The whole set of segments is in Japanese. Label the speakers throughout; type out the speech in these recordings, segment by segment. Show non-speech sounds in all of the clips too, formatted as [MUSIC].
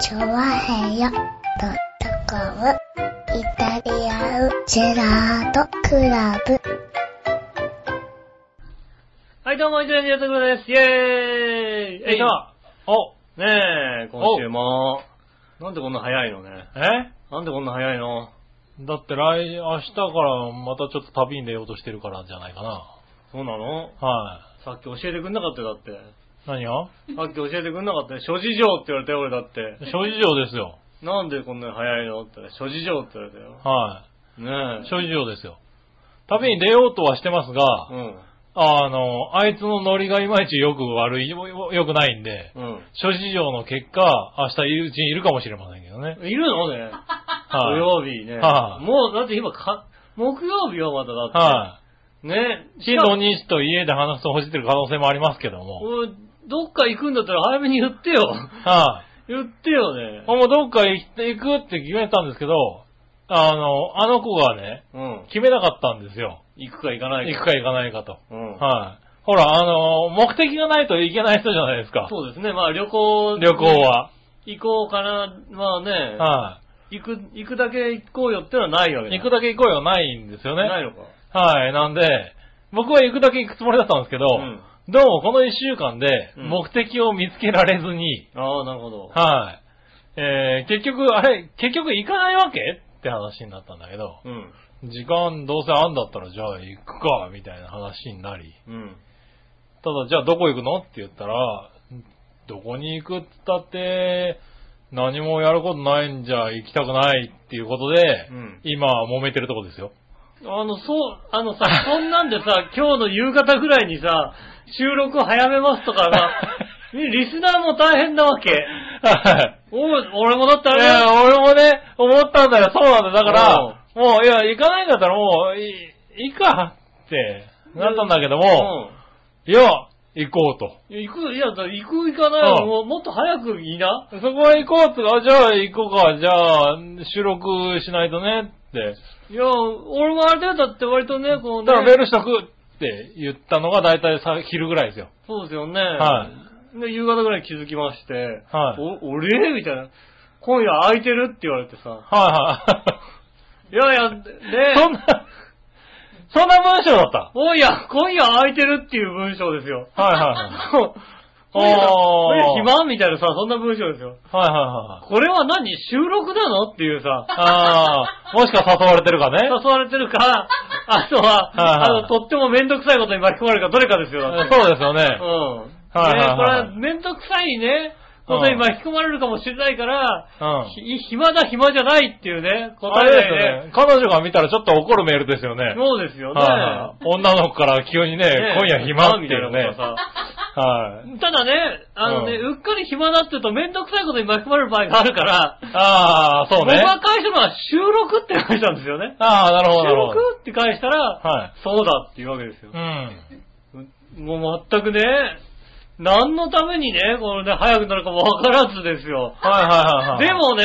Speaker 1: チョワヘヨドットコムイタリアンジェラートクラブ。
Speaker 2: はい、どうも、イタリアンジェラートクラブです。イェーイ
Speaker 3: よいしょお
Speaker 2: ねえ、今週も。なんでこんな早いのね。
Speaker 3: え
Speaker 2: なんでこんな早いの
Speaker 3: だって来、明日からまたちょっと旅に出ようとしてるからじゃないかな。
Speaker 2: そうなの
Speaker 3: は
Speaker 2: さっき教えてくんなかったよ、だって。
Speaker 3: い。何が
Speaker 2: さっき教えてくんなかったよ。諸事情って言われたよ、俺だって。
Speaker 3: 諸事情ですよ。
Speaker 2: なんでこんなに早いのって言ったら諸事情って言われた
Speaker 3: は
Speaker 2: よ。
Speaker 3: い。
Speaker 2: ね
Speaker 3: 諸事情ですよ。旅に出ようとはしてますが、
Speaker 2: え。
Speaker 3: あの、あいつのノリがいまいちよく悪い、よよくないんで、
Speaker 2: うん。
Speaker 3: 諸事情の結果、明日いるうちにいるかもしれませんけどね。
Speaker 2: うん。いるのね。土
Speaker 3: はい。
Speaker 2: 曜日ね。
Speaker 3: はい
Speaker 2: もう、だって今か、木曜日よ、まただって。
Speaker 3: は
Speaker 2: ね
Speaker 3: い。新土日と家で話すをほじってる可能性もありますけども。
Speaker 2: おいどっか行くんだったら早めに言ってよ。
Speaker 3: はい。
Speaker 2: 言ってよね。
Speaker 3: もうどっか行って行くって決めたんですけど、あの、あの子がね、
Speaker 2: うん。
Speaker 3: 決めなかったんですよ。
Speaker 2: 行くか行かない
Speaker 3: 行
Speaker 2: か。
Speaker 3: くか行かないかと。
Speaker 2: うん。
Speaker 3: はい。ほら、あのー、目的がないといけない人じゃないですか。
Speaker 2: そうですね。まあ旅行、
Speaker 3: 旅行。は。
Speaker 2: 行こうかな。まあね。
Speaker 3: は
Speaker 2: 行く、行くだけ行こうよってのはないわけ
Speaker 3: い。
Speaker 2: だ
Speaker 3: 行くだけ行こうよ、ないんですよね。
Speaker 2: ないのか。
Speaker 3: はい。なんで、僕は行くだけ行くつもりだったんですけど、
Speaker 2: ん
Speaker 3: どうもこの一週間で、
Speaker 2: うん
Speaker 3: 目的を見つけられずに、
Speaker 2: ああ、なるほど。
Speaker 3: はい。えー、結局、あれ、結局行かないわけって話になったんだけど、
Speaker 2: うん。
Speaker 3: 時間どうせあんだったらじゃあ行くか、みたいな話になり、
Speaker 2: うん。
Speaker 3: ただ、じゃあどこ行くのって言ったら、どこに行くって言ったって、何もやることないんじゃ行きたくないっていうことで、
Speaker 2: うん
Speaker 3: 今揉めてるとこですよ。
Speaker 2: あの、そう、あの
Speaker 3: [LAUGHS]
Speaker 2: さ、そんなんでさ、今日の夕方ぐらいにさ、収録を早めますとか
Speaker 3: [LAUGHS]
Speaker 2: さ、ねリスナーも大変なわけ。
Speaker 3: はい。
Speaker 2: お俺もだってあ
Speaker 3: い
Speaker 2: れだ
Speaker 3: や、
Speaker 2: よ
Speaker 3: 俺もね、思ったんだよ。そうなんだよ。だから、もう、いや、行かないんだったらもう、い、いいかってなったんだけども、いや、行こうと。
Speaker 2: うんいや行く、いや、だから行く行かない
Speaker 3: うん
Speaker 2: もうもっと早くいいな。
Speaker 3: そこへ行こうって、あ、じゃあ行こうか、じゃあ、収録しないとねって。
Speaker 2: いや、俺もあれだよ、だって割とね、こうね。
Speaker 3: だからメールしとくって言ったのが大体さ昼ぐらい
Speaker 2: [LAUGHS]
Speaker 3: ですよ。
Speaker 2: そうですよね。
Speaker 3: は
Speaker 2: で、夕方ぐらいに気づきまして、
Speaker 3: はい
Speaker 2: お、俺みたいな。今夜空いてるって言われてさ。
Speaker 3: はい
Speaker 2: やいや、ね
Speaker 3: いはい。そんな、そんな文章だった。
Speaker 2: 今夜、今夜空いてるっていう文章ですよ。
Speaker 3: はいはいはい。
Speaker 2: [LAUGHS] 今夜
Speaker 3: おー
Speaker 2: 今夜暇みたいなさ、そんな文章ですよ。
Speaker 3: はいはいはい。
Speaker 2: これは何収録なのっていうさ。
Speaker 3: ああ、もしか誘われてるかね
Speaker 2: 誘。われてるか、あと
Speaker 3: はい
Speaker 2: は、
Speaker 3: はい
Speaker 2: あの、とってもめんどくさいことに巻き込まれるか、どれかですよ。だって
Speaker 3: そうですよね。
Speaker 2: うん。
Speaker 3: はいはいは
Speaker 2: ね
Speaker 3: い
Speaker 2: これ、めんどくさいね、ことに巻き込まれるかもしれないから、
Speaker 3: うん。
Speaker 2: ひ暇だ暇じゃないっていうね、答
Speaker 3: あ
Speaker 2: え
Speaker 3: れです
Speaker 2: だよ
Speaker 3: よ
Speaker 2: ね。
Speaker 3: ね。彼女が見たらちょっと怒るメールですよね。
Speaker 2: そうですよね。
Speaker 3: はいはい女の子から急にね、
Speaker 2: ね
Speaker 3: 今夜暇っていう
Speaker 2: みたいな
Speaker 3: ね
Speaker 2: こと。が
Speaker 3: はい。
Speaker 2: さただね、あのね、
Speaker 3: う
Speaker 2: うっかり暇だって言うとめんどくさいことに巻き込まれる場合があるから、
Speaker 3: ああ、そうね
Speaker 2: 僕。が返したのは収録って返したんですよね。
Speaker 3: ああ、なるほ
Speaker 2: 収
Speaker 3: ど、なるほど。
Speaker 2: 録って返したら、
Speaker 3: はい。
Speaker 2: そうだっていうわけですよ
Speaker 3: う。ん。
Speaker 2: もう全くね、何のためにね、これね、早くなるかもわからずですよ。
Speaker 3: はいはいはいはい。
Speaker 2: で、もね、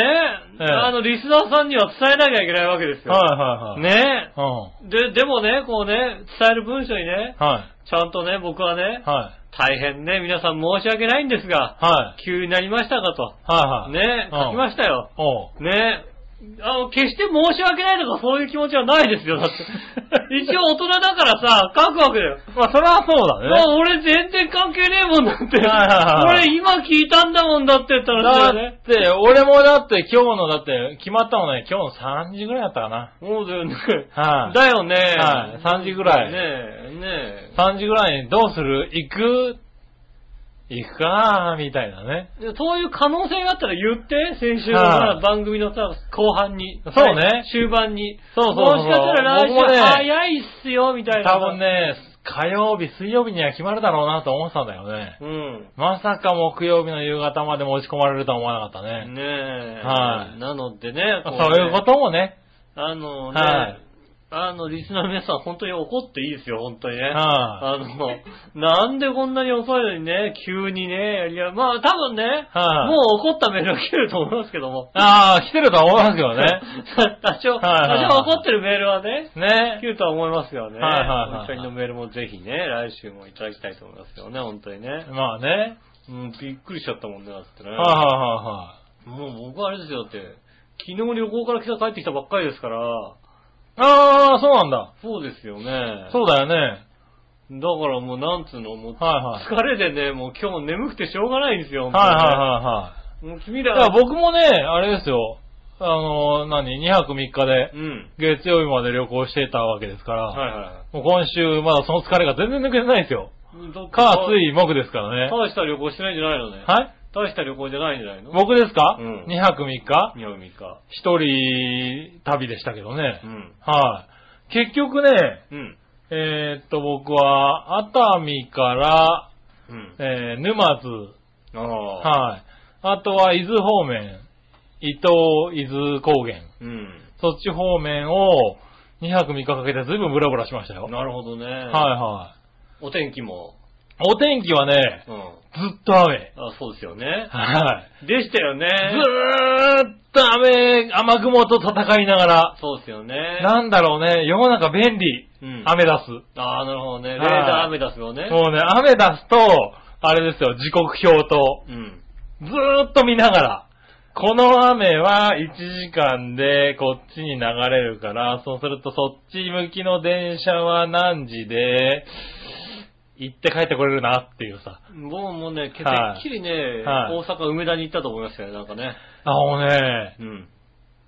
Speaker 3: ええ
Speaker 2: あの、リスナーさんには伝えなきゃいけないわけですよ。
Speaker 3: はいはいはい。。
Speaker 2: ね
Speaker 3: うん。
Speaker 2: で、でもね、こうね、伝える文章にね、
Speaker 3: は
Speaker 2: ちゃんとね、僕はね
Speaker 3: い。、はい。
Speaker 2: 大変ね、皆さん申し訳ないんですが、
Speaker 3: はい。
Speaker 2: 急になりましたかと。
Speaker 3: はいはい。。
Speaker 2: ね、
Speaker 3: うん
Speaker 2: 書きましたよ。
Speaker 3: おう。
Speaker 2: ね、あの、決して申し訳ないとかそういう気持ちはないですよ、だって。
Speaker 3: [LAUGHS]
Speaker 2: 一応大人だからさ、書くわけだよ。
Speaker 3: まあ、それはそうだね。
Speaker 2: あ俺全然関係ねえもんだって。
Speaker 3: はいはいはい
Speaker 2: 俺今聞いたんだもんだって言った
Speaker 3: だ
Speaker 2: らね。
Speaker 3: って、俺もだって今日の、だって、決まったのね、今日の3時ぐらいだったかな。
Speaker 2: そうだよね。
Speaker 3: はい
Speaker 2: だよね。
Speaker 3: はい3時ぐらい
Speaker 2: ねえ、ね
Speaker 3: 3時ぐらいにどうする行く行くかみたいなね。
Speaker 2: え。でそういう可能性があったら言って、先週の
Speaker 3: は
Speaker 2: さ
Speaker 3: い
Speaker 2: 番組のさ、後半に。
Speaker 3: そうね
Speaker 2: 終盤に。
Speaker 3: そうそうそう
Speaker 2: もしかしたら来週
Speaker 3: 僕もね
Speaker 2: 早いっすよ、みたいな。
Speaker 3: 多分。ね、火曜日、水曜日には決まるだろうなと思ってたんだよね。
Speaker 2: うん。
Speaker 3: まさか木曜日の夕方まで持ち込まれるとは思わなかったね。
Speaker 2: ねえ。
Speaker 3: はい
Speaker 2: なのでね、こ
Speaker 3: そういうこともね。
Speaker 2: とあのね、
Speaker 3: はい
Speaker 2: あの、リスナーの皆さん本当に怒っていいですよ、本当にね。
Speaker 3: は
Speaker 2: あの、なんでこんなに遅いのにね、急にね、やりや、まあ多分ね、
Speaker 3: はい
Speaker 2: もう怒ったメールが来てると思いますけども
Speaker 3: い。。ああ、来てるとは思いますけどね。
Speaker 2: [LAUGHS] 多少、
Speaker 3: はいはいはい
Speaker 2: 多少怒ってるメールはね、
Speaker 3: ね
Speaker 2: 来。るとは思いますよね。
Speaker 3: はいはいはい
Speaker 2: お二人のメールもぜひね、来週もいただきたいと思いますよね、本当にね。
Speaker 3: まあね。
Speaker 2: うん、びっくりしちゃったもんね、だってね。
Speaker 3: はいはいはいはい。
Speaker 2: もう僕はあれですよ、だって、昨日旅行から来た帰ってきたばっかりですから、
Speaker 3: ああ、そうなんだ。
Speaker 2: そうですよね。
Speaker 3: そうだよね。
Speaker 2: だからもうなんつうの、もう、
Speaker 3: はいはい
Speaker 2: 疲れでね、もう今日眠くてしょうがないんですよ。
Speaker 3: はいはい
Speaker 2: い。
Speaker 3: はいはい。
Speaker 2: もう君
Speaker 3: だ
Speaker 2: ら、
Speaker 3: から僕もね、あれですよ。あの、何、2泊3日で
Speaker 2: うん。
Speaker 3: 月曜日まで旅行してたわけですから、
Speaker 2: はいは
Speaker 3: もう今週まだその疲れが全然抜けてないですよ。
Speaker 2: い。どっ
Speaker 3: 火、水、木ですからね。
Speaker 2: 大した旅行してないんじゃないのね。
Speaker 3: はい
Speaker 2: 大した旅行じゃないんじゃないの
Speaker 3: 僕ですか、
Speaker 2: うん
Speaker 3: ?2 泊3日
Speaker 2: 宮海か。
Speaker 3: 一人旅でしたけどね。
Speaker 2: うん。
Speaker 3: はい、結局ね、
Speaker 2: うん。
Speaker 3: えーっと僕は熱海から、
Speaker 2: うん。
Speaker 3: えー、沼津、
Speaker 2: ああ。
Speaker 3: はい、あとは伊豆方面、伊東、伊豆高原。
Speaker 2: うん。
Speaker 3: そっち方面を2泊3日かけてずいぶんブラブラしましたよ。はい
Speaker 2: なるほどね。い。
Speaker 3: は
Speaker 2: お天気も。
Speaker 3: い。お天気はね、
Speaker 2: うん。
Speaker 3: ずっと雨。
Speaker 2: あそうですよね。
Speaker 3: はい。
Speaker 2: でしたよね。
Speaker 3: ずーっと雨、雨雲と戦いながら、
Speaker 2: そうですよね。
Speaker 3: なんだろうね、世の中便利。
Speaker 2: うん
Speaker 3: 雨出す。
Speaker 2: ああ、なるほどね。レー
Speaker 3: はい
Speaker 2: ダーアメダスをね。
Speaker 3: もうね、雨出すと、あれですよ、時刻表と、
Speaker 2: うん。
Speaker 3: ずーっと見ながら、この雨は1時間でこっちに流れるから、そうするとそっち向きの電車は何時で、行って帰ってこれるなっていうさ。
Speaker 2: もうもうね、て
Speaker 3: はい
Speaker 2: っきりね、
Speaker 3: はい
Speaker 2: 大阪梅田に行ったと思いましたよね、なんかね。
Speaker 3: あのね、
Speaker 2: うん。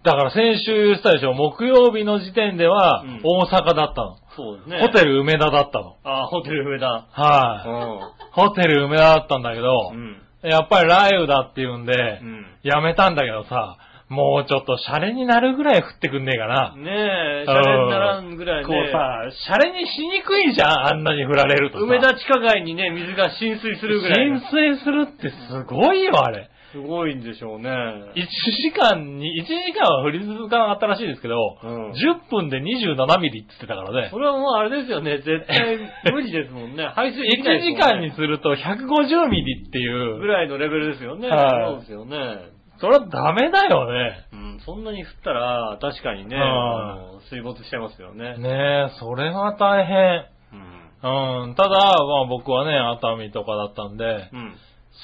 Speaker 3: だから先週言ってたでしょ、木曜日の時点では
Speaker 2: うん
Speaker 3: 大阪だったの。
Speaker 2: そうですね。
Speaker 3: ホテル梅田だったの。
Speaker 2: ああ、ホテル梅田。う
Speaker 3: はい、
Speaker 2: ん。
Speaker 3: ホテル梅田だったんだけど
Speaker 2: う、ん。
Speaker 3: やっぱり雷雨だっていうんで、
Speaker 2: うん。
Speaker 3: やめたんだけどさ、もうちょっとシャレになるぐらい降ってくんねえかな。
Speaker 2: ねえ、シャレにならんぐらいね。
Speaker 3: こうさ、シャレにしにくいじゃん、あんなに振られるとさ。
Speaker 2: 梅田地下街にね、水が浸水するぐらいの。
Speaker 3: 浸水するってすごいよ、あれ。
Speaker 2: すごいんでしょうね。
Speaker 3: 1時間に、1時間は降り続かなかったらしいですけど、
Speaker 2: うん
Speaker 3: 10分で27ミリって言ってたからね
Speaker 2: そ。れはもうあれですよね、絶対
Speaker 3: [LAUGHS]
Speaker 2: 無理ですもんね。排水できない
Speaker 3: 1
Speaker 2: ですも
Speaker 3: 時
Speaker 2: んね
Speaker 3: 間にすると150ミリってい
Speaker 2: ぐ
Speaker 3: う、
Speaker 2: らいのレベルですよね。
Speaker 3: はい
Speaker 2: そうですよね。
Speaker 3: それはダメだよね。
Speaker 2: うん、そんなに降ったら、確かにね、
Speaker 3: うん
Speaker 2: あの水没しちゃいますよね。
Speaker 3: ねえ、それは大変。
Speaker 2: うん。
Speaker 3: うん、ただ、まあ僕はね、熱海とかだったんで、
Speaker 2: うん。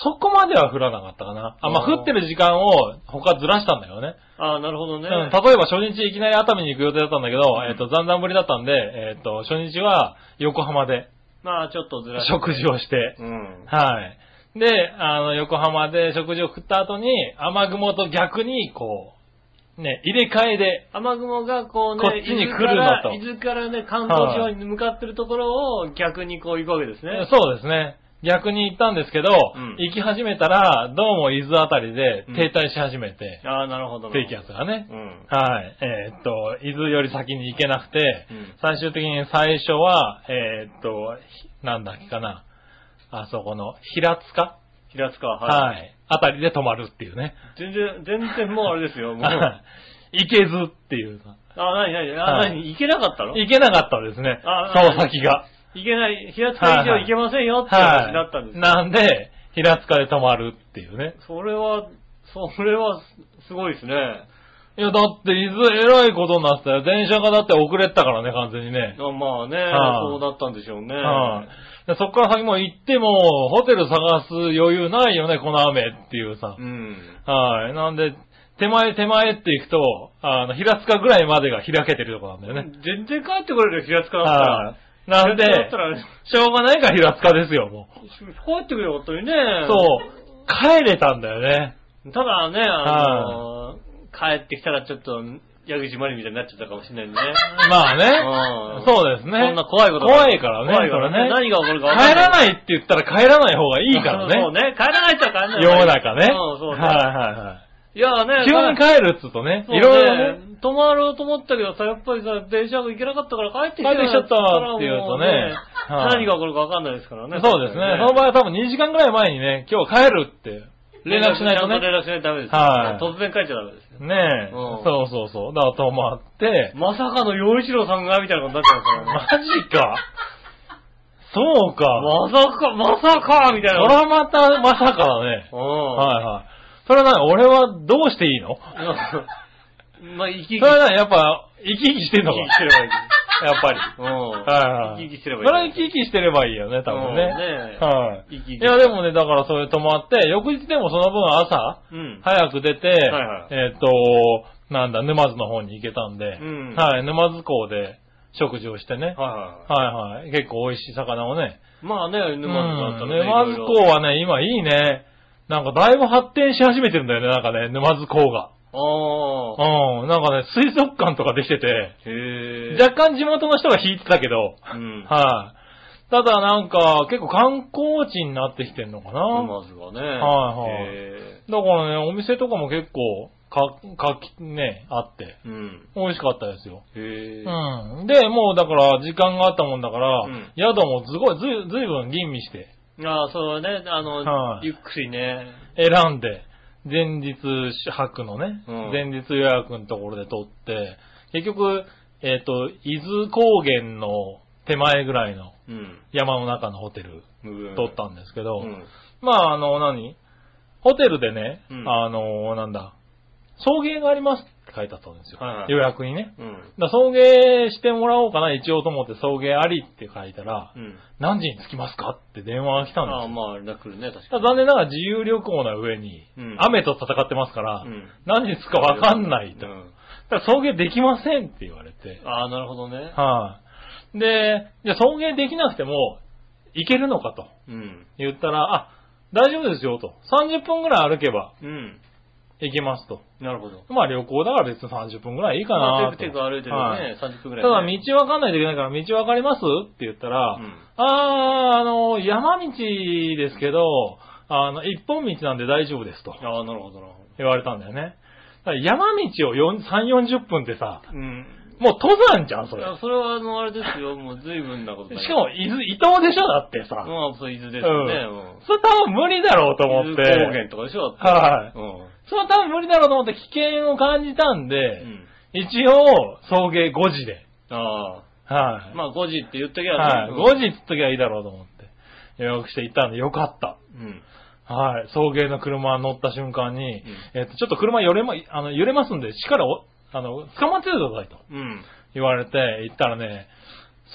Speaker 3: そこまでは降らなかったかな。あ、まあ
Speaker 2: あー
Speaker 3: 降ってる時間を他ずらしたんだよね。
Speaker 2: ああ、なるほどね。
Speaker 3: うん例えば初日いきなり熱海に行く予定だったんだけど、
Speaker 2: ん
Speaker 3: えっ、と、残々ぶりだったんで、えっ、と、初日は横浜で
Speaker 2: まあ、ちょっとずらして。
Speaker 3: 食事をして、
Speaker 2: うん。
Speaker 3: はい。で、あの、横浜で食事を食った後に、雨雲と逆に、こう、ね、入れ替えで、
Speaker 2: 雨雲がこうね、
Speaker 3: こっちに来るのと
Speaker 2: 伊豆から伊豆からね、関東地方に向かってるところを逆にこう行くわけですね。
Speaker 3: そうですね。逆に行ったんですけど、
Speaker 2: うん
Speaker 3: 行き始めたら、どうも伊豆あたりで停滞し始めて、
Speaker 2: ああ、なるほどな。
Speaker 3: 低気圧がね。
Speaker 2: うん。
Speaker 3: はい。えーっと、伊豆より先に行けなくて、
Speaker 2: うん
Speaker 3: 最終的に最初は、えーっと、ひなんだっけかな。あそこの、平塚
Speaker 2: 平塚、。
Speaker 3: はいい。あたりで止まるっていうね。
Speaker 2: 全然、全然もうあれですよ、もう。あ、
Speaker 3: [LAUGHS] 行けずっていうさ。
Speaker 2: なになにあ、
Speaker 3: はい
Speaker 2: なに行けなかったの
Speaker 3: 行けなかったですね。
Speaker 2: あ
Speaker 3: その先が。
Speaker 2: 行けない、平塚以上行けませんよって話になったんです
Speaker 3: はい。
Speaker 2: よ
Speaker 3: なんで、平塚で止まるっていうね。
Speaker 2: それは、それは、すごいですね。
Speaker 3: いや、だって伊豆えらいことになってたよ。電車がだって遅れてたからね、完全にね。
Speaker 2: あまあね、
Speaker 3: はい
Speaker 2: そうだったんでしょうね。
Speaker 3: はいでそこから先も行っても、ホテル探す余裕ないよね、この雨っていうさ
Speaker 2: う。ん。
Speaker 3: はい。なんで、手前手前って行くと、あの、平塚ぐらいまでが開けてるとこなんだよね。
Speaker 2: 全然帰ってこれるよ、平塚だった
Speaker 3: は
Speaker 2: ら。
Speaker 3: い。なんで、
Speaker 2: 平塚だったら、
Speaker 3: しょうがないから平塚ですよ、もう。
Speaker 2: 帰ってくれよ、本当にね。
Speaker 3: そう。帰れたんだよね。
Speaker 2: う。ただね、あのー、帰ってきたらちょっと、矢口まりみたいになっちゃったかもしれないんでね。
Speaker 3: まあ
Speaker 2: うん
Speaker 3: ね。そうですね。
Speaker 2: そんな怖いこと
Speaker 3: 怖いからね。
Speaker 2: 怖いからね
Speaker 3: それ
Speaker 2: 何が起こるか分かんない
Speaker 3: 帰らないって言ったら帰らない方がいいからね。
Speaker 2: そうね、帰らないっちゃ帰らない。
Speaker 3: 世の中ね。
Speaker 2: うん、そうね。
Speaker 3: はいはいは
Speaker 2: い
Speaker 3: い。
Speaker 2: やね、
Speaker 3: 急に帰るっつうとね、
Speaker 2: そう
Speaker 3: いろいろね。。
Speaker 2: 泊まろうと思ったけどさ、やっぱりさ、電車が行けなかったから帰ってき
Speaker 3: 帰ってきちゃったっていうとね
Speaker 2: たらもう
Speaker 3: はい
Speaker 2: 何が起こるかわかんないですからね。
Speaker 3: そうですね。その場合は多分2時間ぐらい前にね、今日帰るって連絡しないとね。
Speaker 2: 連絡しないとダメです。
Speaker 3: はい
Speaker 2: 突然帰っちゃダメですよ。
Speaker 3: ねえ、
Speaker 2: うん
Speaker 3: そうそうそう。だから泊まって、
Speaker 2: まさかの洋一郎さんがみたいなことになっちゃう
Speaker 3: マ
Speaker 2: からね。
Speaker 3: ジか。そうか。
Speaker 2: まさか、まさかみたい
Speaker 3: そ
Speaker 2: な。
Speaker 3: れはまたまさかだね。
Speaker 2: うん。
Speaker 3: はいはい。それは何俺はどうしていいの
Speaker 2: まあ、生き生き
Speaker 3: それは何やっぱ、生き生きしてんのか。
Speaker 2: 生き生きしてればいい。
Speaker 3: やっぱり。
Speaker 2: うん。
Speaker 3: はいはい。
Speaker 2: 生き生きしてればいい
Speaker 3: それは生き生きしてればいいよね、多分ね。
Speaker 2: うんね
Speaker 3: はい。
Speaker 2: 生き生き
Speaker 3: いや、でもね、だからそれ泊まって、翌日でもその分朝、
Speaker 2: うん。
Speaker 3: 早く出て、
Speaker 2: いはい
Speaker 3: えっ、と、なんだ、沼津の方に行けたんで、
Speaker 2: うん
Speaker 3: はい、沼津港で食事をしてね、
Speaker 2: はいはいは
Speaker 3: はいはい、結構美味しい魚をね、
Speaker 2: い。まあね、沼津だったらね。
Speaker 3: うん沼津
Speaker 2: いろ
Speaker 3: 港
Speaker 2: いろ
Speaker 3: はね、今いいね、なんかだいぶ発展し始めてるんだよね、なんかね、沼津港が。
Speaker 2: ああ。
Speaker 3: うん、なんかね、水族館とかできてて、
Speaker 2: へえ。
Speaker 3: 若干地元の人が引いてたけど、
Speaker 2: うん。
Speaker 3: はい。ただなんか、結構観光地になってきてんのかな。
Speaker 2: 沼津がね。
Speaker 3: はいはい
Speaker 2: へ
Speaker 3: だからね、お店とかも結構、か、かき、ね、あって、
Speaker 2: え。うん。
Speaker 3: 美味しかったですよ。
Speaker 2: へえ。
Speaker 3: うん。で、もうだから、時間があったもんだから、
Speaker 2: うん
Speaker 3: 宿もすごい、ずい、ずいぶん吟味して、
Speaker 2: ああ、そうね、あの、
Speaker 3: はい
Speaker 2: ゆっくりね。
Speaker 3: 選んで、前日泊のね、
Speaker 2: うん
Speaker 3: 前日予約のところで取って、結局、えっ、と、伊豆高原の手前ぐらいの
Speaker 2: うん。
Speaker 3: 山の中のホテル
Speaker 2: うん
Speaker 3: 取ったんですけど、
Speaker 2: うん。
Speaker 3: まあ、あの、何ホテルでね、
Speaker 2: うん
Speaker 3: あの、なんだ、送迎がありますって書いてあったんですよ。
Speaker 2: はいはい
Speaker 3: 予約にね。
Speaker 2: うん。
Speaker 3: だ送迎してもらおうかな、一応と思って送迎ありって書いたら、
Speaker 2: うん。
Speaker 3: 何時に着きますかって電話が来たんですよ。
Speaker 2: ああ、まあ、あれだ来るね、確
Speaker 3: た
Speaker 2: か
Speaker 3: だ
Speaker 2: に。
Speaker 3: 残念ながら自由旅行な上に、
Speaker 2: うん
Speaker 3: 雨と戦ってますから、
Speaker 2: うん
Speaker 3: 何時着くかわかんないと。
Speaker 2: う
Speaker 3: だ
Speaker 2: ん
Speaker 3: から送迎できませんって言われて。
Speaker 2: ああ、なるほどね。
Speaker 3: はい、で、じゃあ送迎できなくても、行けるのかと
Speaker 2: うん。
Speaker 3: 言ったら、あ、大丈夫ですよと。30分ぐらい歩けば
Speaker 2: うん。
Speaker 3: 行けますと。
Speaker 2: なるほど。
Speaker 3: まあ旅行だから別に30分ぐらいいいか
Speaker 2: ま
Speaker 3: な
Speaker 2: あ
Speaker 3: と。
Speaker 2: テクテク歩いてる
Speaker 3: は
Speaker 2: ね、30分く
Speaker 3: た
Speaker 2: ら
Speaker 3: だ
Speaker 2: いね。
Speaker 3: 道わかんないといけないから、道わかりますって言ったら、
Speaker 2: うん
Speaker 3: あー、あの、山道ですけど、あの、一本道なんで大丈夫ですと
Speaker 2: ああ、なるほど、なるほ
Speaker 3: 言われたんだよね。だから山道を4 3、40分ってさ、
Speaker 2: ど。うん。
Speaker 3: もう登山じゃん、そ
Speaker 2: い
Speaker 3: れ。
Speaker 2: やそれは、あの、あれですよ、もう随分なことだよ
Speaker 3: しかも、伊豆、伊東でしょだってさ。
Speaker 2: まあ、そう、伊豆ですよね。
Speaker 3: う
Speaker 2: うん
Speaker 3: それ多分無理だろうと思
Speaker 2: 伊豆
Speaker 3: って。
Speaker 2: 高原とかでしょ。
Speaker 3: はい
Speaker 2: うん。
Speaker 3: それは多分無理だろうと思って危険を感じたんで、
Speaker 2: うん。
Speaker 3: 一応、送迎5時で。
Speaker 2: あ
Speaker 3: は
Speaker 2: あ。
Speaker 3: い。
Speaker 2: まあ、5時って言っときゃ
Speaker 3: はい。
Speaker 2: ね。
Speaker 3: 5時っつっときゃいいだろうと思って。予約して行ったんでよかった。
Speaker 2: うん。
Speaker 3: はい。送迎の車乗った瞬間に、
Speaker 2: ん
Speaker 3: えっと、ちょっと車揺れま、あの、揺れますんで、力を、あの、捕まっててくださいと
Speaker 2: うん。
Speaker 3: 言われて、行ったらね、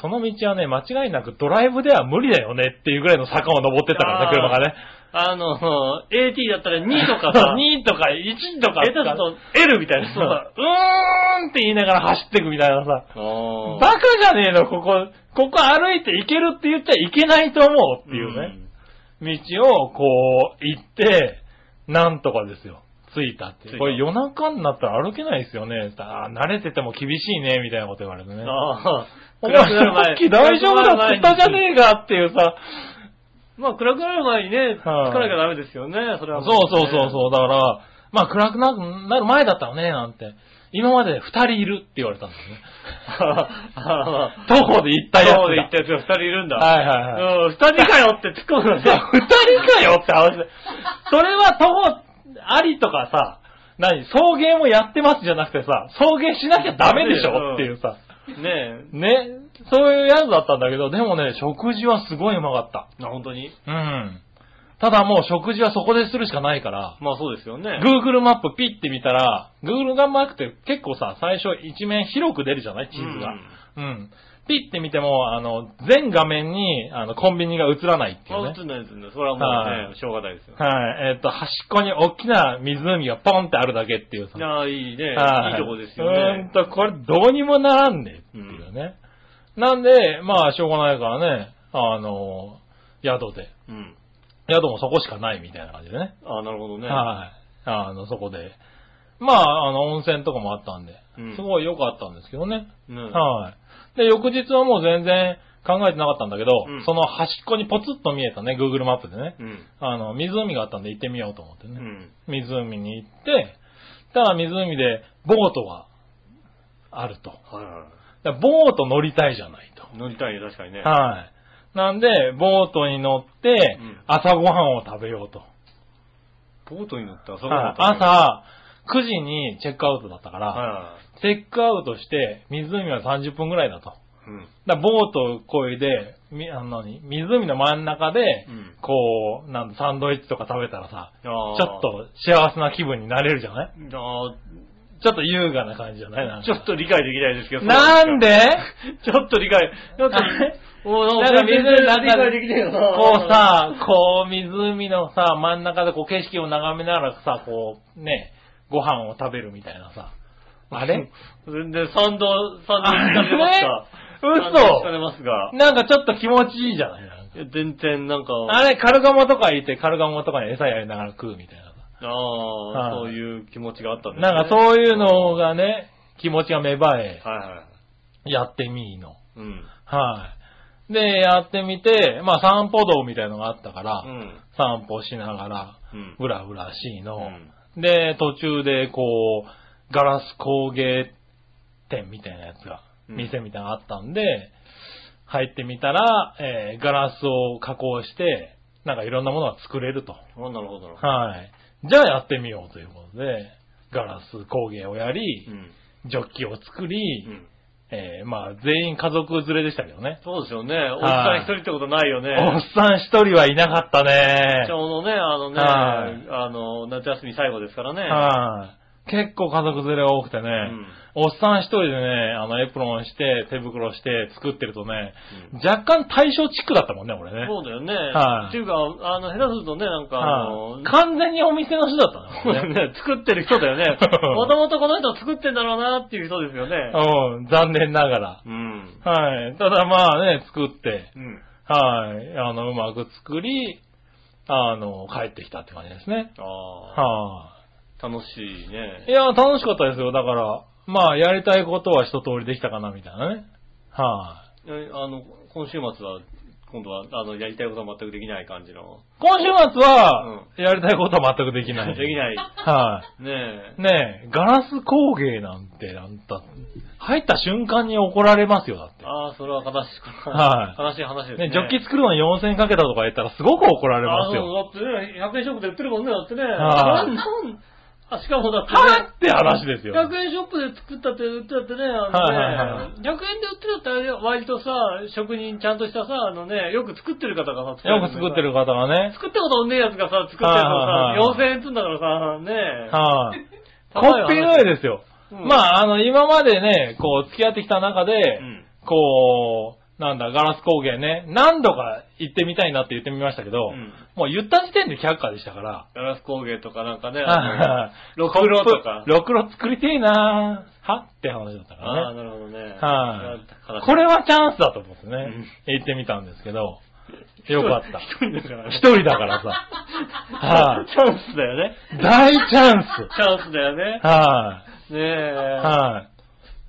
Speaker 3: その道はね、間違いなくドライブでは無理だよねっていうぐらいの坂を登ってったから
Speaker 2: あ
Speaker 3: ね、
Speaker 2: ー
Speaker 3: 車がね。、
Speaker 2: あの、AT だったら2とかさ
Speaker 3: 2とか1とか。
Speaker 2: 下手すると
Speaker 3: L みたいな。
Speaker 2: そうだ
Speaker 3: うーんって言いながら走ってくみたいなさ。
Speaker 2: あ
Speaker 3: バカじゃねえの、ここ、ここ歩いて行けるって言っちゃいけないと思うっていうね、道をこう行って、なんとかですよ、着いたってい。
Speaker 2: 着いうた
Speaker 3: これ夜中になったら歩けないですよね。つったらあー慣れてても厳しいね、みたいなこと言われてね。
Speaker 2: ああ。
Speaker 3: お前さっき大丈夫だって言ったじゃねえかっていうさ。
Speaker 2: まあ、暗くなる前にね、つ
Speaker 3: はい
Speaker 2: かなきゃダメですよね、それ
Speaker 3: そう
Speaker 2: は、
Speaker 3: そうそうそう。だから、まあ暗くななる前だったのね、なんて。今まで二人いるって言われたんです
Speaker 2: [LAUGHS]
Speaker 3: ね。
Speaker 2: う。
Speaker 3: 徒歩で行ったやつだ。
Speaker 2: そうで行ったやつが2人いるんだ。
Speaker 3: はいはいはい。
Speaker 2: うん、2人かよって突っ込むの
Speaker 3: いや [LAUGHS]
Speaker 2: ね。
Speaker 3: 二人かよって話で。それは徒歩ありとかさ、何送迎もやってますじゃなくてさ、送迎しなきゃダメでしょっていうさ、
Speaker 2: ね
Speaker 3: ね、そういうやつだったんだけど、でもね、食事はすごいうまかっ
Speaker 2: え。あ本当に
Speaker 3: た。うん。ただもう食事はそこでするしかないから、
Speaker 2: まあそうですよね。
Speaker 3: Google マップピッて見たら、Google マップって結構さ、最初一面広く出るじゃない地図が。うん。ピッて見ても、あの、全画面に、あの、コンビニが映らないっていう
Speaker 2: ま
Speaker 3: ね。
Speaker 2: あ映んないですね。それは
Speaker 3: は
Speaker 2: もう
Speaker 3: い
Speaker 2: ね、しょうがないですよ。
Speaker 3: はい。えっ、と、端っこに大きな湖がポンってあるだけっていうさ。
Speaker 2: ああ、いいね。
Speaker 3: はい
Speaker 2: いとこですよ
Speaker 3: うーん
Speaker 2: ね。
Speaker 3: と、これどうにもならんねっていうね。なんで、まあ、しょうがないからね、あの、宿で。
Speaker 2: うん。
Speaker 3: 宿もそこしかないみたいな感じでね。
Speaker 2: ああ、なるほどね。
Speaker 3: はい。あの、そこで。まあ、あの、温泉とかもあったんで
Speaker 2: うん、
Speaker 3: すごい良かったんですけどね。
Speaker 2: うん
Speaker 3: はい。で、翌日はもう全然考えてなかったんだけど、
Speaker 2: うん
Speaker 3: その端っこにポツッと見えたね、Google マップでね。
Speaker 2: うん。
Speaker 3: あの、湖があったんで行ってみようと思ってね。
Speaker 2: うん。
Speaker 3: 湖に行って、ただ湖でボートがあると。
Speaker 2: はいは
Speaker 3: だからボート乗りたいじゃないと。
Speaker 2: い。乗りたいね、確かにね。
Speaker 3: はい。なんで、ボートに乗って
Speaker 2: うん、
Speaker 3: 朝ごはんを食べようと。
Speaker 2: ボートに乗ったら、そ
Speaker 3: はい
Speaker 2: こに乗ったら。
Speaker 3: 朝、9時にチェックアウトだったから、
Speaker 2: は
Speaker 3: チェックアウトして、湖は30分ぐらいだと。
Speaker 2: い。うん。
Speaker 3: だからボートをこいで、みあの何湖の真ん中で、
Speaker 2: うん
Speaker 3: こう、なんだサンドイッチとか食べたらさ、
Speaker 2: ちょ
Speaker 3: ちょっと幸せな気分になれるじゃない
Speaker 2: ああ、
Speaker 3: ちょっと優雅な感じじゃないなんか
Speaker 2: ちょっと理解できないですけど。
Speaker 3: なんで
Speaker 2: [LAUGHS] ちょっと理解。だって
Speaker 3: あれ、
Speaker 2: お
Speaker 3: なんか水の中で
Speaker 2: 理解できねえよな。
Speaker 3: こう、さ、こう湖のさ、真ん中でこう景色を眺めながらさ、こうね、ご飯を食べるみたいなさ。
Speaker 2: [LAUGHS]
Speaker 3: あれ
Speaker 2: 全然賛同、賛同聞かれました。
Speaker 3: あれ嘘
Speaker 2: 賛同聞かれますが。
Speaker 3: なんかちょっと気持ちいいじゃないなんか
Speaker 2: いや全然なんか、
Speaker 3: あれ、カルガモとかいて、カルガモとかに餌やりながら食うみたいな
Speaker 2: ああ、
Speaker 3: はい
Speaker 2: そういう気持ちがあったんです、ね、
Speaker 3: なんか
Speaker 2: う。
Speaker 3: そういうのがね、気持ちが芽生え、
Speaker 2: はいはい。
Speaker 3: やってみーの。
Speaker 2: うん。
Speaker 3: はい。で、やってみて、まあ散歩道みたいのがあったから、
Speaker 2: うん。
Speaker 3: 散歩しながら、
Speaker 2: うん。
Speaker 3: うらうらしいの。
Speaker 2: うん
Speaker 3: で、途中でこう、ガラス工芸店みたいなやつが、
Speaker 2: うん
Speaker 3: 店みたいなのがあったんで、入ってみたら、えーガラスを加工して、なんかいろんなものが作れると。
Speaker 2: あなるほど、なるほど。
Speaker 3: はい。じゃあやってみようということで、ガラス工芸をやり、
Speaker 2: うん。
Speaker 3: ジョッキを作り、
Speaker 2: うん。
Speaker 3: えーまあ全員家族連れでしたけどね。
Speaker 2: そうですよね。おっさん一人ってことないよね。
Speaker 3: おっさん一人はいなかったね
Speaker 2: ち。ょうどね、あのね、
Speaker 3: はい
Speaker 2: あの、夏休み最後ですからね。
Speaker 3: はい。結構家族連れが多くてね、
Speaker 2: うん
Speaker 3: おっさん一人でね、あの、エプロンして、手袋して作ってるとね、若干対象チックだったもんね、俺ね。
Speaker 2: そうだよね。
Speaker 3: はい
Speaker 2: っていうか、あの、下手するとね、なんか、あ
Speaker 3: は
Speaker 2: の
Speaker 3: い、完全にお店の人だった
Speaker 2: そう
Speaker 3: の
Speaker 2: だ
Speaker 3: よ
Speaker 2: よ
Speaker 3: ね。。
Speaker 2: ね [LAUGHS] 作ってる人だよね
Speaker 3: [LAUGHS]
Speaker 2: もともとこの人作ってんだろうなっていう人ですよね。
Speaker 3: うん、残念ながら。
Speaker 2: うん。
Speaker 3: はい。ただまあね、作って、
Speaker 2: うん。
Speaker 3: はい。あの、うまく作り、あの、帰ってきたって感じですね。
Speaker 2: あ
Speaker 3: は
Speaker 2: あ、楽しいね
Speaker 3: い。い。や、楽しかったですよ。だから、まあ、やりたいことは一通りできたかな、みたいなね。はい。
Speaker 2: えあの、今週末は、今度は、あの、やりたいことは全くできない感じの。
Speaker 3: 今週末は、やりたいことは全くでき
Speaker 2: でき
Speaker 3: ない。
Speaker 2: ない。
Speaker 3: は [LAUGHS]
Speaker 2: ね
Speaker 3: い。ねえ、ガラス工芸なんて、なんた、入った瞬間に怒られますよ、だ
Speaker 2: え。
Speaker 3: っ
Speaker 2: ああ、それは悲しい。
Speaker 3: は
Speaker 2: 悲しい話で
Speaker 3: て。
Speaker 2: すね。
Speaker 3: ね、ジョッキ作るのに4000円かけたとか言ったらすごく怒られますよ。
Speaker 2: あそう、だってね、100円ショップで売ってるもんね、だってね。
Speaker 3: はい
Speaker 2: なんなんあ、しかもだって
Speaker 3: はぁ
Speaker 2: ね
Speaker 3: っ。て話ですよ。
Speaker 2: 100円ショップで作ったって売ってたってね、あ
Speaker 3: はいはいはい
Speaker 2: のね、100円で売ってたってあれ割とさ、職人ちゃんとしたさ、あのね、よく作ってる方がさ、
Speaker 3: よく作ってる。方がね。
Speaker 2: 作ったことのねえやつがさ、作ってるの
Speaker 3: はいはいはい
Speaker 2: さ、4000円つんだからさ、ね
Speaker 3: はい。コ
Speaker 2: 高い話
Speaker 3: ッペの絵ですよ。
Speaker 2: うん
Speaker 3: まあ、あの、今までね、こう、付き合ってきた中で、
Speaker 2: うん
Speaker 3: こう、なんだ、ガラス工芸ね、何度か行ってみたいなって言ってみましたけど、
Speaker 2: うん
Speaker 3: もう言った時点で却下でした
Speaker 2: [LAUGHS]
Speaker 3: から、
Speaker 2: ガラス工芸とかなんかね、あ
Speaker 3: は
Speaker 2: のろくろとか。
Speaker 3: ろくろ作りてえなはって話だったか
Speaker 2: あ
Speaker 3: ら
Speaker 2: あ、
Speaker 3: ね。
Speaker 2: なるほどね。
Speaker 3: はい、
Speaker 2: 悲しい
Speaker 3: これはチャンスだと思ってね、
Speaker 2: ん
Speaker 3: 行ってみたんですけど、よかった。
Speaker 2: 一人だからね
Speaker 3: 一人だからさ。はい、
Speaker 2: [LAUGHS] チャンスだよね。
Speaker 3: 大チャン
Speaker 2: チ
Speaker 3: ス。
Speaker 2: ャンスだよね。
Speaker 3: はい、
Speaker 2: ねえ。
Speaker 3: は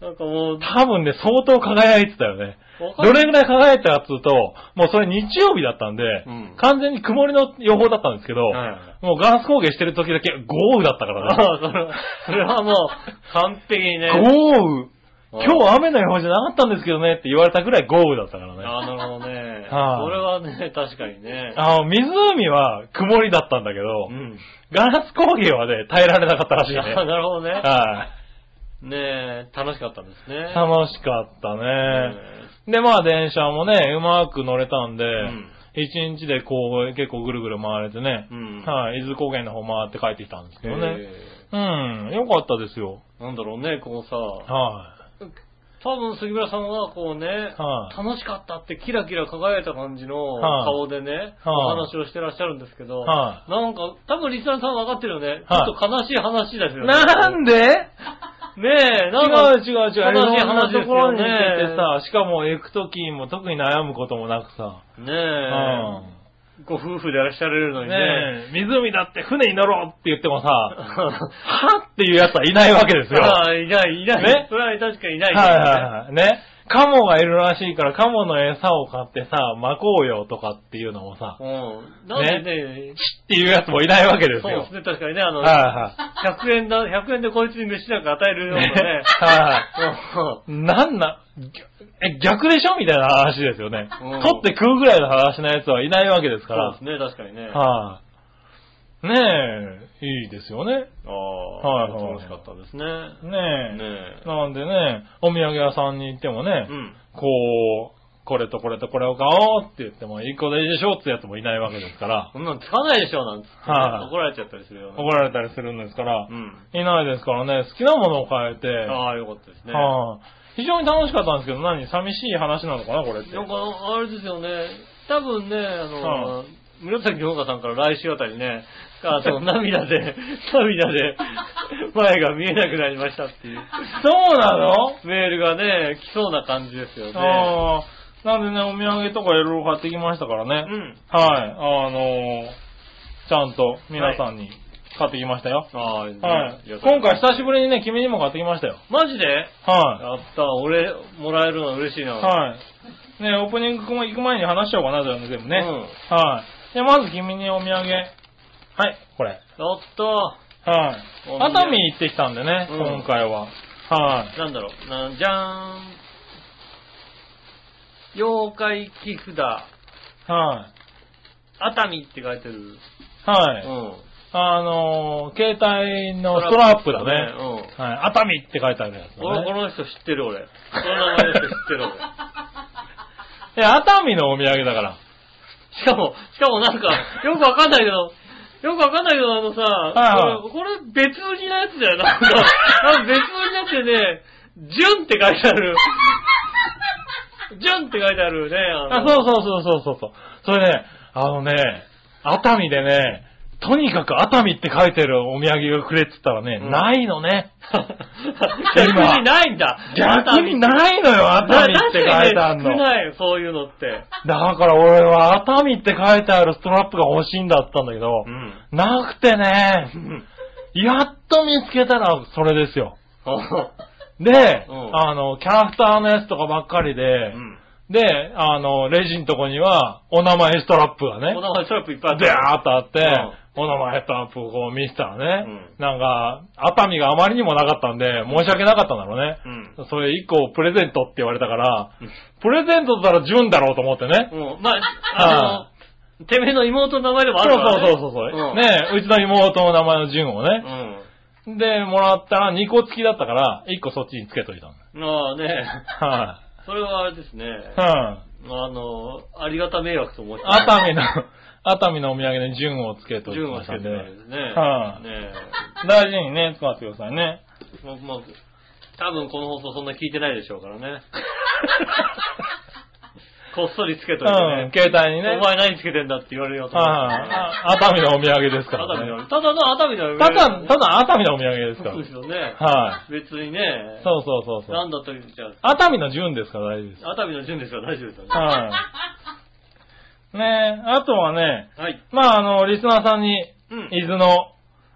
Speaker 3: い、
Speaker 2: なんかもう、
Speaker 3: 多分ね、相当輝いてたよね。
Speaker 2: わかん
Speaker 3: [LAUGHS] ど
Speaker 2: ない
Speaker 3: れぐらい輝いてたかっつうと、もうそれ日曜日だったんで、
Speaker 2: ん
Speaker 3: 完全に曇りの予報だったんですけど、
Speaker 2: はいは
Speaker 3: もうガラス工芸してる時だけ豪雨だったからね。
Speaker 2: ああ、それは、それはもう、完璧にね。
Speaker 3: 豪雨
Speaker 2: あ
Speaker 3: 今日雨の予報じゃなかったんですけどねって言われたぐらい豪雨だったからね。
Speaker 2: ああ、なるほどね。
Speaker 3: はい
Speaker 2: それはね、確かにね。
Speaker 3: あの、湖は曇りだったんだけど、
Speaker 2: うん。
Speaker 3: ガラス工芸はね、耐えられなかったらしいね。
Speaker 2: ああなるほどね。
Speaker 3: はい
Speaker 2: ねえ、楽しかったんですね。
Speaker 3: 楽しかったね。
Speaker 2: ね
Speaker 3: で、まあ電車もね、うまく乗れたんで、
Speaker 2: ん
Speaker 3: 一日でこう、結構ぐるぐる回れてね、
Speaker 2: うん
Speaker 3: はい、伊豆高原の方回って帰ってきたんですけどね。
Speaker 2: え
Speaker 3: うん、よかったですよ。
Speaker 2: えなんだろうね、こうさ、
Speaker 3: は
Speaker 2: 多分杉村さんはこうね、
Speaker 3: はい
Speaker 2: 楽しかったってキラキラ輝いた感じの
Speaker 3: はい
Speaker 2: 顔でね、お
Speaker 3: はい
Speaker 2: 話をしてらっしゃるんですけど、
Speaker 3: は
Speaker 2: なんか、多分リスナーさん分かってるよね。
Speaker 3: はい
Speaker 2: ちょっと悲しい話です
Speaker 3: い。
Speaker 2: よね。
Speaker 3: なんで
Speaker 2: ねえ、
Speaker 3: 違う
Speaker 2: なんか、
Speaker 3: 違う違う。い
Speaker 2: 話
Speaker 3: ろんな
Speaker 2: 話で
Speaker 3: と
Speaker 2: す
Speaker 3: ころ
Speaker 2: よ
Speaker 3: に
Speaker 2: ね
Speaker 3: 行けてさ、しかも行くときも特に悩むこともなくさ、
Speaker 2: ねえ、ご夫婦でいらっしゃられるの
Speaker 3: うん。
Speaker 2: にね。
Speaker 3: ねえ、湖だって船に乗ろうって言って [LAUGHS] もさ、
Speaker 2: [LAUGHS]
Speaker 3: はっていうやつはいないわけですよ。
Speaker 2: ああ、いない、いない。
Speaker 3: ね
Speaker 2: それは確かにいない、
Speaker 3: はいはいはい。ね。カモがいるらしいから、カモの餌を買ってさ、巻こうよとかっていうのもさ、
Speaker 2: うん。なんでね、
Speaker 3: チッっていうやつもいないわけです
Speaker 2: そう
Speaker 3: よ
Speaker 2: で。すね、確かにね、あの、
Speaker 3: はいは
Speaker 2: 100円だ、100円でこいつに飯なんか与える
Speaker 3: い。
Speaker 2: よう
Speaker 3: [LAUGHS]
Speaker 2: なね
Speaker 3: ね。は
Speaker 2: そ
Speaker 3: い。なんな、え、逆でしょみたいな話ですよね。
Speaker 2: うん
Speaker 3: 取って食うぐらいの話のやつはいないわけです
Speaker 2: う
Speaker 3: か
Speaker 2: そう
Speaker 3: ら
Speaker 2: です。ね、確かにね。あ
Speaker 3: はい。ねえ、いいですよね。
Speaker 2: あ、
Speaker 3: はいはい
Speaker 2: 楽しかったですね。
Speaker 3: ね
Speaker 2: ね
Speaker 3: え。
Speaker 2: え。
Speaker 3: なんでね、お土産屋さんに行ってもね、
Speaker 2: うん。
Speaker 3: ここれとこれとこれを買おうって言っても、一個でいいでしょうってやつもいないわけですから、
Speaker 2: そんなのつかないでしょ、なんつって。
Speaker 3: はい
Speaker 2: 怒られちゃったりするよね。
Speaker 3: 怒られたりするんですから
Speaker 2: う、ん。
Speaker 3: いないですからね、好きなものを変えて、
Speaker 2: ああ、よかったですね。
Speaker 3: はい非常に楽しかったんですけど、何寂しい話なのかな、これって。
Speaker 2: なんか、あれですよね。多分ね、あの、
Speaker 3: は
Speaker 2: 紫のほかさんから来週あたりね、あの、涙で、 [LAUGHS] 涙で、前が見えなくなりましたっていう。
Speaker 3: そうなの
Speaker 2: メールがね、来そうな感じですよね。
Speaker 3: ああ、なんでね、お土産とかいろいろ買ってきましたから
Speaker 2: うん。
Speaker 3: ね。はい、あのーちゃんと皆さんに買ってきましたよ。
Speaker 2: ああ、
Speaker 3: はい。
Speaker 2: いや
Speaker 3: 今回久しぶりにね、君にも買ってきましたよ。
Speaker 2: マジで
Speaker 3: は
Speaker 2: やった、俺、もらえるのは嬉しいな。
Speaker 3: い。はい。ね、オープニング行く前に話しちゃおうかな、じゃあね、全部ね。
Speaker 2: う
Speaker 3: はい。で、まず君にお土産。はい、これ。
Speaker 2: やった、
Speaker 3: はい。
Speaker 2: お土産
Speaker 3: 熱海行ってきたんでね、
Speaker 2: うん
Speaker 3: 今回は。はい。
Speaker 2: なんだろう、なじゃーん。妖怪木札、
Speaker 3: は
Speaker 2: 熱海って書いてる。
Speaker 3: い。はい。
Speaker 2: うん。
Speaker 3: あのー、携帯のストラップだね。
Speaker 2: うん。
Speaker 3: はい。熱海って書いてあるやつ
Speaker 2: 俺、
Speaker 3: だ
Speaker 2: こ
Speaker 3: ね。
Speaker 2: の人知ってる俺。この名前の人知って
Speaker 3: [LAUGHS]
Speaker 2: る俺。
Speaker 3: いや、熱海のお土産だから。
Speaker 2: しかも、しかもなんか、よくわかんないけど、よくわかんないけど、あのさ、
Speaker 3: はい
Speaker 2: これ、これ別売りのやつだよな。なんかなんか別売りになってね、純って書いてある。純って書いてあるね。あ
Speaker 3: あ、
Speaker 2: の
Speaker 3: そうそうそうそうそうそう。それね、あのね、熱海でね、とにかく熱海って書いてるお土産がくれって言ったらね、
Speaker 2: うん
Speaker 3: ないのね。 [LAUGHS]
Speaker 2: 逆にないんだ。
Speaker 3: 逆にないのよ、熱海って書いてあ
Speaker 2: 確
Speaker 3: る
Speaker 2: かにね少
Speaker 3: の。
Speaker 2: ないよ、そういうの
Speaker 3: [LAUGHS]
Speaker 2: って。
Speaker 3: だから俺は熱海って書いてあるストラップが欲しいんだったんだけど
Speaker 2: う、ん。
Speaker 3: なくてね、やっと見つけたらそれですよ。で、
Speaker 2: うん
Speaker 3: あの、キャラクターのやつとかばっかりで、
Speaker 2: うん
Speaker 3: で、あの、レジのとこには、お名前ストラップがね
Speaker 2: お、腹にストラップいっぱいあっ
Speaker 3: で
Speaker 2: た。
Speaker 3: ーっとあって、
Speaker 2: う
Speaker 3: お名前ストラップをこう見せたらね、
Speaker 2: う
Speaker 3: なんか、熱海があまりにもなかったんで、申し訳なかったんだろうね。
Speaker 2: うん。
Speaker 3: それ以降プレゼントって言われたから
Speaker 2: うん、
Speaker 3: プレゼントだったら純だろうと思ってね。
Speaker 2: うん。まあ、あの、てめえの妹の名前でもあ
Speaker 3: そう
Speaker 2: るからね。
Speaker 3: そうそうそうそう。
Speaker 2: ん。
Speaker 3: ねうちの妹の名前の純を
Speaker 2: う
Speaker 3: ね。
Speaker 2: ん。
Speaker 3: で、もらったら2個付きだったから、1個そっちにつけといたの。
Speaker 2: まあね、
Speaker 3: は
Speaker 2: それはあれですね。
Speaker 3: い。
Speaker 2: [LAUGHS]
Speaker 3: うん。
Speaker 2: あの、ありがた迷惑と思って。
Speaker 3: 熱海の、 [LAUGHS] 熱海のお土産に順をつけといて
Speaker 2: 順を
Speaker 3: ま
Speaker 2: つ
Speaker 3: し
Speaker 2: け
Speaker 3: た
Speaker 2: て
Speaker 3: ん
Speaker 2: た
Speaker 3: で。
Speaker 2: んですね。
Speaker 3: はい
Speaker 2: ね
Speaker 3: 大事にね、使ってくださいね。
Speaker 2: え。ままあ、多分この放送そんな聞いてないでしょうから
Speaker 3: [LAUGHS]
Speaker 2: ね。こっそりつけといて
Speaker 3: う
Speaker 2: ね、。
Speaker 3: ん携帯にね。
Speaker 2: お前何つけてんだって言われようと思って、
Speaker 3: はいあ熱海のお土産ですか
Speaker 2: 熱海
Speaker 3: らね。
Speaker 2: のただの熱海の
Speaker 3: ただ、ただ熱海のお土産ですか
Speaker 2: そうですよね。
Speaker 3: ら。は
Speaker 2: 別に
Speaker 3: い
Speaker 2: ね。。
Speaker 3: そうそうそうそ
Speaker 2: な
Speaker 3: う。
Speaker 2: んだと言っちゃう。
Speaker 3: 熱海の順ですから大丈夫です。
Speaker 2: 熱海の順ですから大丈夫ですよね。
Speaker 3: はい。ねあとはね、
Speaker 2: はい。
Speaker 3: まあ、あの、リスナーさんに、
Speaker 2: うん。
Speaker 3: 伊豆の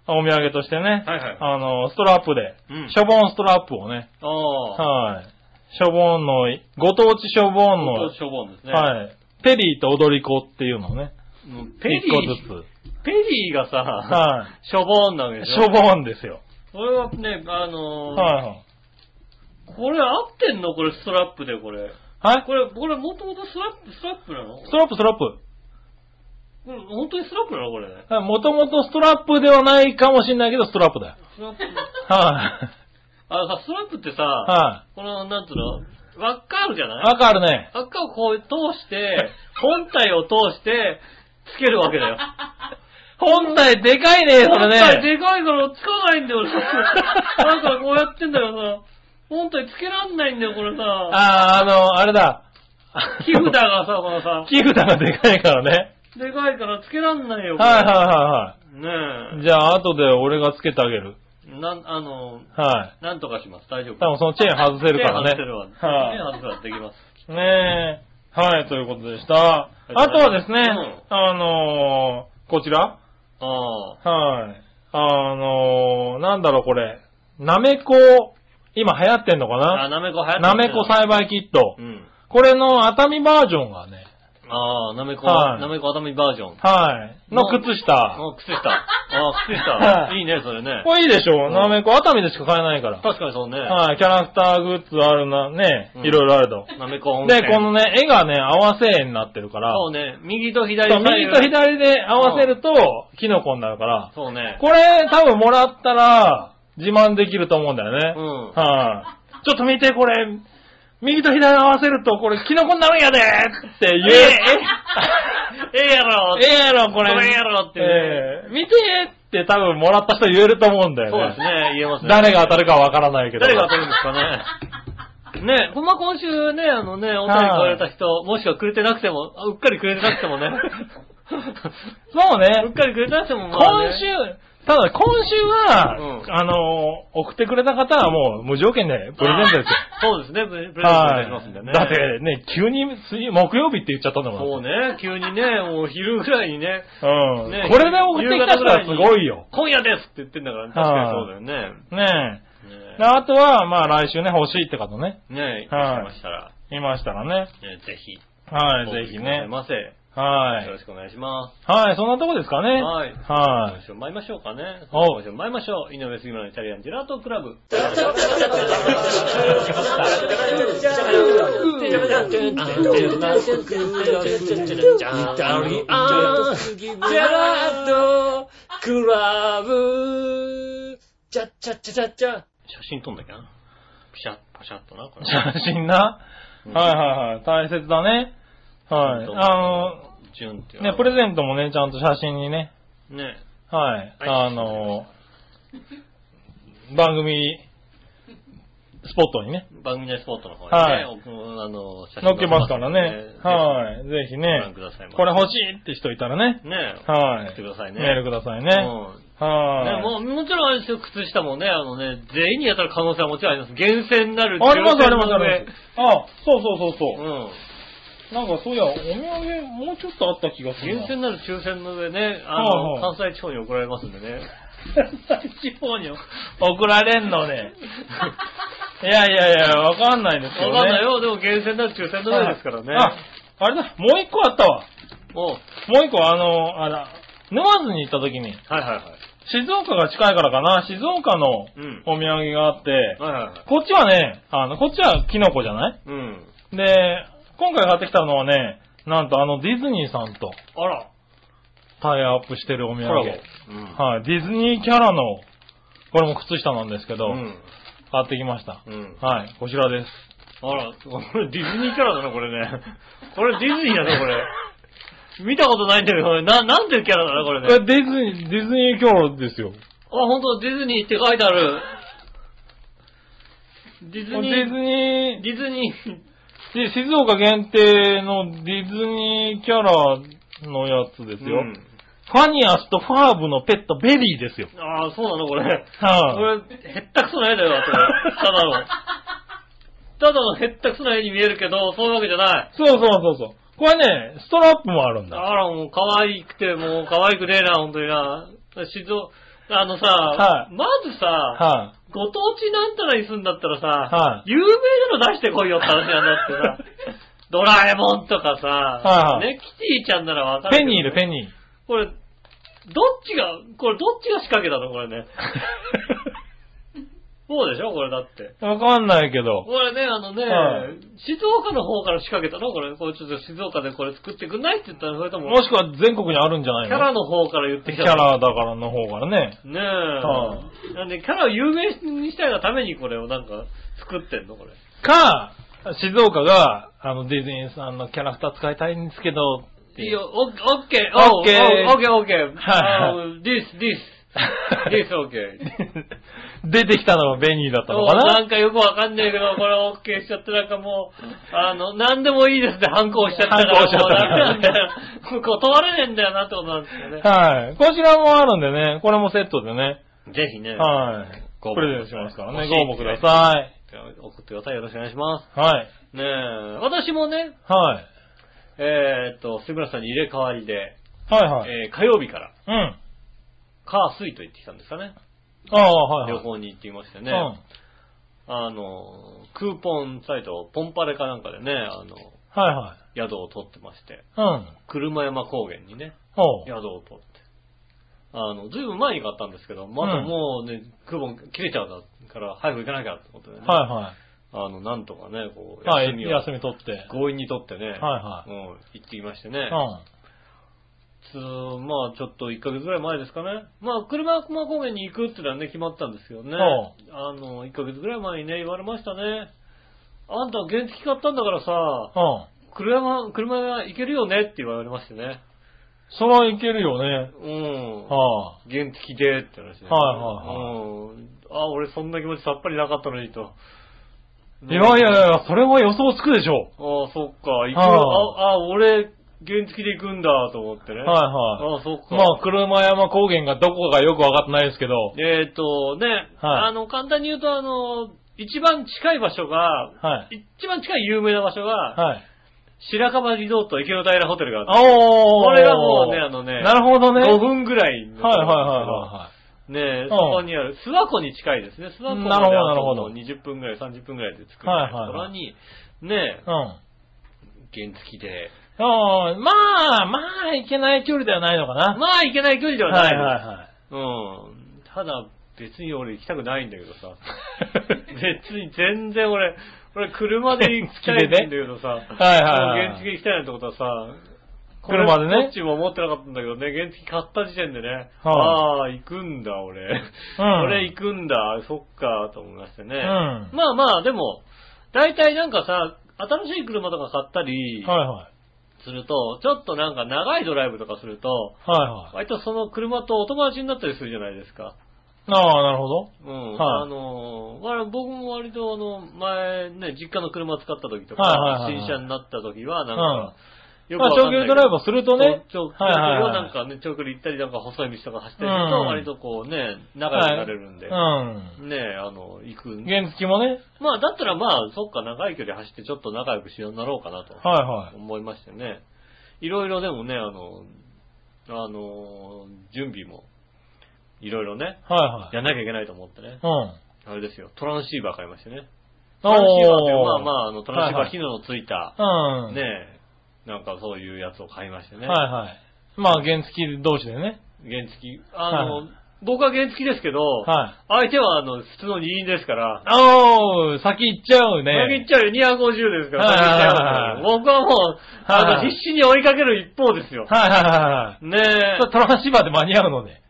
Speaker 3: お土産としてね、
Speaker 2: はいはい
Speaker 3: あの、ストラップで、
Speaker 2: うん
Speaker 3: ショボンストラップをね、
Speaker 2: ああ。
Speaker 3: はい。ショボンの、ご当地ショボンの
Speaker 2: ご当地処分ですね。
Speaker 3: はい。ペリーと踊り子っていうのをね。
Speaker 2: もうペリ
Speaker 3: 一個ず
Speaker 2: ー、
Speaker 3: つ。
Speaker 2: ペリーがさ、
Speaker 3: は
Speaker 2: しょぼーんなわけ
Speaker 3: い。
Speaker 2: でし
Speaker 3: し
Speaker 2: ょ。
Speaker 3: ょぼんですよ。
Speaker 2: これはね、あのー
Speaker 3: はいはい。
Speaker 2: これ合ってんのこれストラップでこれ。
Speaker 3: はい
Speaker 2: これ、これもともとストラップ、ストラップなのこ
Speaker 3: ストラップ、ストラップ。
Speaker 2: れ本当にストラップなのこれ。
Speaker 3: もともとストラップではないかもしれないけど、ストラップだよ。
Speaker 2: ストラップ。
Speaker 3: は
Speaker 2: あのさ、ストラップってさ、
Speaker 3: い。は
Speaker 2: この、なんつうの、輪っかあるじゃ
Speaker 3: い。
Speaker 2: ない
Speaker 3: わかるね。
Speaker 2: 輪っかをこう通して、本体を通して、つけるわけだよ。
Speaker 3: 本体でかいね、それ
Speaker 2: 本体
Speaker 3: ね。
Speaker 2: でかいからつかないんだ
Speaker 3: [LAUGHS]
Speaker 2: よ、俺。なんかこうやってんだよさ。本体つけらんないんだよ、これさ。
Speaker 3: あー、あの、あれだ。
Speaker 2: 木札
Speaker 3: [LAUGHS]
Speaker 2: がさ、このさ、
Speaker 3: 木札がでかいからね。
Speaker 2: でかいからつけらんないよ、これ
Speaker 3: はいはいは
Speaker 2: ね
Speaker 3: いはい。じゃあ、後で俺がつけてあげる。
Speaker 2: え。なん、あの、
Speaker 3: は
Speaker 2: なんとかします。大丈
Speaker 3: い。
Speaker 2: 夫。
Speaker 3: 多分そのチェーン外せるからね。
Speaker 2: 手外せるわ。手
Speaker 3: はい
Speaker 2: 外せるわ。できます。
Speaker 3: ねえ。はい、ということでした。
Speaker 2: りが
Speaker 3: あ
Speaker 2: とうご
Speaker 3: と
Speaker 2: ざいます
Speaker 3: はですね、あのー、こちら
Speaker 2: ああ。
Speaker 3: はい。あのー、なんだろうこれ。なめこ、今流行ってんのか
Speaker 2: あ、
Speaker 3: な
Speaker 2: なめこ流行ってる
Speaker 3: なめこ栽培キット
Speaker 2: う。ん。
Speaker 3: これの熱海バージョンがね、
Speaker 2: ああ、なめこ、
Speaker 3: はい
Speaker 2: なめこ熱海バージョン。
Speaker 3: はい、の靴下。
Speaker 2: あ、靴
Speaker 3: [LAUGHS]
Speaker 2: 下。ああ、靴下。
Speaker 3: はい
Speaker 2: いいね、それね。
Speaker 3: これいいでしょ
Speaker 2: うん
Speaker 3: なめこ、熱海でしか買えないから。
Speaker 2: 確かにそうね。
Speaker 3: はい、キャラクターグッズあるな、ね、
Speaker 2: うん
Speaker 3: いろいろあると。
Speaker 2: なめこ温
Speaker 3: で、
Speaker 2: 泉。
Speaker 3: このね、絵がね、合わせ絵になってるから、
Speaker 2: そうね、右と左
Speaker 3: そう右と。左で合わせると、キノコになるから、
Speaker 2: そうね。
Speaker 3: これ、多分もらったら、自慢できると思うんだよね。
Speaker 2: うん
Speaker 3: はい、ちょっと見て、これ、右と左を合わせると、これ、キノコになるんやでっ
Speaker 2: え
Speaker 3: て言え、
Speaker 2: えええやろ
Speaker 3: [LAUGHS] ええやろ、これ。
Speaker 2: これやろってね
Speaker 3: ええ見てって多分もらった人言えると思うんだよね。
Speaker 2: そうですね、言えますね。
Speaker 3: 誰が当たるかわからないけど。
Speaker 2: 誰が当たるん
Speaker 3: [LAUGHS]
Speaker 2: ですかね。ねえ、ほんま今週ね、あのね、お便りくれた人、もしくはくれてなくても、あうっかりくれてなくても
Speaker 3: [LAUGHS]
Speaker 2: ね。う
Speaker 3: そう
Speaker 2: っ
Speaker 3: ね。
Speaker 2: かりくれてなくても、まあね
Speaker 3: 今週、ただ今週は、
Speaker 2: うん
Speaker 3: あの、送ってくれた方はもう無条件でプレゼントですよ。
Speaker 2: そうです
Speaker 3: [LAUGHS]
Speaker 2: ね、プレプレゼントいたしますんでね。
Speaker 3: だってね、急に水木曜日って言っちゃったんだもん。
Speaker 2: そうね、急にね、もう昼ぐらいにね、
Speaker 3: うん、
Speaker 2: ね
Speaker 3: これで送ってきた人はすごいよ。
Speaker 2: 今夜ですって言ってんだから、確かにそうだよね。
Speaker 3: ねえ。で
Speaker 2: ね
Speaker 3: あとは、まあ来週ね、欲しいって方ね、
Speaker 2: え、ねえ、い
Speaker 3: は
Speaker 2: らっし
Speaker 3: い
Speaker 2: ゃいましたら、
Speaker 3: いましたらね。
Speaker 2: ねえぜひ、
Speaker 3: はい、ぜひね。
Speaker 2: ませ。よ
Speaker 3: はい
Speaker 2: ろ。しくお願いしま
Speaker 3: はい、そんなとこですか
Speaker 2: す。
Speaker 3: ね。
Speaker 2: はい。
Speaker 3: は
Speaker 2: 今週も参りましょうかね。
Speaker 3: お
Speaker 2: 今週も参りましょう。井上杉村のイタリアンジェラートクラブ。写真撮んなきゃな。ピシャッ、パシャッとな、こ
Speaker 3: い。
Speaker 2: れ。
Speaker 3: 写真な。
Speaker 2: うん
Speaker 3: はいはいはい。大切だね。はい。あ
Speaker 2: ジュンってい
Speaker 3: の、
Speaker 2: う
Speaker 3: ね、プレゼントもね、ちゃんと写真にね。
Speaker 2: ね
Speaker 3: はい。
Speaker 2: はい
Speaker 3: あの、番組、スポットにね、
Speaker 2: 番組内スポットの方にね、
Speaker 3: はい
Speaker 2: 僕もあの、写
Speaker 3: 載っけますからね。
Speaker 2: はい。
Speaker 3: はい。ぜひ
Speaker 2: ご覧
Speaker 3: ね
Speaker 2: く、ださいませ。
Speaker 3: これ欲しいって人いたらね、
Speaker 2: ね
Speaker 3: はい
Speaker 2: 送ってくださいね。
Speaker 3: メールください
Speaker 2: ね
Speaker 3: ね。
Speaker 2: ね、
Speaker 3: は
Speaker 2: もうもちろんあれですよ、靴下もね、あのね、全員にやたる可能性はもちろんあります。厳選なる
Speaker 3: い。ありますあります
Speaker 2: 抽
Speaker 3: あ
Speaker 2: 選
Speaker 3: ります。あ、そうそうそう
Speaker 2: の
Speaker 3: そう。
Speaker 2: 上
Speaker 3: なんかそういや、お土産もうちょっとあった気がす
Speaker 2: うん。
Speaker 3: るな。
Speaker 2: 厳選なる抽選の上ね、あの、
Speaker 3: はいは
Speaker 2: 関西地方に送られますんでね。
Speaker 3: 地方に送られんのね。 [LAUGHS] いやいやいや、わかんないですけど
Speaker 2: [LAUGHS] わ
Speaker 3: ね。
Speaker 2: かんないよ、でも厳選なる抽選の上ですからね。
Speaker 3: あ、あれだ、もう一個あったわ。
Speaker 2: おう
Speaker 3: もう一個、あの、あら、沼津に行った時に、
Speaker 2: はいはいはい。
Speaker 3: 静岡が近いからかな、静岡の
Speaker 2: うん
Speaker 3: お土産があって、
Speaker 2: はいはいはい。
Speaker 3: こっちはね、あの、こっちはキノコじゃない
Speaker 2: うん。
Speaker 3: で、今回買ってきたのはね、なんとあのディズニーさんと
Speaker 2: あら、
Speaker 3: タイアップしてるお土
Speaker 2: コ
Speaker 3: 産。
Speaker 2: ラボ。うん
Speaker 3: はい、ディズニーキャラの、これも靴下なんですけど、
Speaker 2: うん。
Speaker 3: 買ってきました。
Speaker 2: うん。
Speaker 3: はい、こちらです。
Speaker 2: あら、これディズニーキャラだな、これね。これディズニーだな、これ。見たことないんだけど、これな、なんていうキャラだな、これ
Speaker 3: こ
Speaker 2: ね。
Speaker 3: れディズニー、ディズニーキャラですよ。
Speaker 2: あ、ほんと、ディズニーって書いてある。ディズ
Speaker 3: ディ
Speaker 2: ニ
Speaker 3: ズ
Speaker 2: ー、
Speaker 3: ニー、
Speaker 2: ディズニ
Speaker 3: で静岡限定のディズニーキャラのやつです
Speaker 2: ー。
Speaker 3: よ。ファニアスとファーブのペットベリーですよ。
Speaker 2: ああ、そうなの、これ。こ
Speaker 3: はい、
Speaker 2: れ、へったくそな絵だよ、それ。ただの。ただのへったくそな絵に見えるけど、そういうわけじゃない。
Speaker 3: そうそうそうそう。これね、ストラップもあるんだ。
Speaker 2: あら、もう可愛くて、もう可愛くねえな、ほんとにな。静岡、あのさ、
Speaker 3: はい
Speaker 2: まずさ、
Speaker 3: は
Speaker 2: ご当地なんたらにすんだったらさ、
Speaker 3: は
Speaker 2: 有名なの出してこいよって話なんだってさ、
Speaker 3: [LAUGHS]
Speaker 2: ドラえもんとかさ、
Speaker 3: いはい
Speaker 2: ね、キティちゃんならわか
Speaker 3: い、
Speaker 2: るけ
Speaker 3: ペ
Speaker 2: どね、
Speaker 3: ニーでペニー。
Speaker 2: これ、どっちが、これどっちが仕掛けたのこれ
Speaker 3: [LAUGHS]
Speaker 2: ね。そうでしょこれだって。
Speaker 3: わかんないけど。
Speaker 2: これね、あのね、
Speaker 3: はい
Speaker 2: 静岡の方から仕掛けたのこれ、これちょっと静岡でこれ作ってくんないって言ったら、それとも、
Speaker 3: もしくは全国にあるんじゃな
Speaker 2: キ
Speaker 3: い
Speaker 2: ャ
Speaker 3: の
Speaker 2: ラの方から言って
Speaker 3: キ
Speaker 2: き
Speaker 3: ャ
Speaker 2: たの
Speaker 3: ラだからの方からね。
Speaker 2: ねえ。
Speaker 3: は
Speaker 2: なんで、キャラを有名にしたいがためにこれをなんか作ってんのこれ。
Speaker 3: か、静岡が、あの、ディズニーさんのキャラクター使いたいんですけど、って
Speaker 2: い
Speaker 3: いう
Speaker 2: いよ、オッケー、オッケー、
Speaker 3: オ
Speaker 2: オッ
Speaker 3: ッケー
Speaker 2: ケー、オッケー。
Speaker 3: はい
Speaker 2: あー this,
Speaker 3: [LAUGHS]
Speaker 2: this, this, okay.
Speaker 3: [LAUGHS] 出てきたのがベニーだったのか
Speaker 2: な
Speaker 3: なん
Speaker 2: かよくわかんないけど、これオッケーしちゃって、なんかもう、あの、なんでもいいですって反抗しちゃったから、
Speaker 3: 反抗しちゃった
Speaker 2: もうなんか、もう断れねえんだよなってことなんですよね。
Speaker 3: はい。こちらもあるんでね、これもセットでね。
Speaker 2: ぜひね、
Speaker 3: はい。
Speaker 2: ご応募
Speaker 3: プレゼントしますから
Speaker 2: 欲
Speaker 3: ね。
Speaker 2: しい
Speaker 3: ご応募ください。
Speaker 2: 送ってください。よろしくお願いしま
Speaker 3: はい。
Speaker 2: す。ねえ、私もね、
Speaker 3: はい。
Speaker 2: えーっと、杉村さんに入れ替わりで、
Speaker 3: はいはい。
Speaker 2: えー火曜日から、
Speaker 3: うん。
Speaker 2: 火、水と行ってきたんですかね。
Speaker 3: ああ、はい
Speaker 2: 旅
Speaker 3: はい。
Speaker 2: 行に行ってきました
Speaker 3: う
Speaker 2: ね。
Speaker 3: ん。
Speaker 2: あの、クーポンサイト、ポンパレかなんかでね、あの、
Speaker 3: はいはい。
Speaker 2: 宿を取ってまして、
Speaker 3: うん。
Speaker 2: 車山高原にね、
Speaker 3: ほう。
Speaker 2: 宿を取って。あの、ずいぶん前に買ったんですけど、まだ
Speaker 3: うん
Speaker 2: もうね、クーポン切れちゃうから、早く行かなきゃってことでね、
Speaker 3: はいは
Speaker 2: あの、なんとかね、こう、
Speaker 3: い。はい、
Speaker 2: 休みを
Speaker 3: 休み取って。
Speaker 2: 強引に取ってね、
Speaker 3: は
Speaker 2: もう行ってきまして
Speaker 3: う
Speaker 2: ね
Speaker 3: ん。、は
Speaker 2: つまあちょっと1ヶ月ぐらい前ですかね、まあ車山高原に行くってのはね、決まったんですよね
Speaker 3: ほ、
Speaker 2: あの、1ヶ月ぐらい前にね、言われましたね。あんた原付買ったんだからさ、
Speaker 3: うん。
Speaker 2: 車、車行けるよねって言われましてね。
Speaker 3: それはいけるよね。
Speaker 2: うん。
Speaker 3: はあ。
Speaker 2: 原付でって話で、
Speaker 3: はい
Speaker 2: うん。あ、俺そんな気持ちさっぱりなかったのにと。
Speaker 3: いやいやいや、それは予想つくでしょ
Speaker 2: ああ、そっか。行く、
Speaker 3: は
Speaker 2: あ、あ、俺、原付で行くんだと思ってね。
Speaker 3: う。はいはい。
Speaker 2: ああ、そっか。
Speaker 3: まあ、車山高原がどこかよくわかってないですけど。
Speaker 2: えっ、と、ね、あの、簡単に言うと、あの、一番近い場所が、
Speaker 3: はい。
Speaker 2: 一番近い有名な場所が、
Speaker 3: はい。
Speaker 2: 白樺リゾート池の平ホテルがあって、
Speaker 3: おー。
Speaker 2: これがもうねあのね
Speaker 3: なるほどね。
Speaker 2: 5分ぐらいのとこ
Speaker 3: はいはい
Speaker 2: ろ
Speaker 3: はい
Speaker 2: なんですけどねえ、
Speaker 3: はん
Speaker 2: そこにある、諏訪湖に近いですね。諏訪湖まで
Speaker 3: なるほど
Speaker 2: あと
Speaker 3: なるほど
Speaker 2: 20分ぐらい、30分ぐらいで着くよう
Speaker 3: はい
Speaker 2: な
Speaker 3: はい
Speaker 2: と
Speaker 3: は
Speaker 2: ころ
Speaker 3: い
Speaker 2: に、ねえ
Speaker 3: い、はい。うん。
Speaker 2: 原付で。
Speaker 3: ああ、まあ、まあ、いけない距離ではないのかな。
Speaker 2: まあ、行けない距離ではない。
Speaker 3: はいはいはい。
Speaker 2: うん。ただ、別に俺行きたくないんだけど
Speaker 3: [LAUGHS]
Speaker 2: さ。別に全然俺、俺車で行きたいんだけどさ。
Speaker 3: はいはいはい
Speaker 2: 原付行きたいなんてことはさ、
Speaker 3: 車でね
Speaker 2: これどっちも思ってなかったんだけどね、原付買った時点でね、ああ、行くんだ俺。
Speaker 3: うん
Speaker 2: 俺行くんだ、そっか、と思いましてね。
Speaker 3: ん
Speaker 2: まあまあ、でも、大体なんかさ、新しい車とか買ったり
Speaker 3: はいはい。
Speaker 2: すると、ちょっとなんか長いドライブとかすると、
Speaker 3: はいはい。
Speaker 2: 割とその車とお友達になったりするじゃないですか。
Speaker 3: ああ、なるほど。
Speaker 2: うん。
Speaker 3: はい
Speaker 2: あのー、わら僕も割とあの、前ね、実家の車使った時とか、
Speaker 3: はいはいはい
Speaker 2: 新車になった時は、なんか、よく
Speaker 3: まあ、
Speaker 2: わ
Speaker 3: 長
Speaker 2: かん
Speaker 3: 距
Speaker 2: ない
Speaker 3: 離
Speaker 2: けど
Speaker 3: ドライブをするとね。
Speaker 2: そう長距
Speaker 3: はい
Speaker 2: 離
Speaker 3: はい
Speaker 2: は
Speaker 3: はい
Speaker 2: なんかね、長距離行ったりなんか細い道とか走ったりすると、
Speaker 3: うん
Speaker 2: 割とこうね、仲良くなれるんで、
Speaker 3: う
Speaker 2: ね、あの、行くん
Speaker 3: ん。原付もね。
Speaker 2: まあ、だったらまあ、そっか、長い距離走ってちょっと仲良くしようになろうかなと。
Speaker 3: はいはい。
Speaker 2: 思いましてね。いろいろでもね、あの、あの、準備も、いろいろね、
Speaker 3: はいはい。
Speaker 2: やんなきゃいけないと思ってね。
Speaker 3: うん。
Speaker 2: あれですよ、トランシーバー買いましてね。ト
Speaker 3: お
Speaker 2: ランシーバーっていう
Speaker 3: ー
Speaker 2: まあまあ、あの、トランシーバー機能のついた、
Speaker 3: はいはいうん。
Speaker 2: ねえ、なんかそういうやつを買いましてね。
Speaker 3: はいはい。まあ、原付同士でね。
Speaker 2: 原付。あの、
Speaker 3: はい
Speaker 2: 僕は原付ですけど、
Speaker 3: はい。
Speaker 2: 相手はあの、普通の二輪ですから、
Speaker 3: おー、先行っちゃうね。
Speaker 2: 先行っちゃうよ、250ですから、
Speaker 3: はいはい
Speaker 2: 先行っ
Speaker 3: はいはい
Speaker 2: ちゃうから僕はもう、あ
Speaker 3: は
Speaker 2: の、
Speaker 3: い
Speaker 2: 必死に追いかける一方ですよ。
Speaker 3: はいはいはいは
Speaker 2: ね
Speaker 3: い。
Speaker 2: え
Speaker 3: ちょっとトランシーバーで間に合うので。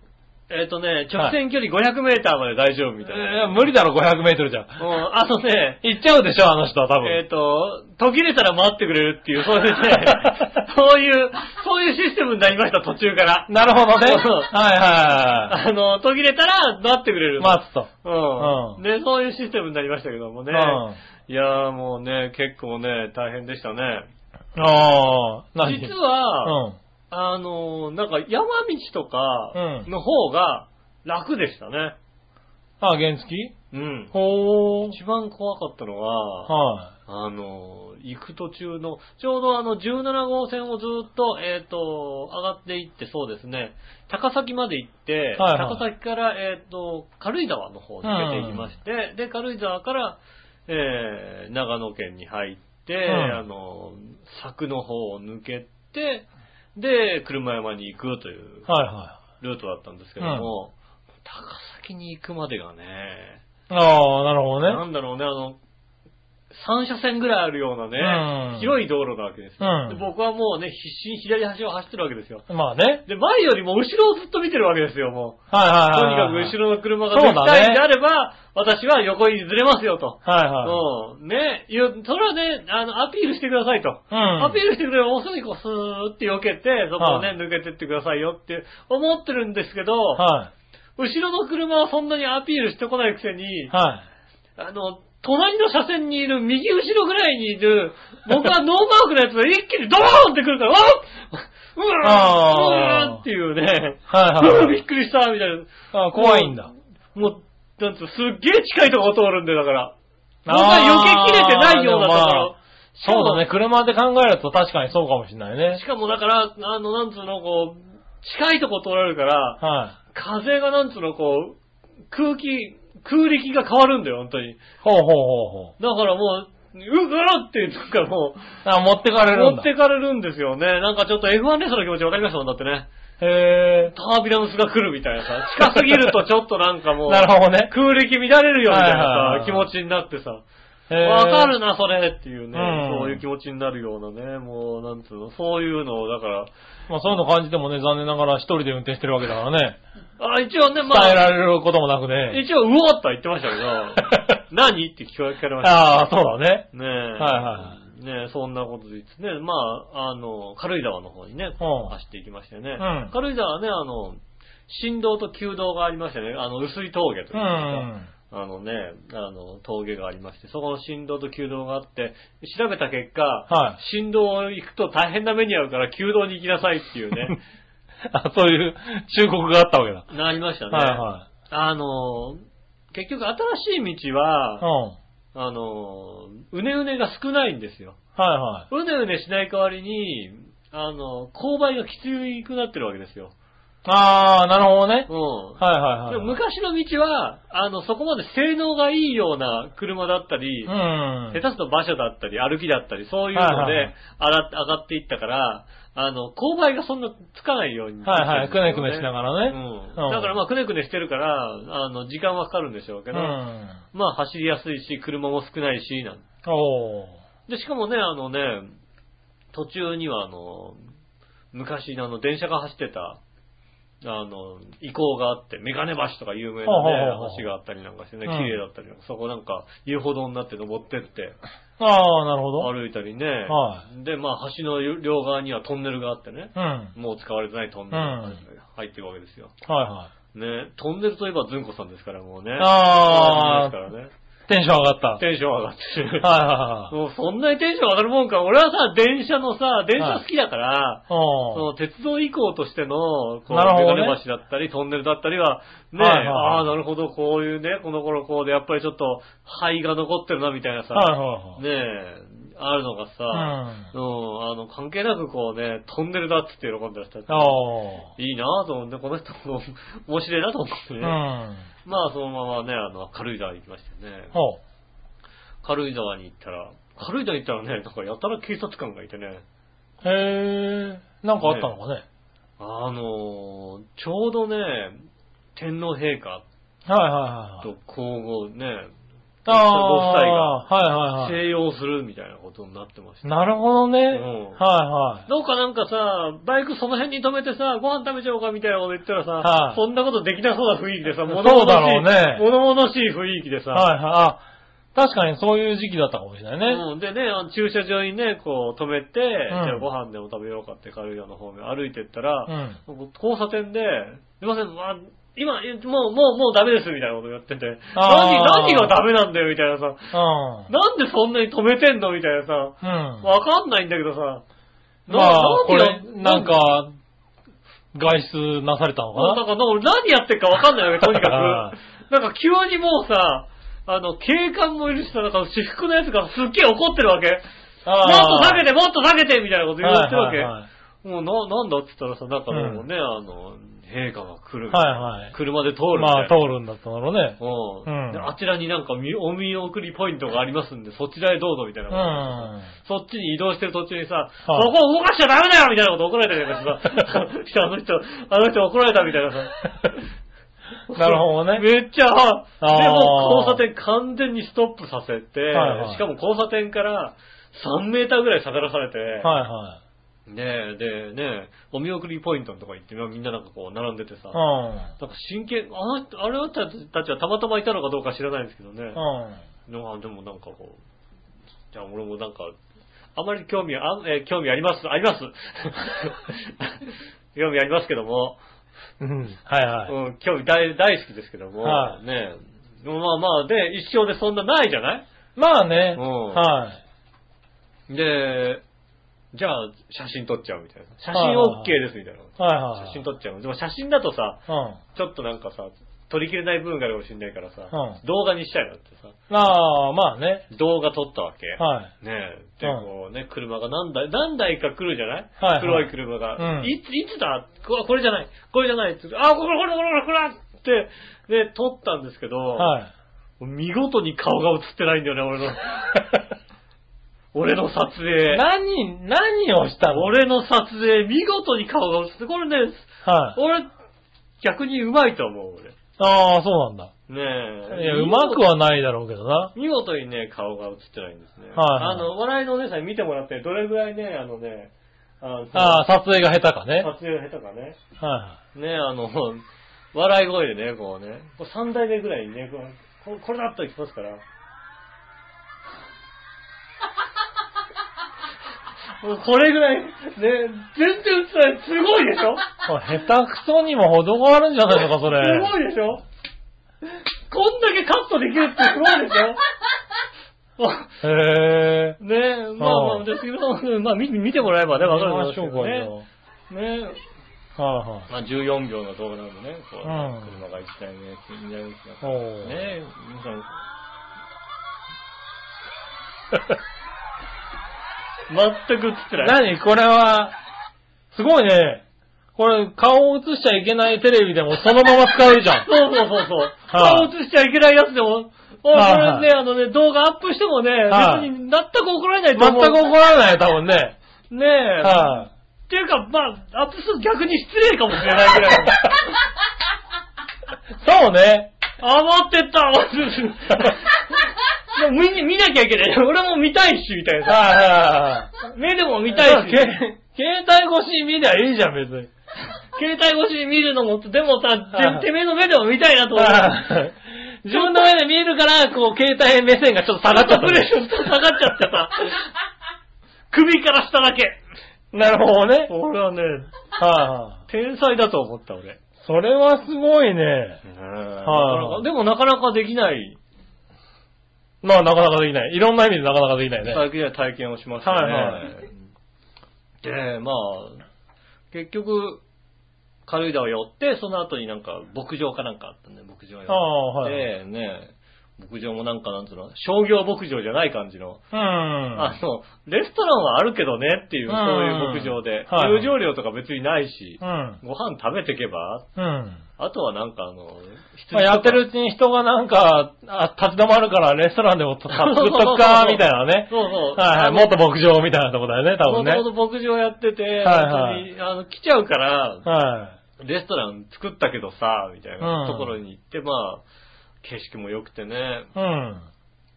Speaker 2: えっ、とね、直線距離500メーターまで大丈夫みたい
Speaker 3: え
Speaker 2: な。
Speaker 3: ー無理だろ、500メートルじゃ。
Speaker 2: うん、あとね、
Speaker 3: 行っちゃうでしょ、あの人は多分。
Speaker 2: えっ、と、途切れたら待ってくれるっていう、そういう
Speaker 3: [LAUGHS]
Speaker 2: ね、そういう、そういうシステムになりました、途中から。
Speaker 3: なるほどね。
Speaker 2: そう
Speaker 3: はいは
Speaker 2: あの、途切れたら待ってくれ
Speaker 3: いはい。
Speaker 2: る。
Speaker 3: 待つと。
Speaker 2: う。
Speaker 3: うんん
Speaker 2: で、そういうシステムになりましたけどもね。
Speaker 3: うん
Speaker 2: いやーもうね、結構ね、大変でしたね。
Speaker 3: ああ、何
Speaker 2: 実
Speaker 3: う
Speaker 2: は、
Speaker 3: ん。
Speaker 2: あの、なんか山道とか
Speaker 3: うん
Speaker 2: の方が楽でしたね。
Speaker 3: あ、原付
Speaker 2: うん。
Speaker 3: ほー。
Speaker 2: 一番怖かったのは、
Speaker 3: は
Speaker 2: あの、行く途中の、ちょうどあの17号線をずっと、えっ、と、上がっていって、そうですね、高崎まで行って、
Speaker 3: はいはい
Speaker 2: 高崎から、えっ、と、軽井沢の方に出ていきまして、で、軽井沢から、えー、長野県に入って、
Speaker 3: うん
Speaker 2: あの、柵の方を抜けて、で、車山に行くという
Speaker 3: い。はいは
Speaker 2: ルートだったんですけども、高崎に行くまでがね、
Speaker 3: い。ああ、なるほどね。
Speaker 2: なんだろうね、あの、三車線ぐらいあるようなね、
Speaker 3: うん
Speaker 2: 広い道路なわけですよ、
Speaker 3: うん
Speaker 2: で僕はもうね、必死に左端を走ってるわけですよ。
Speaker 3: まあね。
Speaker 2: で、前よりも後ろをずっと見てるわけですよ、も
Speaker 3: はいは
Speaker 2: う。とにか
Speaker 3: い
Speaker 2: く
Speaker 3: はい。
Speaker 2: 後ろの車が
Speaker 3: そうだ
Speaker 2: 絶対
Speaker 3: ね
Speaker 2: であれば、私は横にずれますよと。
Speaker 3: はいは
Speaker 2: うん。ね、いう、それはね、あの、アピールしてくださいと。
Speaker 3: うん
Speaker 2: アピールしてくれば、もうすぐにこう、スーって避けて、そこをね、
Speaker 3: はい
Speaker 2: 抜けてってくださいよって思ってるんですけど、
Speaker 3: い。は
Speaker 2: 後ろの車はそんなにアピールしてこないくせに
Speaker 3: い。、は
Speaker 2: あの、隣の車線にいる、右後ろぐらいにいる、僕はノーマークのやつが一気にドーンってくるから、わっうわー
Speaker 3: あー
Speaker 2: うわーっていうね、
Speaker 3: はいはいう
Speaker 2: わびっくりしたみたいな。
Speaker 3: い。あ怖いんだ。
Speaker 2: もう、なんつう、すっげえ近いとこ通るんで、だから。僕は避けきれてないようなところ。しか
Speaker 3: そ
Speaker 2: も
Speaker 3: うだね。。車で考えると確かにそうかもしれないね
Speaker 2: し。かもだから、あの、なんつうの、こう、近いとこ通られるから、
Speaker 3: は
Speaker 2: 風がなんつうの、こう、空気、空力が変わるんだよ、本当に。
Speaker 3: い。ほうほうほうほう。
Speaker 2: だからもう、うがらって、なんかもう、
Speaker 3: あ、持ってかれる
Speaker 2: 持
Speaker 3: ん
Speaker 2: っ
Speaker 3: だ。
Speaker 2: てかれるんですよね。なんかちょっと F1 レースの気持ちわかりましたもん、だってね。
Speaker 3: へえ。
Speaker 2: タービラムスが来るみたいなさ、近すぎるとちょっとなんかもう、
Speaker 3: [LAUGHS] なるほどね。
Speaker 2: 空力乱れるよみたい
Speaker 3: はいはい
Speaker 2: な
Speaker 3: は
Speaker 2: さ、
Speaker 3: い
Speaker 2: 気持ちになってさ、
Speaker 3: へー
Speaker 2: わかるな、それっていうね、
Speaker 3: うん
Speaker 2: そういう気持ちになるようなね、もう、なんつうの、そういうのを、だから、
Speaker 3: まあそういうの感じてもね、残念ながら一人で運転してるわけだからね。
Speaker 2: あ、一応ね、ま
Speaker 3: 伝えら
Speaker 2: あ、
Speaker 3: れることもなくね。
Speaker 2: 一応、うおーっとは言ってましたけ
Speaker 3: [LAUGHS]
Speaker 2: ど、何って聞かれました。
Speaker 3: ああ、そうだね。
Speaker 2: ねえ。
Speaker 3: はいは
Speaker 2: ねえ、そんなことで言ってね、まあ、あの、軽井沢の方にね、
Speaker 3: うん
Speaker 2: 走っていきましたよね。
Speaker 3: うん
Speaker 2: 軽井沢はね、あの、振動と旧道がありましてね、あの、薄い峠というか、
Speaker 3: うん。
Speaker 2: あのね、あの、峠がありまして、そこの振動と旧道があって、調べた結果、
Speaker 3: は
Speaker 2: 振動を行くと大変な目に遭うから、旧道に行きなさいっていう
Speaker 3: [LAUGHS]
Speaker 2: ね、
Speaker 3: あそういう忠告があったわけだ。
Speaker 2: なりましたね。
Speaker 3: はいは
Speaker 2: あの、結局新しい道は、
Speaker 3: い。うん。
Speaker 2: あの、うねうねが少ないんですよ。
Speaker 3: はいは
Speaker 2: うねうねしない代わりに、あの、勾配がきつくなってるわけですよ。
Speaker 3: い。ああ、なるほどね。
Speaker 2: うん。
Speaker 3: はいはいはい。
Speaker 2: でも昔の道は、あの、そこまで性能がいいような車だったり、
Speaker 3: うん。
Speaker 2: 下手すると馬車だったり、歩きだったり、そういうの
Speaker 3: はいはいは
Speaker 2: で
Speaker 3: い、
Speaker 2: あら上がっていったから、あの、勾配がそんなつかないように、
Speaker 3: はいはい。くねくねしな
Speaker 2: が
Speaker 3: がらね。
Speaker 2: うん。だからまあ、くねくねしてるから、あの、時間はかかるんでしょうけ
Speaker 3: う
Speaker 2: ど、
Speaker 3: ん。
Speaker 2: まあ、走りやすいし、車も少ないし、なんて
Speaker 3: おー。
Speaker 2: で、しかもね、あのね、途中にはあの、昔のあの、電車が走ってた、あの、遺構があって、メガネ橋とか有名
Speaker 3: ほうほう
Speaker 2: な
Speaker 3: ほうほ
Speaker 2: ね
Speaker 3: う、
Speaker 2: 橋があったりなんかしてね、
Speaker 3: う
Speaker 2: 綺
Speaker 3: ん
Speaker 2: 麗だったりなんか、そこなんか遊歩道になって登ってって、
Speaker 3: ああ、なるほど。
Speaker 2: 歩いたりね、
Speaker 3: は
Speaker 2: で、まあ橋の両側にはトンネルがあってね、
Speaker 3: うん。はい
Speaker 2: もう使われてないトンネルが入っていくわけですよ。
Speaker 3: は
Speaker 2: ね、トンネルといえばズンコさんですから、もうね。
Speaker 3: あー
Speaker 2: トンネルです
Speaker 3: い。テンション上がった。
Speaker 2: からね。テンション上がって
Speaker 3: [LAUGHS]
Speaker 2: る。
Speaker 3: はいはいはい。
Speaker 2: もうそんなにテンション上がるもんか。俺はさ、電車のさ、電車好きだから、そ
Speaker 3: お
Speaker 2: の鉄道以降としての、こう、
Speaker 3: なるほどね
Speaker 2: メガネ橋だったり、トンネルだったりは、ね、
Speaker 3: はいはい
Speaker 2: ああ、なるほど、こういうね、この頃こうで、やっぱりちょっと、灰が残ってるな、みたいなさ、
Speaker 3: はいはいはい
Speaker 2: ねえ、あるのがさ、うん、あの、関係なくこうね、トンネルだっつって喜んでらっしゃっ
Speaker 3: うん。
Speaker 2: た。
Speaker 3: おー。
Speaker 2: いいなと思って、この人も面白いなと思って
Speaker 3: う
Speaker 2: ね。
Speaker 3: ん。
Speaker 2: まあ、そのままね、あの、軽井沢行きましたよね。
Speaker 3: おう。
Speaker 2: 軽井沢に行ったら、軽井沢行ったらね、なんかやたら警察官がいてね、
Speaker 3: へえ、なんかあったのかね。
Speaker 2: あのーちょうどね、天皇陛下
Speaker 3: はいはいはいはい。
Speaker 2: と皇后ね、ご夫妻
Speaker 3: あ
Speaker 2: が
Speaker 3: あー、はいはいはい。
Speaker 2: 静養するみたいなことになってました。
Speaker 3: なるほどね。
Speaker 2: ん
Speaker 3: は
Speaker 2: どうかなんかさ、バイクその辺に止めてさ、ご飯食べちゃおうかみたいなこと言ったらさ、
Speaker 3: はい
Speaker 2: そんなことできなそうな雰囲気でさ、
Speaker 3: そうだろうね
Speaker 2: 物々しい物々しい雰囲気で
Speaker 3: い
Speaker 2: さ、
Speaker 3: はい。はいはい。あ、確かにそういう時期だったかもしれないね。
Speaker 2: うん、でね、あの駐車場にね、こう止めて、
Speaker 3: ん
Speaker 2: じゃあご飯でも食べようかって軽井沢の方面歩いてったら、
Speaker 3: うん。
Speaker 2: 交差点で、すいません、まあ、今、えもう、もう、もうダメですみたいなことやってて、何、
Speaker 3: あー
Speaker 2: 何がダメなんだよみたいなさ、
Speaker 3: うん。
Speaker 2: なんでそんなに止めてんのみたいなさ、
Speaker 3: うん。
Speaker 2: わかんないんだけどさ、な
Speaker 3: まあ、こ
Speaker 2: 何が
Speaker 3: れ、なんか、外出なされたの
Speaker 2: なん
Speaker 3: か
Speaker 2: か、な
Speaker 3: な
Speaker 2: んか俺何やってるかわかんない
Speaker 3: [LAUGHS]
Speaker 2: わけ、とに
Speaker 3: は
Speaker 2: かく。
Speaker 3: い
Speaker 2: なんか急にもうさ、あの、警官もいるしさ、なんか私服のやつがすっげえ怒ってるわけ。もっと下げて、もっと下げてみたいなこと言われてるわけ。
Speaker 3: はいはいはい
Speaker 2: もうな、なんだって言ったらさ、なんかもうね、あの、陛下が来るみたいな。
Speaker 3: はいはい。
Speaker 2: 車で通るみたいな
Speaker 3: まあ、通るんだったんだろうね。
Speaker 2: うん
Speaker 3: うん
Speaker 2: であちらになんかみお見送りポイントがありますんで、そちらへどうぞみたいな
Speaker 3: う
Speaker 2: こ
Speaker 3: ん。
Speaker 2: と
Speaker 3: は
Speaker 2: がさ、そっちに移動してる途中にさ、そ
Speaker 3: は
Speaker 2: こ
Speaker 3: い
Speaker 2: 動かしちゃダメだよみたいなこと怒られたりと
Speaker 3: [LAUGHS]
Speaker 2: かしてさ、あの人、あの人怒られたみたいなさ。
Speaker 3: なるほどね
Speaker 2: めっちゃ、
Speaker 3: ー
Speaker 2: でも交差点完全にストップさせて、
Speaker 3: はいはい
Speaker 2: しかも交差点から3メーターぐらい下がらされて、
Speaker 3: いは
Speaker 2: ねえ、で、ねえ、お見送りポイントのとこ行って、みんななんかこう並んでてさ、
Speaker 3: い。うん。
Speaker 2: なんか真剣、あの人、あれたちはたまたまいたのかどうか知らないんですけどね。
Speaker 3: うん。
Speaker 2: なんかでもなんかこう、じゃあ俺もなんか、あまり興味、あえー興味あります、あります [LAUGHS] 興味ありますけども、
Speaker 3: うん。はいはい。
Speaker 2: うん、興味大大好きですけども、
Speaker 3: はい
Speaker 2: ねえでもまあまあ、で、一生でそんなないじゃない
Speaker 3: まあね。
Speaker 2: うん
Speaker 3: はい。
Speaker 2: で、じゃあ写真撮っちゃうみたいな。写真 OK ですみたいな。
Speaker 3: はいはいはい。
Speaker 2: 写真撮っちゃう。でも写真だとさ、
Speaker 3: う
Speaker 2: ちょっとなんかさ、撮りきれない部分があるかもしれないからさ、
Speaker 3: う
Speaker 2: 動画にしたいなってさ、
Speaker 3: ん。ああ、まあね。
Speaker 2: 動画撮ったわけ。
Speaker 3: はい。
Speaker 2: ねえ、で、
Speaker 3: うん
Speaker 2: こうね、車が何台、何台か来るじゃない、
Speaker 3: はいはい
Speaker 2: 黒い車が。
Speaker 3: うん
Speaker 2: いつ、いつだここれじゃない、これじゃないって言ってあ、これこれこれこれこれって、で、撮ったんですけど、
Speaker 3: はい。
Speaker 2: 見事に顔が映ってないんだよね、俺
Speaker 3: [LAUGHS]
Speaker 2: の。俺の撮影。
Speaker 3: 何、何をしたの
Speaker 2: 俺の撮影、見事に顔が映って、これね、
Speaker 3: はい。
Speaker 2: 俺、逆にうまいと思う、俺。
Speaker 3: ああ、そうなんだ。
Speaker 2: ねえ。
Speaker 3: いや、うまくはないだろうけどな。
Speaker 2: 見事にね、顔が映ってないんですね。
Speaker 3: はいはい
Speaker 2: あの、お笑いのお姉さんに見てもらって、どれぐらいね、あのね、あの
Speaker 3: ああ、撮影が下手かね。
Speaker 2: 撮影が下手かね。
Speaker 3: は
Speaker 2: ねあの、 [LAUGHS] 笑い声でね、こうね、こう3代目ぐらいにね、こうここれだといきます
Speaker 3: [LAUGHS]
Speaker 2: から。もうこれぐらい、ね、全然映ってない。すごいでしょ
Speaker 3: いはい。下手くそにも程があるんじゃないのか、それ。
Speaker 2: すごいでしょこんだけカットできるってすごいで
Speaker 3: [LAUGHS]
Speaker 2: し
Speaker 3: へえ。
Speaker 2: ょねまあま
Speaker 3: う
Speaker 2: あ、
Speaker 3: ん
Speaker 2: じゃあ杉村さん、まあ見見てもらえばね、わかると思い
Speaker 3: 見ましょうか
Speaker 2: ね。ね
Speaker 3: はいはい。
Speaker 2: まあ14秒の動画なんでね、こう、
Speaker 3: うん
Speaker 2: 車が1台目、2台目ですから
Speaker 3: おー
Speaker 2: ね皆さん。全く映ってない。
Speaker 3: 何これは、すごいね。これ、顔を映しちゃいけないテレビでもそのまま使えるじゃ
Speaker 2: [LAUGHS]
Speaker 3: ん。
Speaker 2: そうそうそうそう。
Speaker 3: は
Speaker 2: 顔
Speaker 3: い
Speaker 2: 映しちゃいけないやつでも、おい、こ
Speaker 3: はい
Speaker 2: れね、あのね、動画アップしてもね、
Speaker 3: はい
Speaker 2: 別に全く怒られないと
Speaker 3: 全
Speaker 2: 思
Speaker 3: く
Speaker 2: う。
Speaker 3: 怒らないよ、多分ね。
Speaker 2: ねえ。
Speaker 3: は
Speaker 2: っていうか、まあ、アップすると逆に失礼かもしれないぐらい。 [LAUGHS]
Speaker 3: い。そうね。
Speaker 2: 余ってったでも見に見なきゃいけない。俺も見たいし、みたいな。
Speaker 3: はいはいはい。
Speaker 2: 目でも見
Speaker 3: 見
Speaker 2: た
Speaker 3: た
Speaker 2: いし。
Speaker 3: い携帯越しに見りゃいいじゃん、別に。
Speaker 2: 携帯越しに見るのも、でもさ
Speaker 3: は、い
Speaker 2: ててめえの目でも見たいなと思う。
Speaker 3: 自分の目で見えるから、こう、携帯目線がちょっと下がっちゃった。
Speaker 2: プレッシャー下がっちゃって [LAUGHS] さ、首から下だけ。
Speaker 3: [LAUGHS] なるほどね。
Speaker 2: 俺はね、
Speaker 3: は
Speaker 2: 天才だと思った、俺。
Speaker 3: い。それはすごいね。
Speaker 2: はいでもなかなかできない、
Speaker 3: まあ、なかなかできない。いろんな意味でなかなかできないね。
Speaker 2: 最近は体験をしましたね。
Speaker 3: はいはい
Speaker 2: で、まあ、結局、軽井沢寄って、その後になんか、牧場かなんかあったんで、牧場寄って、
Speaker 3: ああはい
Speaker 2: ね、牧場もなんかなんつうの、商業牧場じゃない感じの、
Speaker 3: うん。
Speaker 2: あの、レストランはあるけどねっていう、
Speaker 3: うん
Speaker 2: そういう牧場で、
Speaker 3: はいはい
Speaker 2: 入場料とか別にないし
Speaker 3: う、ん。
Speaker 2: ご飯食べてけば、
Speaker 3: うん。
Speaker 2: あとはなんかあの、
Speaker 3: まあ、やってるうちに人がなんか、あ立ち止まるからレストランでも作っとくか、みたいなね。
Speaker 2: そうそう。
Speaker 3: はいはい。元牧場みたいなとこだよね、多分ね。
Speaker 2: もともと牧場やってて、
Speaker 3: はいはい
Speaker 2: 本当にあの、来ちゃうから、
Speaker 3: は
Speaker 2: レストラン作ったけどさ、みたいな
Speaker 3: うん
Speaker 2: ところに行って、まあ、景色も良くてね、
Speaker 3: い。うん。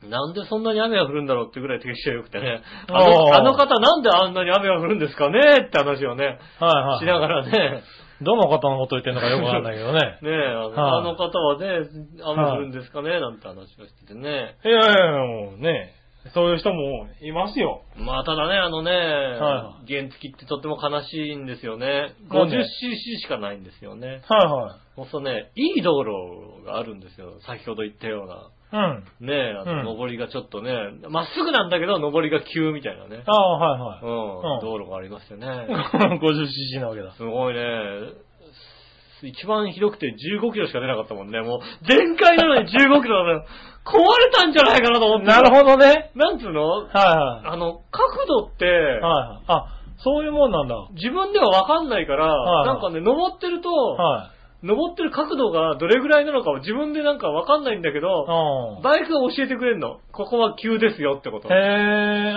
Speaker 2: なんでそんなに雨が降るんだろうってぐらい景色が良くてね、あ
Speaker 3: お
Speaker 2: の
Speaker 3: ー
Speaker 2: あの方なんであんなに雨が降るんですかねって話をね、
Speaker 3: はいはい。
Speaker 2: しながら
Speaker 3: [LAUGHS]
Speaker 2: ね、。
Speaker 3: どの方のこと言ってんのかよくわかんないけどね
Speaker 2: ねえ、あの,、
Speaker 3: はい
Speaker 2: あの方はね、雨降るんですかねなんて話をしててね。
Speaker 3: いやいやいや、もうね、そういう人もいますよ。
Speaker 2: まあただね、あのね、
Speaker 3: は
Speaker 2: 原付きってとっても悲しいんですよね。
Speaker 3: なんで
Speaker 2: 50cc しかないんですよね。
Speaker 3: は
Speaker 2: ほんとね、いい道路があるんですよ。先ほど言ったような。
Speaker 3: いはい。うん。
Speaker 2: ねえ、あ
Speaker 3: うん
Speaker 2: の、上りがちょっとね、まっすぐなんだけど、上りが急みたいなね。
Speaker 3: ああ、は
Speaker 2: う
Speaker 3: い
Speaker 2: ん
Speaker 3: は、
Speaker 2: 道路がありまして
Speaker 3: [LAUGHS]
Speaker 2: ね。
Speaker 3: い。50cc なわけだ。
Speaker 2: すごいね。一番ひどくて15キロしか出なかったもんね。もう、全開なのに15キロだね。壊れたんじゃないかなと思って。
Speaker 3: なるほどね。
Speaker 2: ど。なんつうの
Speaker 3: はいは
Speaker 2: あの、角度って、
Speaker 3: い。はいはい。あ、そういうもんなんだ。
Speaker 2: 自分ではわかんないから、
Speaker 3: はい
Speaker 2: なんかね、登ってると、
Speaker 3: はい。
Speaker 2: 登ってる角度がどれぐらいなのかを自分でなんかわかんないんだけど、
Speaker 3: う
Speaker 2: バイクが教えてくれんの。ここは急ですよってこと。
Speaker 3: ん。へえ、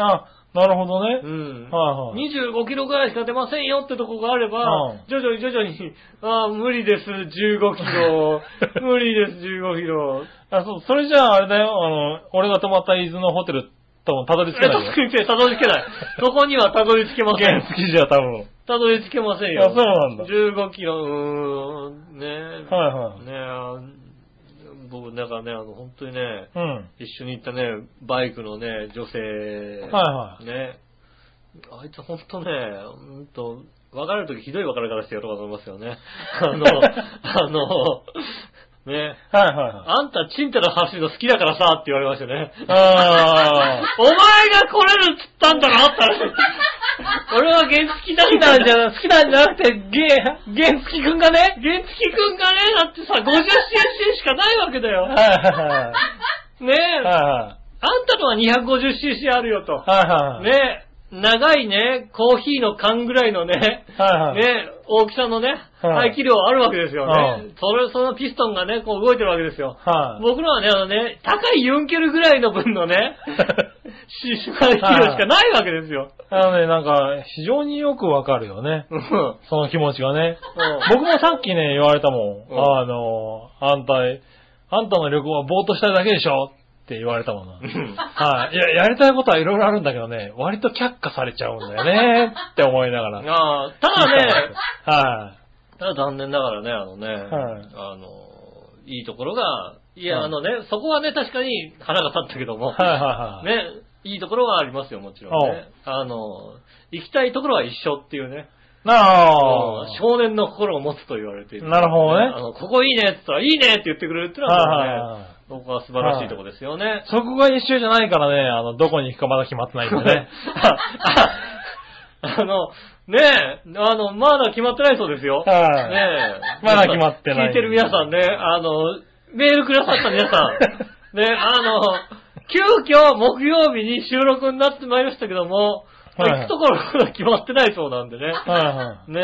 Speaker 3: あ、なるほど
Speaker 2: う
Speaker 3: ね。
Speaker 2: ん。
Speaker 3: はいはい。
Speaker 2: 25キロぐらいしか出ませんよってとこがあれば、
Speaker 3: うん
Speaker 2: 徐々に徐々に、ああ、無理です、15キ
Speaker 3: [LAUGHS]
Speaker 2: ロ、無理です、15キロ。
Speaker 3: あ、そう、それじゃああれだよ、あの、俺が泊まった伊豆のホテルともたどり着けないよ。
Speaker 2: えたどり着けない。そこにはたどり着けませ
Speaker 3: 原
Speaker 2: ん。
Speaker 3: 付きじゃ多分。
Speaker 2: たどり着けませんよ。
Speaker 3: あそうなんだ
Speaker 2: 15キロ、うーん、ねえ。
Speaker 3: はいはい
Speaker 2: ねえあの、僕、だからね、あの、本当にね、
Speaker 3: うん。
Speaker 2: 一緒に行ったね、バイクのね、女性、
Speaker 3: はいはい。
Speaker 2: ね、あいつほんとね、うんと、別れるときひどい別れ方してやろうかと思いますよ
Speaker 3: [LAUGHS]
Speaker 2: ね。あの、あの、ね、
Speaker 3: はいはいはい。
Speaker 2: あんたチンタラ走るの好きだからさって言われましたね。
Speaker 3: あー。
Speaker 2: [LAUGHS] お前が来れるっつったんだろ
Speaker 3: [LAUGHS]
Speaker 2: って話。俺は原付だ
Speaker 3: 好き
Speaker 2: た
Speaker 3: なんん
Speaker 2: じ
Speaker 3: じ
Speaker 2: ゃ
Speaker 3: ゃ
Speaker 2: ない。
Speaker 3: な、好きなんじゃなくて、ゲー、ゲンツキくんがね。
Speaker 2: 原付くんがね、だってさ、50cc しかないわけだよ
Speaker 3: はい。は
Speaker 2: ねえ、
Speaker 3: いはい。は
Speaker 2: あんたのは 250cc あるよと。
Speaker 3: いはい。はいはい。
Speaker 2: ねえ、長いね、コーヒーの缶ぐらいのね、
Speaker 3: はいはい。
Speaker 2: ね、大きさのね、
Speaker 3: はい
Speaker 2: 排気量あるわけですよ
Speaker 3: は
Speaker 2: ね。それ、そのピストンがね、こう動いてるわけですよ。
Speaker 3: はい。
Speaker 2: 僕らはね、あのね、高いユンケルぐらいの分の
Speaker 3: [LAUGHS]
Speaker 2: ね、し排気量しかないわけですよ。
Speaker 3: あのね、なんか、非常によくわかるよね。
Speaker 2: うんうん
Speaker 3: その気持ちがね。僕もさっきね、言われたもん。
Speaker 2: うん
Speaker 3: あの、反対。あんたの旅行はぼーっとしたいだけでしょって言われたもんな。
Speaker 2: ん
Speaker 3: はい。いや、やりたいことはいろいろあるんだけどね、割と却下されちゃうんだよね、って思いながら。
Speaker 2: ああ、ただね、
Speaker 3: は
Speaker 2: ただ残念ながらね、あのね、
Speaker 3: はい
Speaker 2: あの、いいところが、いや、
Speaker 3: はい
Speaker 2: あのね、そこはね、確かに腹が立ったけども、
Speaker 3: い。はいはいはい。
Speaker 2: ね、いいところはありますよ、もちろんね。あの、行きたいところは一緒っていうね、う
Speaker 3: なあ
Speaker 2: ん。少年の心を持つと言われている。
Speaker 3: なるほどね
Speaker 2: あの、ここいいねって言ったら、いいねって言ってくれるっての
Speaker 3: はいはい
Speaker 2: は、
Speaker 3: はい
Speaker 2: ね、僕は素晴らしいとこですよね。
Speaker 3: そこが一緒じゃないからね、あの、どこに行くかまだ決まってないんでね。
Speaker 2: [LAUGHS] あの、ねえ、あの、まだ決まってないそうですよ。
Speaker 3: はい
Speaker 2: ねえ。
Speaker 3: まだ決まってない
Speaker 2: 聞いてる皆さんね、あの、メールくださった皆さ
Speaker 3: [LAUGHS]
Speaker 2: ん、ね、あの、急遽木曜日に収録になってまいりましたけども、
Speaker 3: はい
Speaker 2: 行くところが決まってないそうなんでね。
Speaker 3: はいはい。
Speaker 2: ね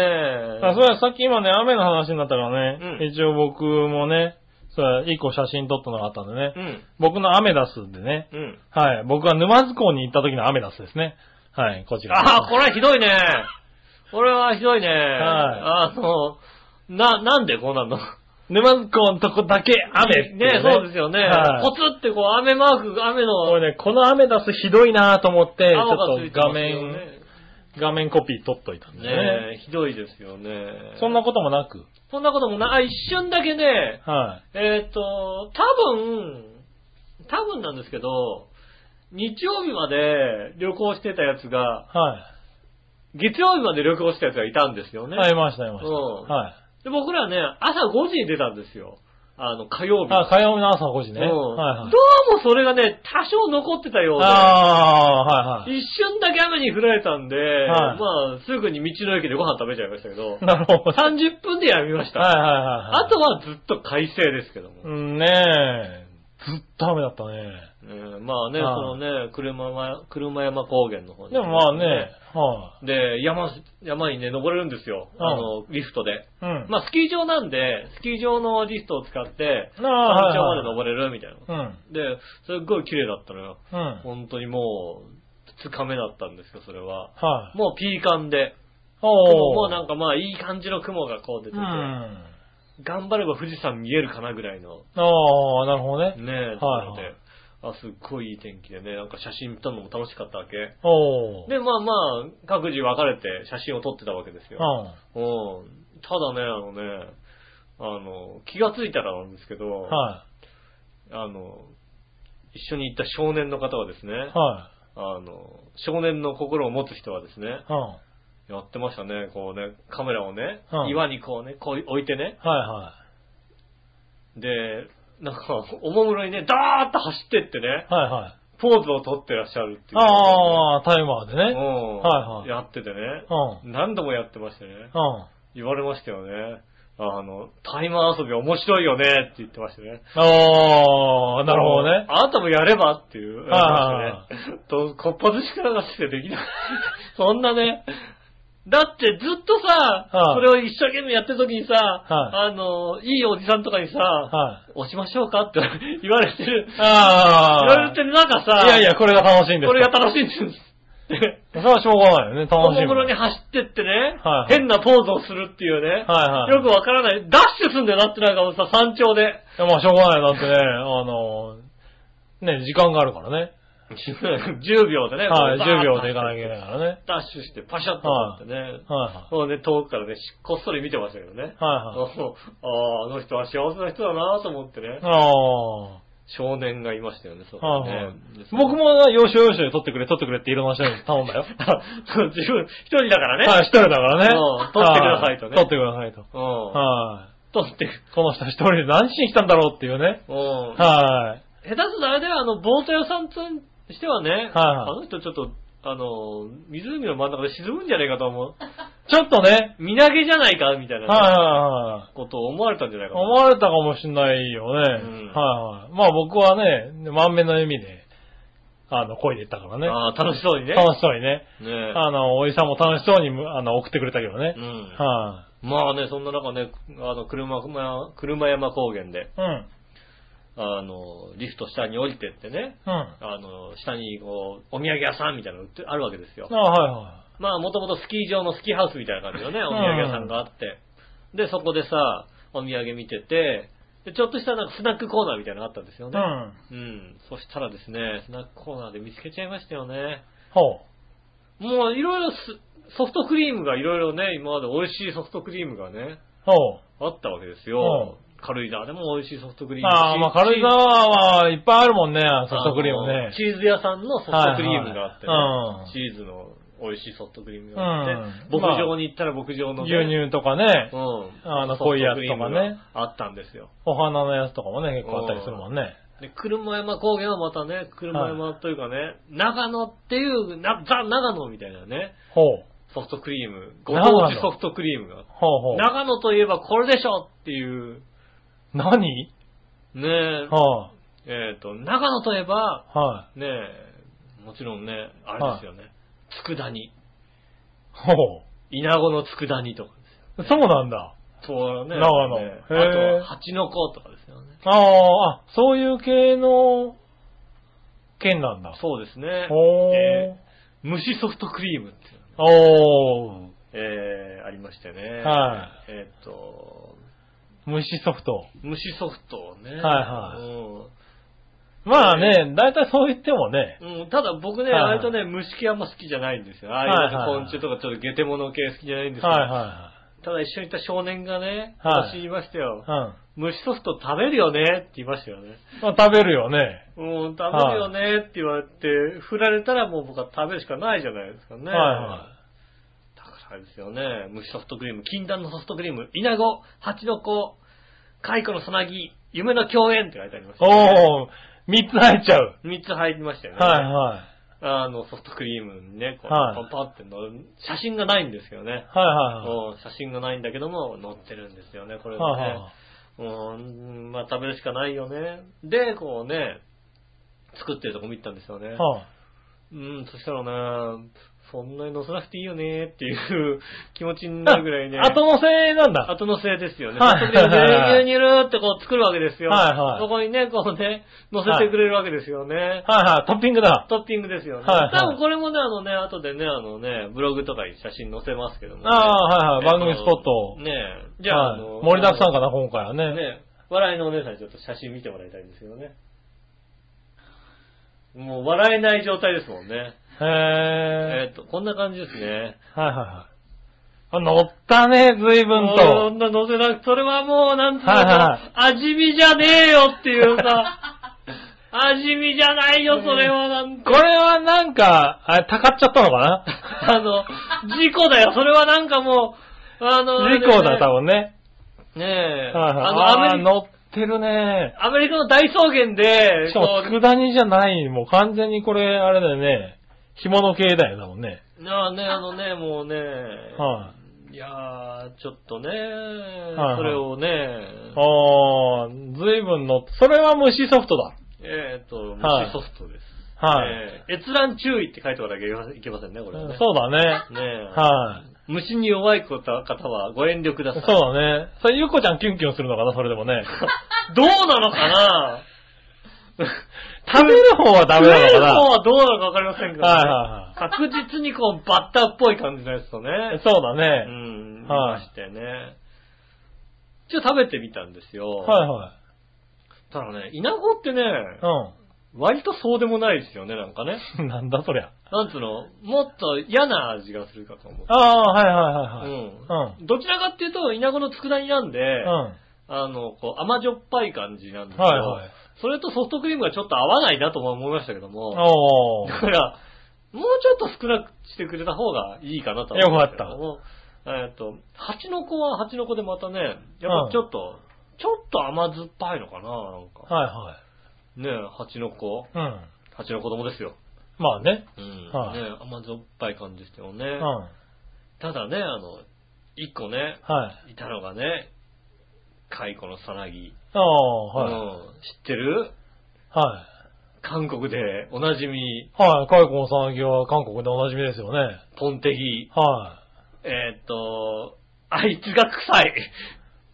Speaker 3: あ
Speaker 2: え。
Speaker 3: そうや、さっき今ね、雨の話になったからね、
Speaker 2: うん
Speaker 3: 一応僕もね、そうや、一個写真撮ったのがあったんでね、
Speaker 2: うん。
Speaker 3: 僕のアメダスでね、
Speaker 2: うん。
Speaker 3: はい、僕が沼津港に行った時のアメダスですね。はい、こちら。
Speaker 2: ああ、これはひどいね。これはひどいね。
Speaker 3: は
Speaker 2: あの、な、なんでこうなんの
Speaker 3: 沼津港のとこだけ雨ってい
Speaker 2: ねそうですよね。
Speaker 3: はい
Speaker 2: ポツってこう、雨マーク、雨の、
Speaker 3: これね、このアメダスひどいなと思って、ち
Speaker 2: 青が
Speaker 3: ょ
Speaker 2: つ
Speaker 3: っ
Speaker 2: い
Speaker 3: と
Speaker 2: てま
Speaker 3: 画
Speaker 2: すよ
Speaker 3: 面、画面コピー撮っといたんで
Speaker 2: ね。
Speaker 3: ね。
Speaker 2: ねえ、ひどいですよね。
Speaker 3: そんな、こともなく、
Speaker 2: そんなこともな、あ、一瞬だけね、
Speaker 3: は
Speaker 2: えっ、と、多分、多分なんですけど、日曜日まで旅行してたやつが、
Speaker 3: い、は
Speaker 2: 月曜日まで旅行してたやつがいたんですよ
Speaker 3: い、
Speaker 2: ね。
Speaker 3: はい、いました、いました。
Speaker 2: うん
Speaker 3: はい。
Speaker 2: で僕らね、朝5時に出たんですよ。あの、火曜日。
Speaker 3: あ、火曜日の朝5時ね。
Speaker 2: うん
Speaker 3: はいはい
Speaker 2: ど。うもそれがね、多少残ってたようで。
Speaker 3: ああー、はいはい。
Speaker 2: 一瞬だけ雨に降られたんで、
Speaker 3: はい
Speaker 2: まあ、すぐに道の駅でご飯食べちゃいましたけど、
Speaker 3: なるほど。
Speaker 2: 30分でやみました。
Speaker 3: はいはいはいはい。
Speaker 2: あとはずっと快晴ですけども。
Speaker 3: うんねえ。ずっと雨だったね。
Speaker 2: えーまあね、
Speaker 3: はい
Speaker 2: そのね、車山、車山高原の方に
Speaker 3: でもまあね、は
Speaker 2: で、山、山にね、登れるんですよ。
Speaker 3: はい
Speaker 2: あの、リフトで。
Speaker 3: い。うん。
Speaker 2: まあ、スキー場なんで、スキー場のリフトを使って、
Speaker 3: あ
Speaker 2: 山
Speaker 3: あ、
Speaker 2: 頂まで
Speaker 3: はい
Speaker 2: 登れるみたいな。
Speaker 3: はい
Speaker 2: で、すっごい綺麗だったのよ。
Speaker 3: うん。うん。
Speaker 2: 本当にもう、2日目だったんですよ、それは。
Speaker 3: はい。
Speaker 2: もうピーカンで。
Speaker 3: お
Speaker 2: 雲
Speaker 3: ー
Speaker 2: もなんかまあいい感じの雲がこう出て
Speaker 3: う
Speaker 2: て、
Speaker 3: ん。
Speaker 2: 頑張れば富士山見えるかなぐらいの
Speaker 3: ああ、なるほどね。
Speaker 2: ねえ、ところで、
Speaker 3: はい
Speaker 2: あ、すっごいいい天気でね、なんか写真撮るのも楽しかったわけ。
Speaker 3: おー。
Speaker 2: で、まあまあ、各自分かれて写真を撮ってたわけです
Speaker 3: うん。
Speaker 2: よ。
Speaker 3: は
Speaker 2: うん。ただね、あのね、あの、気がついたらなんですけど、
Speaker 3: い。は
Speaker 2: あの、一緒に行った少年の方はですね、
Speaker 3: い。は
Speaker 2: あの、少年の心を持つ人はですね、
Speaker 3: い。うん。は
Speaker 2: やってましたね、こうね、カメラをね、
Speaker 3: うん
Speaker 2: 岩にこうね、こう置いてね、
Speaker 3: いは
Speaker 2: で、なんか、おもむろにね、ダーッと走ってってね、
Speaker 3: い。はいはい。
Speaker 2: ポーズを取ってらっしゃるっていう。
Speaker 3: ああ、タイマーで
Speaker 2: う
Speaker 3: ね。
Speaker 2: ん。
Speaker 3: はいはい
Speaker 2: やっててね。
Speaker 3: う
Speaker 2: 何度もやってましてね。
Speaker 3: ん。うん。
Speaker 2: 言われましたよね。あの、タイマー遊び面白いよねって言ってましたね。
Speaker 3: おー、なるほどね。
Speaker 2: あなたもやればっていう。
Speaker 3: は
Speaker 2: ね。と、こっぱず力がしてできない。 [LAUGHS] そんなね。だってずっとさ、
Speaker 3: はい
Speaker 2: それを一生懸命やってる時にさ、
Speaker 3: は
Speaker 2: あの、いいおじさんとかにさ、
Speaker 3: は
Speaker 2: 押しましょうかって [LAUGHS] 言われてる
Speaker 3: い。。あ
Speaker 2: 言
Speaker 3: あ。
Speaker 2: われてる中さ、
Speaker 3: いやいや、これが楽しいんです。
Speaker 2: これが楽しいんです。で
Speaker 3: それはしょうがないよね。
Speaker 2: お
Speaker 3: 楽しい
Speaker 2: もむ
Speaker 3: もん。
Speaker 2: ろに走ってってね、
Speaker 3: はい
Speaker 2: 変なポーズをするっていうね、
Speaker 3: はいはい
Speaker 2: よくわからない、ダッシュすんだよなってなんかもうさ、山頂で。
Speaker 3: [LAUGHS] いや、まあ、しょうがないよ。だってね、あの、ね、時間があるからね。
Speaker 2: 10秒でね、
Speaker 3: はい、
Speaker 2: こう
Speaker 3: 10秒でいかなきゃいけないからね。
Speaker 2: ダッシュして、パシャッとなってね、
Speaker 3: は
Speaker 2: もうね、遠くからね、しこっそり見てましたけどね。
Speaker 3: いはい。はいはい。
Speaker 2: もうああ、あの人は幸せな人だなと思ってね、
Speaker 3: あ
Speaker 2: 少年がいましたよね、そう
Speaker 3: あ。はいはい
Speaker 2: ね。で。
Speaker 3: 僕、も、要所要所で撮ってくれ、撮ってくれっていろんな人に頼んだよ。
Speaker 2: あそう [LAUGHS] 自分、一人だからね。
Speaker 3: はい、一人だからね
Speaker 2: うん。撮ってくださいとね
Speaker 3: は撮ってくださいと。
Speaker 2: うん。
Speaker 3: は
Speaker 2: 撮って、
Speaker 3: い。この人一人で何しに来たんだろうっていうね。
Speaker 2: うん。
Speaker 3: はい。
Speaker 2: 下手すらあれだよ、あの、ボート屋さんとしてはね、あの人ちょっと、あの、湖の真ん中で沈むんじゃねえかと思う。
Speaker 3: ちょっとね。
Speaker 2: 身投げじゃないかみたい
Speaker 3: は
Speaker 2: ないね、
Speaker 3: はいはい。
Speaker 2: ことを思われたんじゃないかな
Speaker 3: 思われたかもしんないよね。
Speaker 2: うん
Speaker 3: はいはい。まあ僕はね、満面の笑みで、あの、声で言ったからね。
Speaker 2: ああ、楽しそうにね。
Speaker 3: 楽しそうにね。
Speaker 2: ねえ
Speaker 3: あの、おじさんも楽しそうにむ、あの、送ってくれたけどね
Speaker 2: う。ん。
Speaker 3: は
Speaker 2: まあね、そんな中ね、あの、車、車車山高原で、
Speaker 3: い。うん。
Speaker 2: あの、リフト下に降りてってね、
Speaker 3: うん。あ
Speaker 2: あの、下にこう、お土産屋さんみたいなの売ってあるわけですよ。
Speaker 3: は
Speaker 2: まあ、もともとスキー場のスキーハウスみたいな感じのね、お土産屋さんがあって。で、そこでさ、お土産見てて、でちょっとしたなんかスナックコーナーみたいなのがあったんですよ
Speaker 3: う
Speaker 2: ね。
Speaker 3: ん。
Speaker 2: うん。そしたらですね、スナックコーナーで見つけちゃいましたよね。
Speaker 3: ほ
Speaker 2: もういろいろすソフトクリームがいろいろね、今まで美味しいソフトクリームがね、
Speaker 3: う。ほ
Speaker 2: あったわけですよ。軽井沢でも美味しいソフトクリ
Speaker 3: う。
Speaker 2: ーム
Speaker 3: ああ、まあ軽井沢はいっぱいあるもんね、ソフトクリーム
Speaker 2: あの
Speaker 3: ね。
Speaker 2: チーズ屋さんのソフトクリームがあってね、
Speaker 3: はいはいうん
Speaker 2: チーズの美味しいソフトクリームがあって、
Speaker 3: うん
Speaker 2: 牧場に行ったら牧場のね、
Speaker 3: 牛乳とかね
Speaker 2: う、ん。
Speaker 3: あの濃いや
Speaker 2: ソフトク
Speaker 3: つとかね
Speaker 2: リームがあったんですよ。
Speaker 3: お花のやつとかもね、結構あったりするもんね。
Speaker 2: で、車山高原はまたね、車山というかね、長野っていう、な、ザ・長野みたいなね、
Speaker 3: ほう。
Speaker 2: ソフトクリーム、ご
Speaker 3: 長野
Speaker 2: 当地ソフトクリームが。
Speaker 3: ほうほう。
Speaker 2: 長野といえばこれでしょっていう、
Speaker 3: 何
Speaker 2: ねえ、
Speaker 3: は
Speaker 2: えっ、と、長野といえば、
Speaker 3: い。はい。
Speaker 2: ねえ、もちろんね、あれですよね、佃煮。
Speaker 3: ほ
Speaker 2: 稲子の佃煮とかです
Speaker 3: う。そうなんだ。
Speaker 2: よ。そうね。
Speaker 3: 長野
Speaker 2: ね
Speaker 3: へえ
Speaker 2: あと、蜂の子とかですよね。
Speaker 3: ああ、あ、そういう系の県なんだ。
Speaker 2: そうですね。
Speaker 3: ほう。
Speaker 2: えー虫ソフトクリームっていうのが
Speaker 3: おー。
Speaker 2: えー、ありましてね。。
Speaker 3: はい
Speaker 2: えーっと、
Speaker 3: 虫ソフト。
Speaker 2: 虫ソフトをね。
Speaker 3: はい
Speaker 2: は
Speaker 3: まあね、だいたいそう言ってもね。
Speaker 2: うん。ただ僕ね、
Speaker 3: はいはい
Speaker 2: 割とね、虫系あんま好きじゃないんですよ。ああいうなんか昆虫とかちょっとゲテモノ系好きじゃないんですけど、
Speaker 3: はいは
Speaker 2: ただ一緒にいた少年がね、
Speaker 3: はい
Speaker 2: 私言いましたよ
Speaker 3: い。は
Speaker 2: 虫ソフト食べるよねって言いましたよね。
Speaker 3: い。うん。まあ食べるよね。
Speaker 2: うん、食べるよねって言われて、振られたらもう僕は食べるしかないじゃないですかね。
Speaker 3: はいは
Speaker 2: だからあれですよね、虫ソフトクリーム、禁断のソフトクリーム、イナゴ、ハチノコ、カイコのさなぎ、夢の共演って書いてありました、ね。
Speaker 3: おー、三つ入っちゃう。
Speaker 2: 3つ入りましたよね。
Speaker 3: はいはい。
Speaker 2: あの、ソフトクリームにね、こう、
Speaker 3: はい
Speaker 2: パンパンって乗る、写真がないんですよね。
Speaker 3: はいは
Speaker 2: うん写真がないんだけども、乗ってるんですよね、こ
Speaker 3: いは
Speaker 2: れ
Speaker 3: い。は
Speaker 2: が
Speaker 3: い
Speaker 2: ね。
Speaker 3: は
Speaker 2: うん、まあ食べるしかないよね。で、こうね、作ってるとこ見たんですよね。
Speaker 3: い。は
Speaker 2: うん、そしたらね、そんなに乗せなくていいよねっていう気持ちに
Speaker 3: い。
Speaker 2: なるぐらいね。
Speaker 3: 後のせいなんだ。
Speaker 2: 後のせいですよね。
Speaker 3: はい
Speaker 2: ソフトクリームで牛乳にるってこう作るわけですよ。
Speaker 3: はいはい
Speaker 2: そこにね、こうね、乗せてくれるわけですよね。
Speaker 3: はいはい、トッピングだ。
Speaker 2: トッピングですよね。
Speaker 3: はいはい
Speaker 2: 多分これもね、あのね、後でね、あのね、ブログとかに写真載せますけども、ね。
Speaker 3: ああ、はいはい、
Speaker 2: えっと
Speaker 3: 番組スポットを。
Speaker 2: ねえ。じゃあ、
Speaker 3: はい
Speaker 2: あの
Speaker 3: 盛りだくさんかな、今回はね。
Speaker 2: ね、笑いのお姉さんにちょっと写真見てもらいたいんですけどね。もう笑えない状態ですもんね。え
Speaker 3: へ
Speaker 2: ーっと、こんな感じですね。
Speaker 3: え。はいはいはい。あ、乗ったね、随分と。
Speaker 2: もうそんな乗せなく、それはもう、なんつうの、
Speaker 3: はいは
Speaker 2: 味見じゃねえよっていうさ、味見じゃないよ、それはなん
Speaker 3: これはなんか、あれ、たかっちゃったのかな
Speaker 2: [LAUGHS] あの、事故だよ、それはなんかもう、あの、
Speaker 3: 事故だ、
Speaker 2: ね
Speaker 3: 多分ね。
Speaker 2: ねえ、
Speaker 3: はいはい。
Speaker 2: あの、ア
Speaker 3: あ
Speaker 2: メ
Speaker 3: ー
Speaker 2: リカ、
Speaker 3: 乗ってるね。
Speaker 2: アメリカの大草原で、
Speaker 3: しかも、
Speaker 2: こう
Speaker 3: 佃煮じゃない、もう完全にこれ、あれだよね。干物系だよ、多分ね。
Speaker 2: なあね、あのね、もうね、
Speaker 3: はい
Speaker 2: やー、ちょっとね、
Speaker 3: はい
Speaker 2: それをね、
Speaker 3: い。ああ、随分乗っ、それは虫ソフトだ。
Speaker 2: えっ、と、
Speaker 3: はい
Speaker 2: 虫ソフトです。
Speaker 3: はい
Speaker 2: えー閲覧注意って書いておかなきゃいけませんね、これはね。
Speaker 3: そうだね。
Speaker 2: ねえ
Speaker 3: はい。
Speaker 2: 虫に弱い方はご遠慮くださ
Speaker 3: そう
Speaker 2: い。
Speaker 3: だね。それ、ゆうこちゃんキュンキュンするのかな、それでも
Speaker 2: [LAUGHS]
Speaker 3: ね。
Speaker 2: どうなのかな
Speaker 3: 食べる方は [LAUGHS] ダメなの
Speaker 2: 食え
Speaker 3: か
Speaker 2: る
Speaker 3: な。
Speaker 2: 方はどうなのかわかりませんけど、ね
Speaker 3: はいは
Speaker 2: 確実にこう、バッターっぽい感じのやつとね。
Speaker 3: そうだ
Speaker 2: う
Speaker 3: ね。
Speaker 2: ん、い
Speaker 3: はい
Speaker 2: ましてね。ちょっと食べてみたんですよ。
Speaker 3: はいはい。
Speaker 2: ただね、イナゴってね、
Speaker 3: う
Speaker 2: 割とそうでもないですよね、なんかね。
Speaker 3: ん。 [LAUGHS] なんだそりゃ。
Speaker 2: なんつうの、もっと嫌な味がするかと思う。
Speaker 3: ああ、はいはいはいはい。
Speaker 2: うん。どちらかっていうと、イナゴの佃煮なんで、
Speaker 3: うん。うん。
Speaker 2: あの、こう、甘じょっぱい感じなんですけど、
Speaker 3: はいはい。
Speaker 2: それとソフトクリームがちょっと合わないなとも思いましたけども、
Speaker 3: お
Speaker 2: だ
Speaker 3: ー。
Speaker 2: から、もうちょっと少なくしてくれた方がいいかなとは思うんですけども。えっと、蜂の子は蜂の子でまたね、やっぱちょっと、ちょっと甘酸っぱいのかな、なんか。
Speaker 3: はいは
Speaker 2: ねえ蜂の子。
Speaker 3: い。うん。
Speaker 2: 蜂の子供ですよ。
Speaker 3: まあね。
Speaker 2: うん。
Speaker 3: はい
Speaker 2: ねえ甘酸っぱい感じですよね。
Speaker 3: うん。は
Speaker 2: ただね、あの、一個ね、
Speaker 3: い。
Speaker 2: いたのがね、蚕のさなぎ。
Speaker 3: ああ、はい。
Speaker 2: うん知ってる
Speaker 3: は
Speaker 2: 韓国でおなじみ、
Speaker 3: い。はい。カイコンさんぎは韓国でおなじみですよね。
Speaker 2: ポンテギ。
Speaker 3: は
Speaker 2: えーっと、あいつが臭い。
Speaker 3: い。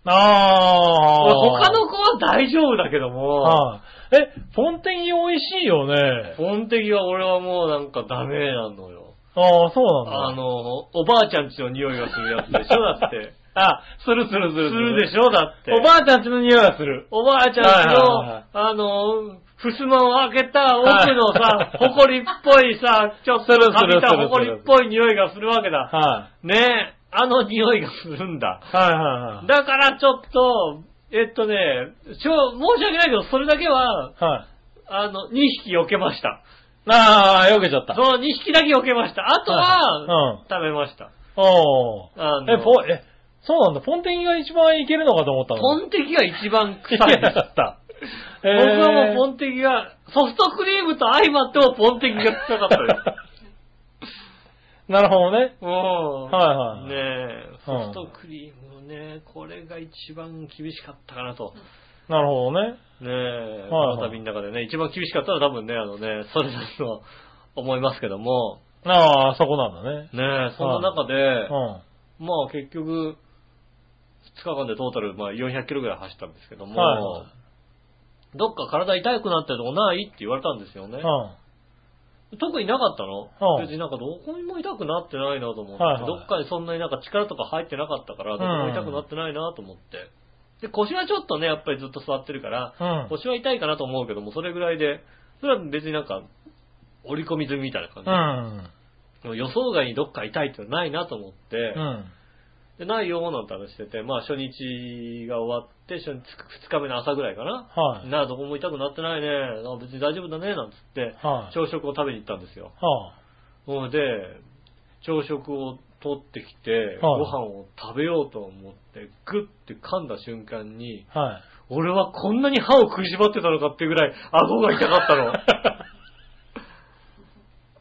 Speaker 3: ああ。
Speaker 2: 他の子は大丈夫だけども、
Speaker 3: はい。え、ポンテギ美味しいよね。
Speaker 2: ポンテギは俺はもうなんかダメなのよ。
Speaker 3: ああ、そうなんだ。
Speaker 2: あの、おばあちゃんちの匂いがするやつでしょだって。
Speaker 3: [LAUGHS] あ、するするす
Speaker 2: す
Speaker 3: る。
Speaker 2: るで
Speaker 3: し
Speaker 2: しょだって。
Speaker 3: おばあちゃんちの匂いはする。
Speaker 2: おばあちゃん
Speaker 3: はい
Speaker 2: ち
Speaker 3: はいはい
Speaker 2: の、あの、襖を開けた奥の
Speaker 3: は
Speaker 2: さ
Speaker 3: い、 [LAUGHS]
Speaker 2: ほこりっぽいさ、ちょっと
Speaker 3: するする
Speaker 2: かびた
Speaker 3: する
Speaker 2: ほこりっぽい匂いがするわけだ。
Speaker 3: は
Speaker 2: ねえ、あの匂いがするんだ。
Speaker 3: い。はいはい
Speaker 2: だからちょっと、えっとね、しょう申し訳ないけど、それだけは、
Speaker 3: はい。はい。
Speaker 2: あの、2匹避けました。
Speaker 3: ああ、よけちゃった。
Speaker 2: その2匹だけ避けました。あと
Speaker 3: はいうん
Speaker 2: は、食べました。
Speaker 3: おー
Speaker 2: あの
Speaker 3: え、ポ、え、そうなんだ。ポンテキが一番いけるのかと思ったの。
Speaker 2: ポンテキが一番臭
Speaker 3: いけ
Speaker 2: いで
Speaker 3: な
Speaker 2: す
Speaker 3: か。った。 [LAUGHS] え
Speaker 2: 僕はもうポ
Speaker 3: ン
Speaker 2: ンテキが、ソフトクリームと相まってもポンテキが臭かったです。
Speaker 3: [LAUGHS] なるほどね。
Speaker 2: うん。
Speaker 3: はいは
Speaker 2: ね
Speaker 3: い
Speaker 2: え、
Speaker 3: う
Speaker 2: ソ
Speaker 3: ん
Speaker 2: フトクリームのね、これが一番厳しかったかなと。
Speaker 3: なるほどね。
Speaker 2: ねえ、
Speaker 3: はいはい
Speaker 2: この旅の中でね、一番厳しかったのは多分ね、あのね、それだと思いますけども、
Speaker 3: ああ、そこなんだね。
Speaker 2: ねえ、その中で、
Speaker 3: うん。
Speaker 2: まあ結局、2日間でトータル、まあ400キロぐらい走ったんですけども、
Speaker 3: はいは
Speaker 2: どっか体痛くなったとこないって言われたんですよね。
Speaker 3: うん。
Speaker 2: 特になかったの、
Speaker 3: うん
Speaker 2: 別になんかどこにも痛くなってないなと思って、
Speaker 3: はいはい
Speaker 2: どっかにそんなになんか力とか入ってなかったから、どこも痛くなってないなと思って。で、腰はちょっとね、やっぱりずっと座ってるから、
Speaker 3: うん。
Speaker 2: 腰は痛いかなと思うけども、それぐらいで、それは別になんか、折り込み済みみたいな感じ
Speaker 3: う。ん。
Speaker 2: でも予想外にどっか痛いってのはないなと思って、
Speaker 3: うん。
Speaker 2: で、ないよなんて話してて、まあ初日が終わって、初日2日目の朝ぐらいかな。
Speaker 3: はい。
Speaker 2: なあ、どこも痛くなってないね。あ別に大丈夫だね、なんつって、
Speaker 3: はい。
Speaker 2: 朝食を食べに行ったんですよ。
Speaker 3: は
Speaker 2: うんで、朝食を取ってきて、
Speaker 3: はい
Speaker 2: ご飯を食べようと思って、グッて噛んだ瞬間に、
Speaker 3: あ、はい。
Speaker 2: 俺はこんなに歯を食いしばってたのかっていうぐらい、顎が痛かった
Speaker 3: [LAUGHS]
Speaker 2: の。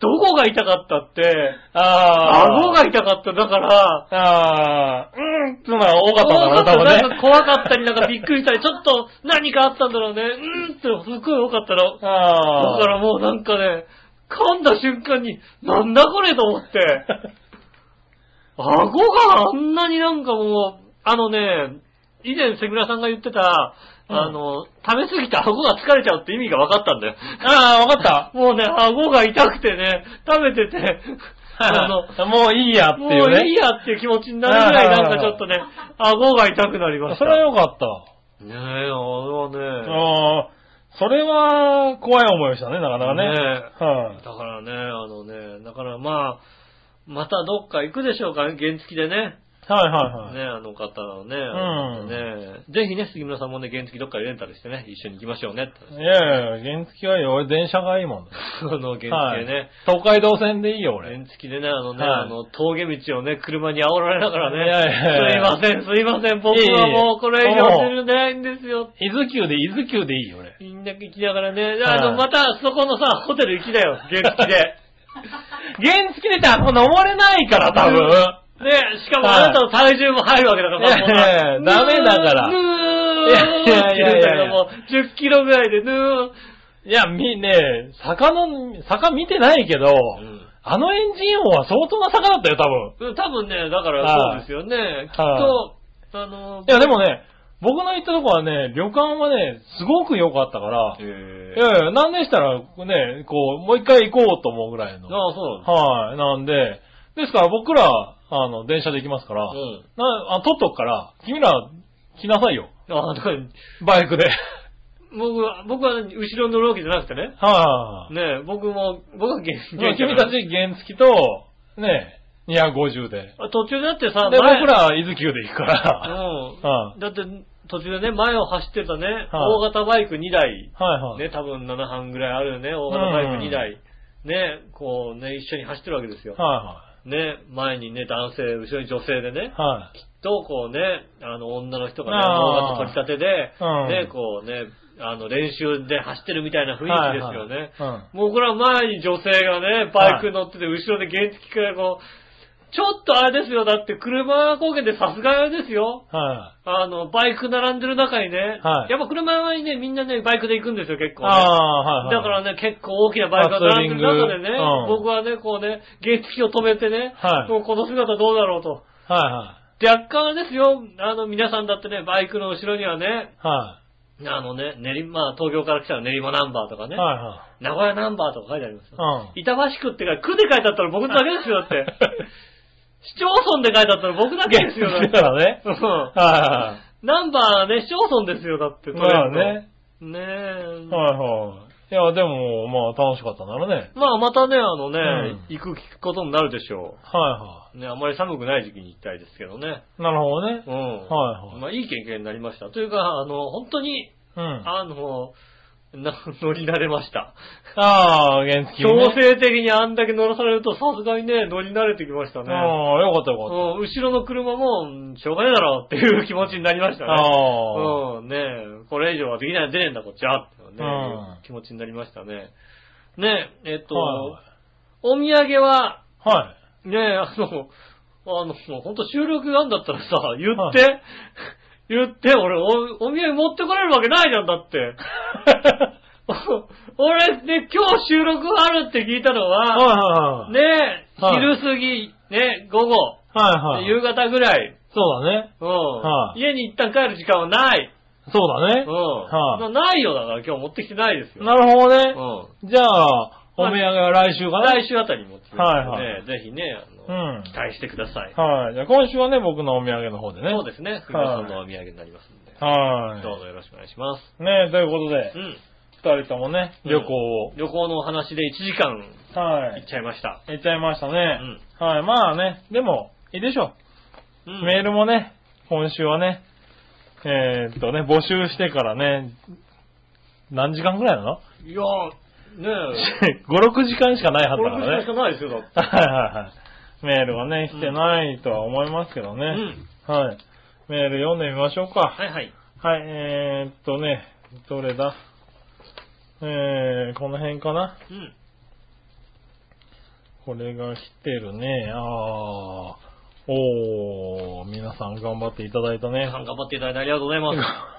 Speaker 2: どこが痛かったって、
Speaker 3: ああ。
Speaker 2: 顎が痛かった。だから、
Speaker 3: ああ、うん、つまり多かったんだろ
Speaker 2: 多か
Speaker 3: うね、多
Speaker 2: った
Speaker 3: 分ね。
Speaker 2: なんか怖かったり、なんかびっくりしたり、ちょっと何かあったんだろうね。うんって、すっごい多かったの。だ
Speaker 3: ああ。
Speaker 2: からもうなんかね、噛んだ瞬間に、なんだこれと思って。顎があんなになんかもう、あのね、以前セグラさんが言ってた、
Speaker 3: うん
Speaker 2: あの、食べ過ぎて顎が疲れちゃうって意味が分かったんだよ。
Speaker 3: ああ、わかった。
Speaker 2: もうね、顎が痛くてね、食べて
Speaker 3: [LAUGHS]
Speaker 2: て、あの、
Speaker 3: もういいやって
Speaker 2: も
Speaker 3: いう
Speaker 2: ういい
Speaker 3: ね。
Speaker 2: やっていう気持ちになるぐらいなんかちょっとね、顎が痛くなりまし
Speaker 3: そ
Speaker 2: た。
Speaker 3: れは
Speaker 2: ね
Speaker 3: よかった。
Speaker 2: え、あれはね、
Speaker 3: ああ、それは怖い思いをしたね、なかなかね。
Speaker 2: ね
Speaker 3: はい
Speaker 2: だからね、あのね、だからまあ、またどっか行くでしょうかね、原付きでね。
Speaker 3: はいはいはい。
Speaker 2: ね、あの方のね、
Speaker 3: ん
Speaker 2: ね、ぜひね、杉村さんもね、原付どっかでレンタルしてね、一緒に行きましょうねって
Speaker 3: いやいや、原付はいいよ。俺電車がいいもんだ。
Speaker 2: [LAUGHS] あの、原付でね、
Speaker 3: 東海道線でいいよ、俺。
Speaker 2: 原付でね、あのね、
Speaker 3: はい
Speaker 2: あの、峠道をね、車に煽られなが
Speaker 3: いやいやいや
Speaker 2: らね、すいません、すいません、僕
Speaker 3: いえい
Speaker 2: は
Speaker 3: え
Speaker 2: もうこれ以上出れないんですよ。
Speaker 3: 伊豆急で、伊豆急でいいよ、俺。
Speaker 2: みんな行きながらね、
Speaker 3: はい
Speaker 2: あの、またそこのさ、ホテル行きだよ、原付 [LAUGHS] で。
Speaker 3: 原付でってあそこ登れないから、多分。
Speaker 2: ね、しかも
Speaker 3: はい
Speaker 2: あなたの体重も入るわけだから、
Speaker 3: いやいや
Speaker 2: もう
Speaker 3: ダメだから
Speaker 2: ぬー
Speaker 3: いやいやいやいや
Speaker 2: って言うんだけども、10キロぐらいでぬー。
Speaker 3: いや、み、ねえ、坂の、坂見てないけど、あのエンジン音は相当な坂だったよ、多分。
Speaker 2: うん、多分ね、だからそうですよね。きっと、あの、
Speaker 3: いや、でもね、僕の行ったとこはね、旅館はね、すごく良かったから、い
Speaker 2: え
Speaker 3: やいや、なんでしたら、ね、こう、もう一回行こうと思うぐらいの。
Speaker 2: ああ、そうなんだ。
Speaker 3: はい、なんで、ですから僕ら、あの、電車で行きますから、
Speaker 2: うん。
Speaker 3: なあ、取っとくから、君ら、来なさいよ。
Speaker 2: あだから
Speaker 3: バイクで。はい、 [LAUGHS]
Speaker 2: 僕は、僕は後ろに乗るわけじゃなくてね。ね僕も、僕
Speaker 3: [LAUGHS]
Speaker 2: は原
Speaker 3: いや君たち原付と、ね、250で。
Speaker 2: あ途中だってさ、
Speaker 3: で、
Speaker 2: 前
Speaker 3: 僕ら、伊豆急で行くから。
Speaker 2: う。
Speaker 3: うん
Speaker 2: だって、途中でね、前を走ってたね、
Speaker 3: はい
Speaker 2: 大型バイク2台。
Speaker 3: はいはい。
Speaker 2: ね、多分7班ぐらいあるよね、大型バイク2台。ね、こうね、一緒に走ってるわけですよ。
Speaker 3: は
Speaker 2: ね、前にね、男性、後ろに女性で
Speaker 3: い
Speaker 2: ね、
Speaker 3: はい。は
Speaker 2: と、こうね、あの、女の人がね、
Speaker 3: あー
Speaker 2: 大型取り立てで、
Speaker 3: うん
Speaker 2: ね、こうね、あの、練習で走ってるみたいな雰
Speaker 3: い。
Speaker 2: 囲気ですよね。
Speaker 3: はいはいうん。
Speaker 2: もうこれは前に女性がね、バイク乗ってて、後ろで原付からこう、ちょっとあれですよ、だって車貢献でさすがですよ。
Speaker 3: はい。
Speaker 2: あの、バイク並んでる中にね、
Speaker 3: はい
Speaker 2: やっぱ車にね、みんなね、バイクで行くんですよ、結構ね。
Speaker 3: ああー、はいはい。
Speaker 2: だからね、結構大きなバイクが並んでる中でね、
Speaker 3: あツーリングうん
Speaker 2: 僕はね、こうね、原付を止めてね、
Speaker 3: はい
Speaker 2: もうこの姿どうだろうと。
Speaker 3: はいは
Speaker 2: 若干ですよ、あの、皆さんだってね、バイクの後ろにはね、
Speaker 3: い。は
Speaker 2: あのね、練馬、まあ、東京から来たら練馬ナンバーとか
Speaker 3: い。
Speaker 2: ね、
Speaker 3: はいはい。
Speaker 2: 名古屋ナンバーとか書いてありますよ。
Speaker 3: うん [LAUGHS]
Speaker 2: 板橋区ってか、区で書いてあったら僕だけですよ、だって。市町村で書いてあったら僕だけですよ、だ
Speaker 3: だ
Speaker 2: っ
Speaker 3: か
Speaker 2: て
Speaker 3: らね。
Speaker 2: うん
Speaker 3: は
Speaker 2: ナンバーね、市町村ですよ、だって。
Speaker 3: いはい。まあね。
Speaker 2: とりあえず。ねえ。
Speaker 3: はいはい。いや、でも、まあ楽しかったならね。
Speaker 2: まあ、またね、あのね、
Speaker 3: うん
Speaker 2: 行く聞くことになるでしょ
Speaker 3: はいは
Speaker 2: う。ね、あんまり寒くない時期に行きたいですけどね。
Speaker 3: い。なるほどね
Speaker 2: う。ん。
Speaker 3: はいはい
Speaker 2: まあ、いい経験になりました。というか、あの、本当に、
Speaker 3: うん。
Speaker 2: あの、な [LAUGHS] 乗り慣れました。
Speaker 3: ああ、原付き
Speaker 2: 強
Speaker 3: ね。
Speaker 2: 制的にあんだけ乗らされると、さすがにね、乗り慣れてきましたね。
Speaker 3: ああ、よかったよかっ。
Speaker 2: うん後ろの車も、うんしょうがねえだろっていう気持ちになりましたたね。
Speaker 3: ああ。
Speaker 2: うん、ねえ、これ以上はできない出ねえんだ、こっちは。ってね、
Speaker 3: うん
Speaker 2: 気持ちになりましたね。ねえ、えっと、
Speaker 3: は
Speaker 2: お土産は、
Speaker 3: い。はい。
Speaker 2: ねえ、あの、あの、ほんと収録があんだったらさ、言って、言って、俺お、お土産持ってこれるわけないじゃんだって。 [LAUGHS] 俺ね、今日収録があるって聞いたの
Speaker 3: はい
Speaker 2: は、
Speaker 3: はいはい。
Speaker 2: ねえ、
Speaker 3: はい
Speaker 2: 昼過ぎ、ね、午後、
Speaker 3: はいはい。
Speaker 2: 夕方ぐらい、
Speaker 3: そうだね。
Speaker 2: うん
Speaker 3: はい
Speaker 2: 家に一旦帰る時間はない。
Speaker 3: そうだね
Speaker 2: うん。
Speaker 3: はい
Speaker 2: なないよだから今日持ってきてないですよ。
Speaker 3: なるほど
Speaker 2: う
Speaker 3: ね。
Speaker 2: ん。
Speaker 3: じゃあ、お土産は来週かな。
Speaker 2: 来週あたりに持ってきて
Speaker 3: はい
Speaker 2: ので、
Speaker 3: はい
Speaker 2: ぜひね、あの
Speaker 3: うん
Speaker 2: 期待してください。
Speaker 3: はい。じゃあ今週はね、僕のお土産の方でね。
Speaker 2: そうですね。皆さんのお土産になりますんで、
Speaker 3: は
Speaker 2: どうぞよろしくお願いします。
Speaker 3: い。ねえ、ということで
Speaker 2: う、ん。
Speaker 3: 二人ともね、
Speaker 2: うん
Speaker 3: 旅行を。
Speaker 2: 旅行のお話で1時間
Speaker 3: は
Speaker 2: 行っ
Speaker 3: い。
Speaker 2: ちゃいました。
Speaker 3: 行っちゃいましたね。はい。まあね、でも、いいでしょ
Speaker 2: う
Speaker 3: う。
Speaker 2: ん。
Speaker 3: メールもね、今週はね、えーっとね、募集してからね、何時間くらいなの
Speaker 2: いやー、ね
Speaker 3: ?5、6時間しかない
Speaker 2: え、
Speaker 3: はず
Speaker 2: こ
Speaker 3: だ
Speaker 2: れ
Speaker 3: か
Speaker 2: ぐ
Speaker 3: ら
Speaker 2: らい
Speaker 3: ね
Speaker 2: しか。ないですよ、だって。
Speaker 3: はいはいはい。メールはね、来てないとは思いますけどね。
Speaker 2: うん。
Speaker 3: はい。メール読んでみましょうか。
Speaker 2: はいはい。
Speaker 3: はい、えー、っとね、どれだえー、この辺かな
Speaker 2: うん。
Speaker 3: これが来てるね。あー。おー、皆さん頑張っていただいたね
Speaker 2: 皆。さん頑張っていただいてありがとうございます。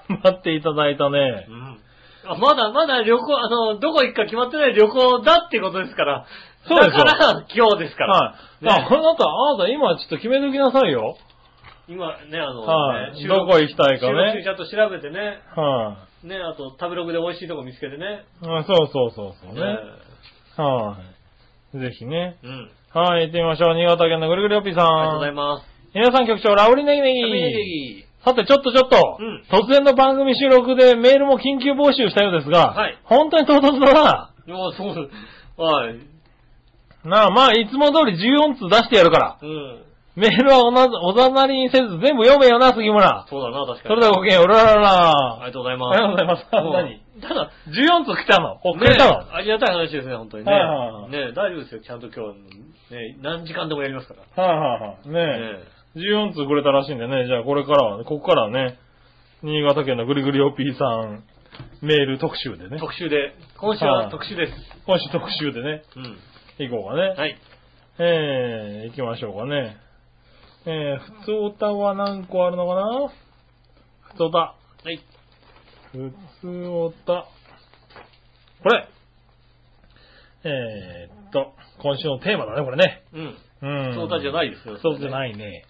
Speaker 3: 頑張っていただいたね
Speaker 2: う。んあまだまだ旅行、あの、どこ行くか決まってない旅行だってことですから。
Speaker 3: そうです
Speaker 2: だ
Speaker 3: よ
Speaker 2: から、今日ですから。
Speaker 3: はい。
Speaker 2: ね
Speaker 3: あ、あなた、あなた今ちょっと決めときなさいよ。
Speaker 2: 今ね、あの、
Speaker 3: はい
Speaker 2: ね収
Speaker 3: ど
Speaker 2: 録
Speaker 3: こ行きたいかね
Speaker 2: 収録中ちゃんと調べてね、
Speaker 3: は
Speaker 2: ね、あと食べログで美味しいとこ見つけてね。
Speaker 3: い、あ。そうそうそうそうね。はい、ぜひね。
Speaker 2: えうん。
Speaker 3: はい、行ってみましょう。新潟県のぐるぐるよっぴーさん。
Speaker 2: ありがとうございます。
Speaker 3: 皆さん局長、ラブリーネギネギ。
Speaker 2: 食べネギ
Speaker 3: さて、ちょっとちょっと、
Speaker 2: うん
Speaker 3: 突然の番組収録でメールも緊急募集したようですが、
Speaker 2: はい
Speaker 3: 本当に唐突だな。
Speaker 2: いや、そう、はい。う
Speaker 3: なあ、まあ、いつも通り14通出してやるから、
Speaker 2: ん。
Speaker 3: メールはおなおざなりにせず全部読めよな、杉村。
Speaker 2: そうだな、確かに。
Speaker 3: それではごきげんよう、うらら
Speaker 2: あり
Speaker 3: ら。
Speaker 2: がとうござい
Speaker 3: あ
Speaker 2: ま
Speaker 3: り
Speaker 2: す。
Speaker 3: がとうございます。何
Speaker 2: うんただ、
Speaker 3: ?14 通来たの送
Speaker 2: ね
Speaker 3: れたの、
Speaker 2: ありがたい話ですね、本当にね。
Speaker 3: はいはいはい
Speaker 2: ね大丈夫ですよ、ちゃんと今日、ね、何時間でもやりますから。
Speaker 3: はいはいはい。ね
Speaker 2: ね
Speaker 3: え、14通くれたらしいんでね、じゃあこれからは、ここからはね、新潟県のぐりぐりおっぴーさん、メール特集でね、
Speaker 2: 特集で、今週
Speaker 3: は
Speaker 2: はい特集です。
Speaker 3: 今週特集でね、
Speaker 2: うん。
Speaker 3: 行こうかね。
Speaker 2: はい。
Speaker 3: えー、行きましょうかね。えー、普通歌は何個あるのかな普通歌。
Speaker 2: はい。
Speaker 3: 普通歌。これえーっと、今週のテーマだね、これね。
Speaker 2: うん。
Speaker 3: うん。
Speaker 2: そうたじゃないですよ。
Speaker 3: 普通歌じゃ
Speaker 2: い。
Speaker 3: ないね。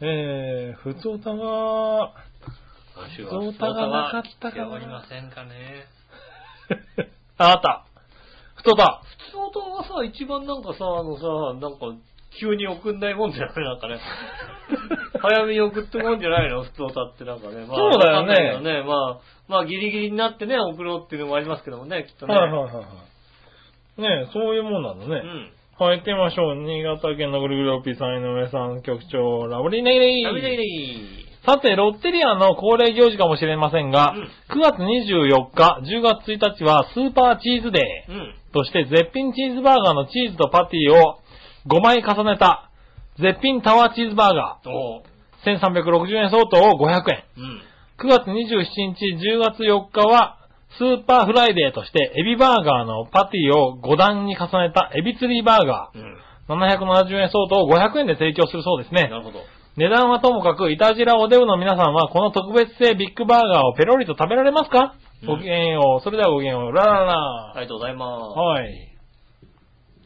Speaker 3: えー、普通歌が、
Speaker 2: 今週は
Speaker 3: そうたがなかっ
Speaker 2: そうた
Speaker 3: たかな
Speaker 2: が来ておりませんかね。
Speaker 3: [LAUGHS] ああった。普通歌。
Speaker 2: 普通音はさ、一番なんかさ、あのさ、なんか、急に送んないもんじゃないなんかね。 [LAUGHS] 早めに送ってもんじゃないの普通歌ってなんかね。まあ、
Speaker 3: そうだよね
Speaker 2: わかんないけどね。まあ、まあ、ギリギリになってね、送ろうっていうのもありますけどもね、きっとね。
Speaker 3: はいはいはいはい。ねえ、そういうもんなのね。
Speaker 2: うん。
Speaker 3: はい、行ってみましょう。新潟県のぐるぐるおっぴーさん、井上さん、局長、ラブリーネギネギ
Speaker 2: ダメネギネギ。
Speaker 3: さて、ロッテリアの恒例行事かもしれませんが、
Speaker 2: うん
Speaker 3: 9月24日、10月1日はスーパーチーズデ
Speaker 2: う
Speaker 3: ー
Speaker 2: ん。
Speaker 3: として絶品チーズバーガーのチーズとパティを5枚重ねた絶品タワーチーズバーガ
Speaker 2: おう。
Speaker 3: ー1360円相当を500
Speaker 2: う
Speaker 3: 円。
Speaker 2: ん。
Speaker 3: 9月27日、10月4日はスーパーフライデーとしてエビバーガーのパティを5段に重ねたエビツリーバーガー。
Speaker 2: うん。
Speaker 3: 770円相当を500円で提供するそうですね
Speaker 2: な。るほど。
Speaker 3: 値段はともかく、イタジラおデブの皆さんは、この特別製ビッグバーガーをペロリと食べられますか、
Speaker 2: うん
Speaker 3: ごきげんよう。それではごきげんよう。ララ
Speaker 2: あ
Speaker 3: ラ。
Speaker 2: りがとうございま
Speaker 3: はい。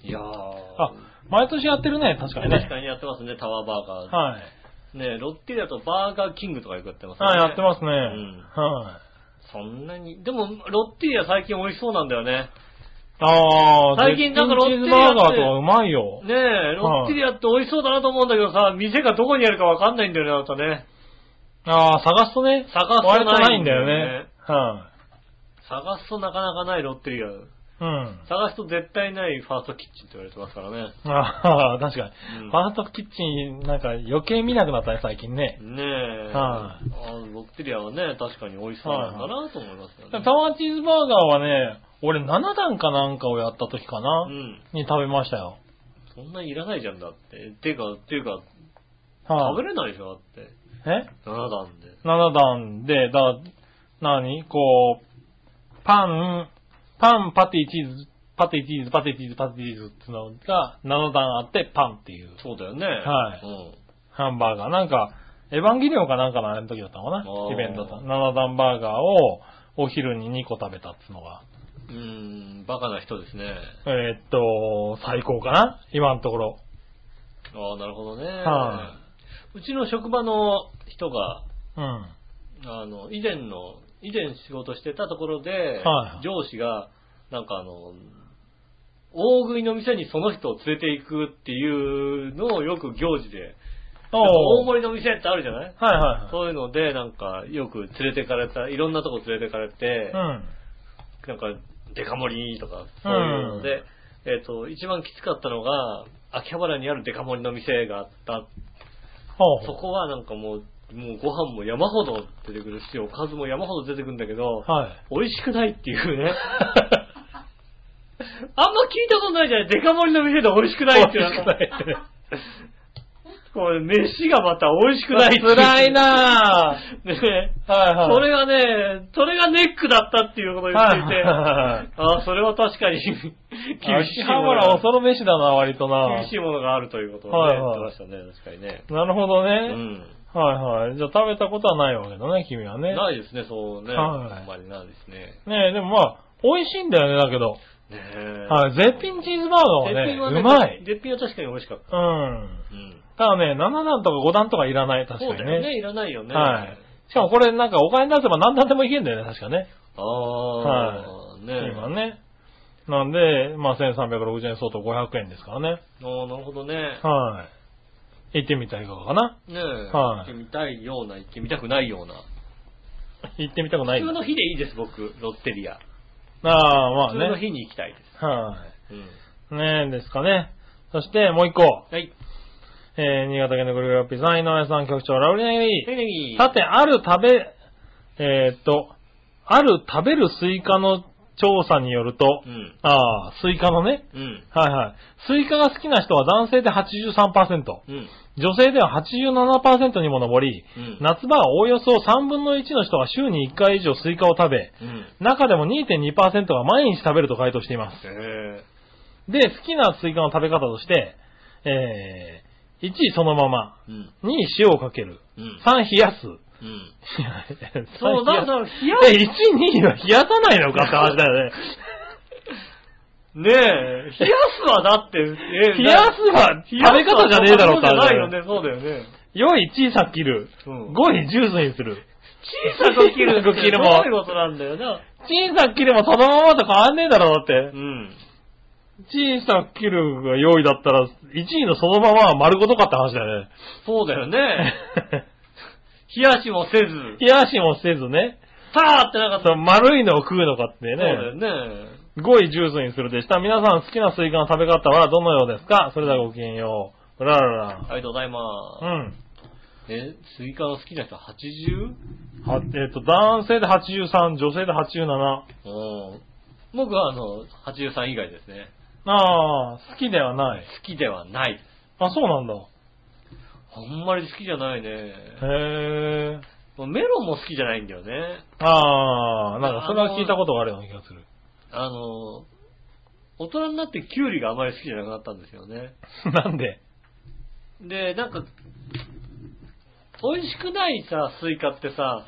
Speaker 2: す。いやー。
Speaker 3: あ、毎年やってるね、確かに
Speaker 2: 確
Speaker 3: ね。
Speaker 2: かにやってますね、タワーバーガー。
Speaker 3: はい。
Speaker 2: ねロッテリアとバーガーキングとかよくやってますね。
Speaker 3: はい、やってますね。
Speaker 2: ん
Speaker 3: はい。
Speaker 2: そんなに。でも、ロッテリア最近美味しそうなんだよね。
Speaker 3: ああ、
Speaker 2: 最近なんかロッテリアって
Speaker 3: チーズバーガーとかうまいよ。
Speaker 2: ねえ、ロッテリアって美味しそうだなと思うんだけどさ、店がどこにあるかわかんないんだよね、あなたね。
Speaker 3: ああ、探すとね、
Speaker 2: 探すと
Speaker 3: 割と
Speaker 2: な
Speaker 3: ないい
Speaker 2: ん
Speaker 3: ん
Speaker 2: だ
Speaker 3: だ
Speaker 2: よ
Speaker 3: よ
Speaker 2: ね
Speaker 3: ね。は
Speaker 2: 探すとなかなかないロッテリア。
Speaker 3: い。うん。
Speaker 2: 探すと絶対ないファーストキッチンって言われてますからね。
Speaker 3: ああ、確か
Speaker 2: うん
Speaker 3: に。ファーストキッチン、なんか余計見なくなったね、最近ね。
Speaker 2: ねえ。
Speaker 3: は
Speaker 2: あのロッテリアはね、確かに美味しそうなんだなと思いますよ
Speaker 3: タ
Speaker 2: ね。
Speaker 3: ワーチーズバーガーはね、俺7段かなんかをやった時かな、
Speaker 2: うん。
Speaker 3: に食べましたよ。
Speaker 2: そんなにいらないじゃんだって。ていうか、ていうか、
Speaker 3: は
Speaker 2: 食
Speaker 3: い
Speaker 2: べれないでしょ、だって。
Speaker 3: え
Speaker 2: 7段で。
Speaker 3: ?7 段で、だ、なにこう、パン、パン、パティ、チーズ、パティ、チーズ、パティ、チーズ、パティ、チーズってのが7段あって、パンっていう
Speaker 2: そうだよね。
Speaker 3: はい
Speaker 2: うん。
Speaker 3: ハンバーガー。なんか、エヴァンゲリオンかなんかのあれの時だったのかな
Speaker 2: あー
Speaker 3: イベントだった。7段バーガーをお昼に2個食べたっつのが。
Speaker 2: うーん、バカな人ですね。
Speaker 3: えーっと、最高かな今のところ。
Speaker 2: ああ、なるほどね。
Speaker 3: は
Speaker 2: うちの職場の人が、
Speaker 3: うん。は
Speaker 2: あの、以前の、以前仕事してたところで、
Speaker 3: はい
Speaker 2: 上司が、なんかあの、大食いの店にその人を連れて行くっていうのをよく行事で、
Speaker 3: おー
Speaker 2: 大盛りの店ってあるじゃない
Speaker 3: いはい
Speaker 2: そういうので、なんか、よく連れてかれた、いろんなとこ連れてかれて、
Speaker 3: はい。
Speaker 2: なんか、デカ盛りとか、そういうので、えっ、と、一番きつかったのが、秋葉原にあるデカ盛りの店があった。
Speaker 3: うん。
Speaker 2: そ
Speaker 3: ほ
Speaker 2: こはなんかもう、もうご飯も山ほど出てくるし、おかずも山ほど出てくるんだけど、
Speaker 3: う。はい。
Speaker 2: 美味しくないっていうね。あんま聞いたことないじゃないデカ盛りの店で美味しくないっていうの
Speaker 3: 美味しくないってね
Speaker 2: これ、飯がまた美味しくないっていう
Speaker 3: 辛いなぁ。
Speaker 2: ねえ
Speaker 3: はいはい。
Speaker 2: それがね、それがネックだったっていうことを言っていて、
Speaker 3: はい
Speaker 2: ああ、それは確かに厳しい
Speaker 3: 秋葉
Speaker 2: もの
Speaker 3: 原
Speaker 2: が
Speaker 3: 恐るべしだな、割とな。
Speaker 2: 厳しいものがあるということを
Speaker 3: は
Speaker 2: ね、
Speaker 3: い
Speaker 2: 言っ
Speaker 3: はい
Speaker 2: てましたね、確かにね。
Speaker 3: なるほど
Speaker 2: う
Speaker 3: ね。
Speaker 2: ん。
Speaker 3: はいはい。じゃあ食べたことはないわけだね、君はね。
Speaker 2: ないですね、そうね。
Speaker 3: はい
Speaker 2: あんまりないですね。
Speaker 3: ねえ、でもまあ、美味しいんだよね、だけど。
Speaker 2: ね
Speaker 3: はい、絶品チーズバーガーは
Speaker 2: 絶品は
Speaker 3: ね、
Speaker 2: ね
Speaker 3: うまい。
Speaker 2: 絶品は確かに美味しかった。
Speaker 3: うん。
Speaker 2: うん。
Speaker 3: ただね、7段とか5段とかいらない、確か
Speaker 2: そう
Speaker 3: に
Speaker 2: だ
Speaker 3: ね。
Speaker 2: よね、いらないよね。
Speaker 3: はい。しかもこれなんかお金出せば何段でもいけんだよね、確かね。
Speaker 2: ああ、
Speaker 3: はい。
Speaker 2: ねえ。
Speaker 3: 今ね。なんで、まあ1360円相当500円ですからね。
Speaker 2: ああ、なるほどね。
Speaker 3: はい。行ってみたいかがかな。
Speaker 2: ねえ。行
Speaker 3: はい
Speaker 2: ってみたいような、行ってみたくないような。
Speaker 3: 行ってみたくない
Speaker 2: 普通。の日でいいです、僕、ロッテリア。
Speaker 3: ああ、
Speaker 2: 普
Speaker 3: ま
Speaker 2: 通
Speaker 3: あ
Speaker 2: の
Speaker 3: ね。
Speaker 2: 日に行きたいです。
Speaker 3: は
Speaker 2: うん。
Speaker 3: い。ねえ、ですかね。そして、もう一個。
Speaker 2: はい。
Speaker 3: えー、新潟県のグループラッピーさん、井上さん、局長、ラブリネギ
Speaker 2: テレビ。
Speaker 3: さて、ある食べ、えーっと、ある食べるスイカの調査によると
Speaker 2: う、ん。
Speaker 3: ああ、スイカのね、
Speaker 2: うん。
Speaker 3: はいはい。スイカが好きな人は男性で83%、
Speaker 2: うん。
Speaker 3: 女性では87%にも上り、
Speaker 2: うん
Speaker 3: 夏場はおおよそ3分の1の人が週に1回以上スイカを食べ、
Speaker 2: うん。
Speaker 3: 中でも2.2%が毎日食べると回答しています。
Speaker 2: え
Speaker 3: で、好きなスイカの食べ方として、えー、1位そのまま、
Speaker 2: え。うん。
Speaker 3: 2位塩をかける、
Speaker 2: うん。
Speaker 3: 3冷やす。
Speaker 2: うん。[LAUGHS]
Speaker 3: そ
Speaker 2: そう、だから、冷や
Speaker 3: え、1、2位は冷やさないのかって話だよ
Speaker 2: [LAUGHS]
Speaker 3: ね。
Speaker 2: ねえ、冷やすはだって、え
Speaker 3: 冷やすは食べ方じゃねえだろ
Speaker 2: っ
Speaker 3: ってて
Speaker 2: じゃ
Speaker 3: 話
Speaker 2: ない
Speaker 3: だ
Speaker 2: よ
Speaker 3: よ
Speaker 2: ね
Speaker 3: ね、
Speaker 2: そうだよね。
Speaker 3: 4位チーサ切る。
Speaker 2: うん
Speaker 3: 5位ジュースにする。
Speaker 2: 小さく切るって
Speaker 3: 小さく切る
Speaker 2: [LAUGHS]
Speaker 3: も
Speaker 2: どういうことなんだよな。
Speaker 3: チーサ切るもそのままと変わんねえだろ、だって
Speaker 2: う。ん。
Speaker 3: チーサ切るが4位だったら、1位のそのままは丸ごとかって話だよ
Speaker 2: [LAUGHS]
Speaker 3: ね。
Speaker 2: そうだよね。 [LAUGHS] 冷やしもせず、
Speaker 3: 冷やしもせずね。
Speaker 2: さあってなかった。
Speaker 3: その丸いのを食うのかって
Speaker 2: そうだよ
Speaker 3: ね。
Speaker 2: ね。
Speaker 3: 5位ジュースにするでした。皆さん好きなスイカの食べ方はどのようですかそれではごきげんよう。うららら。
Speaker 2: ありがとうございま
Speaker 3: うん。
Speaker 2: す。え、スイカの好きな人 80?
Speaker 3: はえっ、と、男性で83、女性で87。
Speaker 2: うん。僕はあの、83以外ですね。
Speaker 3: ああ、好きではない。
Speaker 2: 好きではない。
Speaker 3: あ、そうなんだ。
Speaker 2: あんまり好きじゃないね。
Speaker 3: へえ。
Speaker 2: メロンも好きじゃないんだよね。
Speaker 3: ああ、なんかそれは聞いたことがあるような気がする。
Speaker 2: あの、大人になってキュウリがあまり好きじゃなくなったんですよね。
Speaker 3: [LAUGHS] なんで
Speaker 2: で、なんか、美味しくないさ、スイカってさ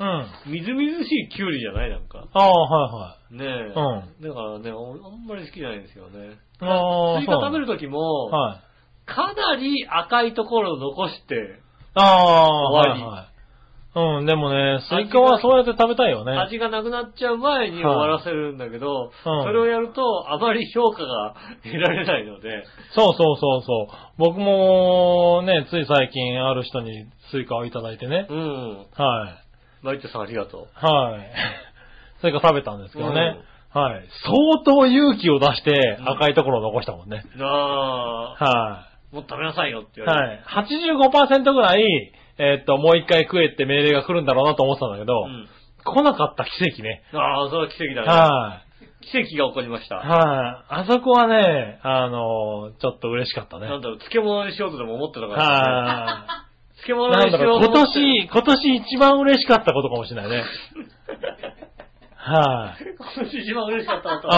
Speaker 3: う、ん。
Speaker 2: みずみずしいキュウリじゃないなんか。
Speaker 3: ああ、はいはい。
Speaker 2: ねえ。
Speaker 3: う
Speaker 2: だからねおあんまり好きじゃないんですよね。
Speaker 3: ああ、
Speaker 2: スイカ食べる
Speaker 3: と
Speaker 2: ときも、
Speaker 3: はい。
Speaker 2: かなり赤いところを残して、
Speaker 3: ああ、
Speaker 2: 終わ
Speaker 3: はい
Speaker 2: り
Speaker 3: はうん、でもね、スイカはそうやって食べたいよね。
Speaker 2: 味がなくなっちゃう前に終わらせるんだけど、それをやるとあまり評価が得られないので、
Speaker 3: そうそうそうそう。僕もね、つい最近ある人にスイカをいただいてね。
Speaker 2: うん。
Speaker 3: はい。
Speaker 2: マイトさんありがと
Speaker 3: はい。 [LAUGHS] スイカ食べたんですけどね。はい。相当勇気を出して
Speaker 2: うん
Speaker 3: 赤いところを残したもんね。
Speaker 2: う。なあ、
Speaker 3: は
Speaker 2: もっと食べなさいよって言
Speaker 3: い。
Speaker 2: われ
Speaker 3: はい。85%ぐらい、えーっと、もう一回食えって命令が来るんだろうなと思ってたんだけど、
Speaker 2: て。うん。
Speaker 3: 来なかった奇跡ね。
Speaker 2: ああ、それは奇跡だね。
Speaker 3: はい。
Speaker 2: 奇跡が起こりました。
Speaker 3: はい。あそこはね、あの、ちょっと嬉しかったね。
Speaker 2: な
Speaker 3: は
Speaker 2: んだろう、漬物にしようとでも思ってた
Speaker 3: い。
Speaker 2: から、ね。漬物
Speaker 3: な
Speaker 2: に
Speaker 3: ん
Speaker 2: し
Speaker 3: だ
Speaker 2: よ
Speaker 3: ろ
Speaker 2: う
Speaker 3: う、
Speaker 2: と
Speaker 3: [LAUGHS] 今
Speaker 2: 思って。
Speaker 3: 年、今年一番嬉しかったことかもしれないね。
Speaker 2: [LAUGHS]
Speaker 3: はい。
Speaker 2: 今年一番嬉しかったなと
Speaker 3: うん。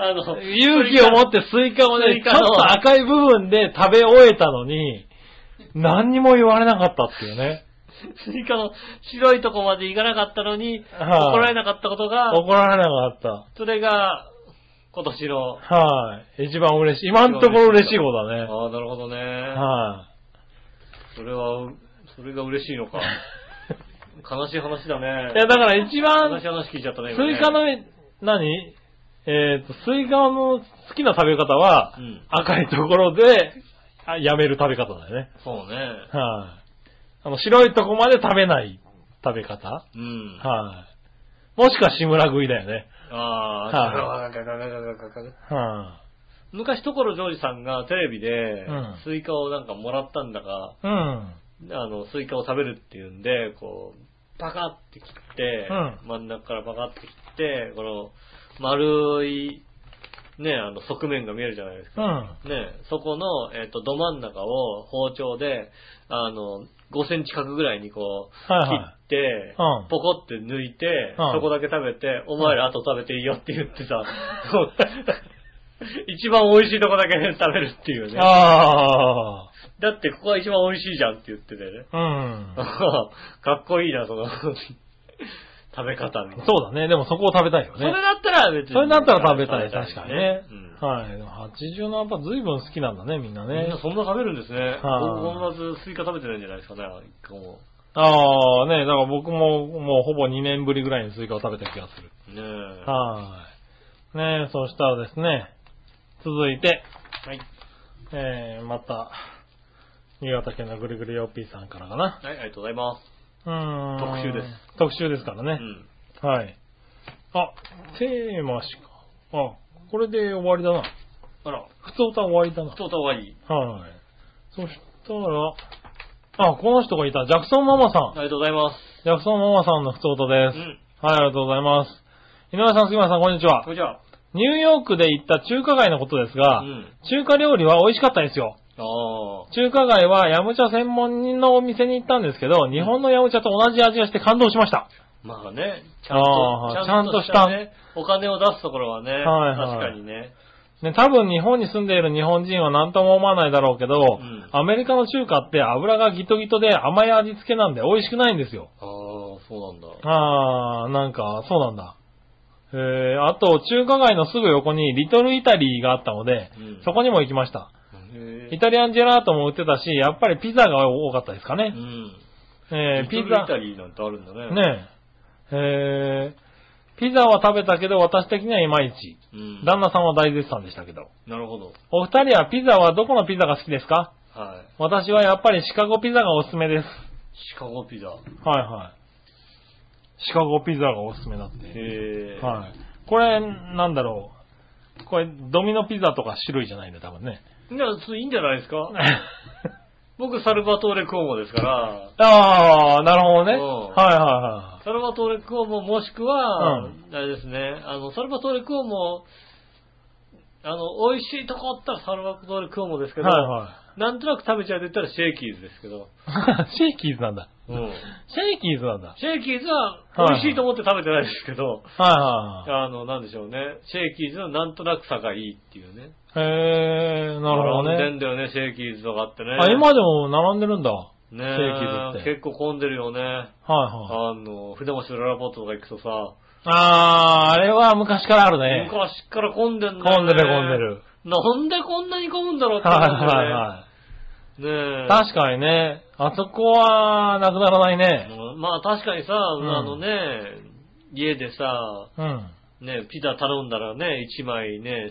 Speaker 2: あの、
Speaker 3: 勇気を持
Speaker 2: て、
Speaker 3: ってスイカをね、
Speaker 2: スイ
Speaker 3: ちょ
Speaker 2: カ
Speaker 3: っ
Speaker 2: の
Speaker 3: と赤い部分で食べ終えたのに、何にも言われなかったっていうね。
Speaker 2: スイカの白いとこまで行かなかったのに、
Speaker 3: はい
Speaker 2: 怒られなかったことが、
Speaker 3: 怒られなかっ
Speaker 2: それが、今年の。
Speaker 3: た。はい。一番嬉しい。今のところ嬉しいことだね。
Speaker 2: ああ、なるほどね。
Speaker 3: は
Speaker 2: それは、うそれが嬉しいのか。悲しい話だね。
Speaker 3: い。いや、だから一
Speaker 2: 悲
Speaker 3: 番
Speaker 2: しい、話聞いちゃったね。今ね
Speaker 3: スイカの、何えっ、と、スイカの好きな食べ方は、
Speaker 2: うん。
Speaker 3: 赤いところで、あやめる食べ方だよね。
Speaker 2: そうね。
Speaker 3: はい、あの、白いとこまで食べない食べ方はい、
Speaker 2: うん。
Speaker 3: もしくは志村食いだよね。
Speaker 2: ああ、ガガガガガガガガ
Speaker 3: は
Speaker 2: 昔、所ジョージさんがテレビで
Speaker 3: うん、
Speaker 2: スイカをなんかもらったんだか、
Speaker 3: い、うん。
Speaker 2: あの、スイカを食べるっていうんで、こう、パカって切って、
Speaker 3: う
Speaker 2: 真ん中からパカって切って、この、丸い、ね、あの、側面が見えるじゃないです
Speaker 3: う
Speaker 2: か。
Speaker 3: ん。
Speaker 2: ね、そこの、えっ、と、ど真ん中を包丁で、あの、5センチ角ぐらいにこう、
Speaker 3: はいは
Speaker 2: 切って、
Speaker 3: うん
Speaker 2: ポコって抜いて、
Speaker 3: うん
Speaker 2: そこだけ食べて、お前ら後食べていいよって言ってさ、そう [LAUGHS] 一番美味しいとこだけ食べるっていうね。
Speaker 3: ああ、
Speaker 2: だってここが一番美味しいじゃんって言っててね。
Speaker 3: うん。
Speaker 2: かっこいいな、その、食べ方みたいな。
Speaker 3: そうだね。でもそこを食べたいよ
Speaker 2: それ
Speaker 3: ね。
Speaker 2: だったら別に。
Speaker 3: それだったら食べたい。確かにね。
Speaker 2: うん
Speaker 3: はい。でも80のアパずいぶん好きなんだね、みんな
Speaker 2: みん
Speaker 3: ね
Speaker 2: な。そんな食べるんですね。
Speaker 3: はい
Speaker 2: 僕もまずスイカ食べてないんじゃないですかね、一個も。
Speaker 3: ああ、ね、だから僕ももうほぼ2年ぶりぐらいにスイカを食べた気がする。
Speaker 2: ねえ。は
Speaker 3: はい。ねそしたらですね、続いて、
Speaker 2: い。
Speaker 3: えー、また、新潟県のぐるぐるよっぴーさんからかな。
Speaker 2: はい、ありがとうございま
Speaker 3: うーん。。
Speaker 2: 特集です
Speaker 3: 特集ですからね。
Speaker 2: す。うん。
Speaker 3: はい。あ、テーマしか。あ、これで終わりだな。
Speaker 2: あら、
Speaker 3: 普通歌終わりだ
Speaker 2: 太った方がいい。
Speaker 3: な。はい。そしたら、あ、この人がいた。ジャクソンママさ
Speaker 2: あ
Speaker 3: ん。
Speaker 2: りがとうございます。
Speaker 3: ジャクソンママさんの普通歌で
Speaker 2: う
Speaker 3: す。
Speaker 2: ん。
Speaker 3: はい、ありがとうございます。井上さん、杉村さん、こんにちは
Speaker 2: こ。れじゃあ。
Speaker 3: ニューヨークで行った中華街のことですが、
Speaker 2: うん。
Speaker 3: 中華料理は美味しかったですよ。
Speaker 2: あ
Speaker 3: 中華街はヤムチャ専門のお店に行ったんですけど、日本のヤムチャと同じ味がして感動しました。
Speaker 2: あ。まあね、ちゃんと、
Speaker 3: あーちゃん
Speaker 2: ね。お金を出すところはね、
Speaker 3: はいはい
Speaker 2: 確かにね。
Speaker 3: ね、多分日本に住んでいる日本人は何とも思わないだろうけど、
Speaker 2: ん
Speaker 3: アメリカの中華って油がギトギトで甘い味付けなんで美味しくないんですよ。
Speaker 2: ああ、そうなんだ。
Speaker 3: あー、なんか、そうなんだ。えー、あと、中華街のすぐ横にリトルイタリーがあったので、
Speaker 2: うん
Speaker 3: そこにも行きました。
Speaker 2: へえ
Speaker 3: イタリアンジェラートも売ってたし、やっぱりピザが多かったですか
Speaker 2: う
Speaker 3: ね。
Speaker 2: ん。
Speaker 3: えー、
Speaker 2: ピ
Speaker 3: ピ
Speaker 2: ザ。
Speaker 3: ザ
Speaker 2: イ。タリーなんてあるんだね。。
Speaker 3: ねえ。えー、ピザは食べたけど私的にはいまいち。
Speaker 2: うん。
Speaker 3: 旦那さんは大絶賛でしたけど。
Speaker 2: なるほど。
Speaker 3: お二人はピザはどこのピザが好きですか
Speaker 2: はい。
Speaker 3: 私はやっぱりシカゴピザがおすすめです。
Speaker 2: シカゴピザ。
Speaker 3: はいはい。シカゴピザがおすすめだって。
Speaker 2: へえ。
Speaker 3: はい。これ、なんだろう。これ、ドミノピザとか種類じゃないんだ、多分
Speaker 2: [LAUGHS]
Speaker 3: ね。
Speaker 2: い。じゃあ、それいいんじゃないですか僕、サルバトーレ・クオモですから、
Speaker 3: ああ、なるほどね。
Speaker 2: うん
Speaker 3: はいは
Speaker 2: サルバトーレ・クオモもしくは、
Speaker 3: うん
Speaker 2: あれですね、あの、サルバトーレ・クオモ、あの、美味しいとこあったらサルバトーレ・クオモですけ
Speaker 3: い
Speaker 2: ど、
Speaker 3: はい。は
Speaker 2: なんとなく食べちゃうと言ったらシェイキーズですけど、
Speaker 3: いはい。 [LAUGHS] シェイキーズなんだ。 [LAUGHS]
Speaker 2: うん
Speaker 3: シェイキーズなんだ。
Speaker 2: シェイキーズは美味しいと思って食べてないですけど、
Speaker 3: はいはいはい。
Speaker 2: あの、なんでしょうね、シェイキーズのなんとなく差がいいっていうね。
Speaker 3: へえー、なるほど
Speaker 2: 並ん。
Speaker 3: ね
Speaker 2: でんだよね、シェイキーズとかってね。
Speaker 3: あ、今でも並んでるんだ。は
Speaker 2: ね
Speaker 3: シェイキーズって
Speaker 2: 結構混んでるよね。
Speaker 3: いはい。
Speaker 2: あの、船橋ララポートとか行くとさ、
Speaker 3: あー、あれは昔からあるね。
Speaker 2: 昔から混んでんだよね
Speaker 3: 混んでる混んで。る。
Speaker 2: なんでこんなに混むんだろうって
Speaker 3: はい
Speaker 2: 思
Speaker 3: は
Speaker 2: うんだよね。
Speaker 3: いはい。
Speaker 2: ねえ。
Speaker 3: 確かにね、あそこはなくならないね。
Speaker 2: うんまあ確かにさ、
Speaker 3: ん
Speaker 2: あのね、家でさ、
Speaker 3: うん。
Speaker 2: ね、ピザ頼んだらね、1枚ね、
Speaker 3: う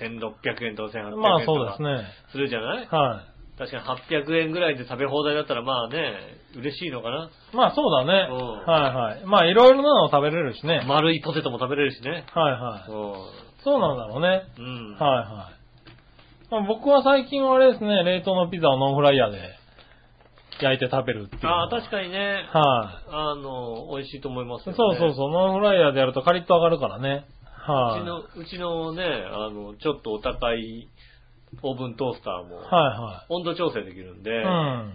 Speaker 2: 千1600円とか1800円とか。
Speaker 3: まあそうですね。
Speaker 2: するじゃない
Speaker 3: は
Speaker 2: 確かに800円ぐらいで食べ放題だったらまあね、嬉しいのかな。
Speaker 3: い。まあそうだね。
Speaker 2: うん
Speaker 3: はいはい。まあいろいろなのを食べれるしね。
Speaker 2: 丸いポテトも食べれるしね。
Speaker 3: はいはい。
Speaker 2: う
Speaker 3: そうなんだろうね。
Speaker 2: ん。
Speaker 3: はいはい。まあ、僕は最近はあれですね、冷凍のピザをノンフライヤーで焼いて食べるっていう。
Speaker 2: ああ、確かにね、
Speaker 3: に。はい、
Speaker 2: あの、美味しいと思います
Speaker 3: そう
Speaker 2: よね。
Speaker 3: そうそう、ノンフライヤーでやるとカリッと上がるからね。
Speaker 2: う
Speaker 3: はい、
Speaker 2: ちの、うちのね、あの、ちょっとお高いオーブントースターも、
Speaker 3: は
Speaker 2: 温度調整できるんで、
Speaker 3: いはい。うん。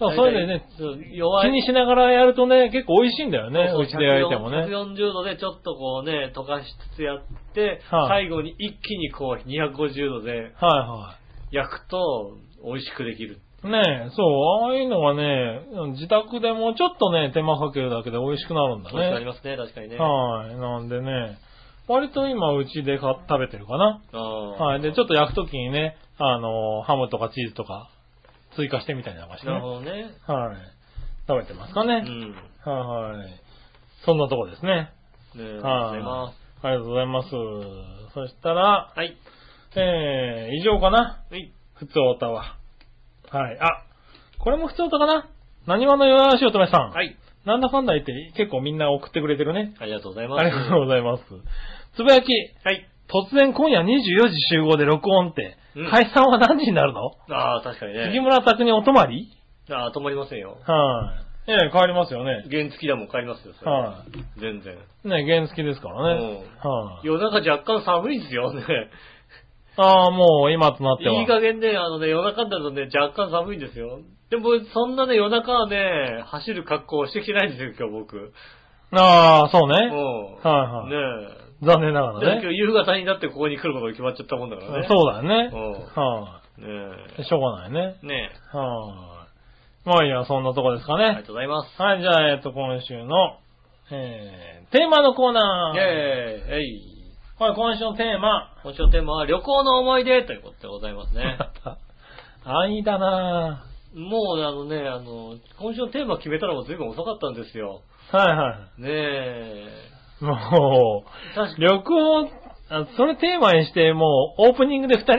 Speaker 3: そう、それでね、
Speaker 2: ね、弱
Speaker 3: 気
Speaker 2: い。
Speaker 3: にしながらやるとね、結構美味しいんだよね、
Speaker 2: そう
Speaker 3: うちで焼いてもね。
Speaker 2: 140度でちょっとこうね、溶かしつつやって、
Speaker 3: はい
Speaker 2: 最後に一気にこう250度で
Speaker 3: は
Speaker 2: 焼くと美味しくできる。
Speaker 3: いはい。ねえ、そう、ああいうのがね、自宅でもちょっとね、手間かけるだけで美味しくなるんだ
Speaker 2: 美味しくなり
Speaker 3: ね。
Speaker 2: ますね、確かにね。
Speaker 3: はい。なんでね、割と今うちでか食べてるかな。
Speaker 2: は
Speaker 3: はい。で、ちょっと焼くときにね、あの、ハムとかチーズとか追加してみたりなんかして、ね。
Speaker 2: なるほどね。
Speaker 3: はい。食べてますか
Speaker 2: う
Speaker 3: ね。
Speaker 2: ん。ね
Speaker 3: はいはい。そんなとこですね。
Speaker 2: ありがとうご
Speaker 3: はい
Speaker 2: ざいます。
Speaker 3: ありがとうございます。そしたら、
Speaker 2: はい。
Speaker 3: えー、以上かな。
Speaker 2: はい。
Speaker 3: ふつおたは。はい。あ、これもふつおたかな。なにわのよやしおとめさん。
Speaker 2: はい。
Speaker 3: なんだかんだ言って結構みんな送ってくれてるね。
Speaker 2: ありがとうございます。
Speaker 3: ありがとうございます。つぶやき、
Speaker 2: はい。
Speaker 3: 突然今夜24時集合で録音って、
Speaker 2: うん
Speaker 3: 解散は何時になるの
Speaker 2: ああ、確かに
Speaker 3: 杉
Speaker 2: ね。
Speaker 3: 村拓にお泊まり
Speaker 2: ああ、止まりませんよ。
Speaker 3: はい。ええ、変わりますよね。
Speaker 2: 原付きだもん帰りますよ、それ
Speaker 3: は
Speaker 2: 全然。
Speaker 3: い。ね、原付きですからね。はい。
Speaker 2: 夜中若干寒いんですよね。
Speaker 3: ああ、もう今となっては。
Speaker 2: いい加減ね、あのね、夜中になるとね、若干寒いんですよ。でも、そんなね、夜中はね、走る格好をしてきてないんですよ、今日僕。
Speaker 3: ああ、そう
Speaker 2: う
Speaker 3: ね。
Speaker 2: ん。
Speaker 3: はいはい
Speaker 2: ね
Speaker 3: 残念な
Speaker 2: え。
Speaker 3: が
Speaker 2: で
Speaker 3: ら
Speaker 2: 今日
Speaker 3: ね。
Speaker 2: 夕方になってここに来ることが決まっちゃったもんだからね。
Speaker 3: そうだよね。
Speaker 2: う
Speaker 3: は
Speaker 2: ん。ね
Speaker 3: い。しょうがないね。
Speaker 2: え。ねえ。
Speaker 3: はい。まあいいや、そんなとこですか
Speaker 2: ありが
Speaker 3: ね。
Speaker 2: とうございます。
Speaker 3: はい、じゃあ、えっと、今週の、えー、テーマのコーナ
Speaker 2: イェー
Speaker 3: ー。
Speaker 2: イ。えい。
Speaker 3: はい、今週のテーマ。
Speaker 2: 今週のテーマは旅行の思い出ということでございます
Speaker 3: [LAUGHS]
Speaker 2: ね。
Speaker 3: 安易だな
Speaker 2: もうあのね、あの、今週のテーマ決めたのも随分遅かったんですよ。
Speaker 3: ぁはいは
Speaker 2: ねえ。
Speaker 3: い。もう、
Speaker 2: 確か
Speaker 3: 旅行、あそれテーマにして、もうオープニングで二人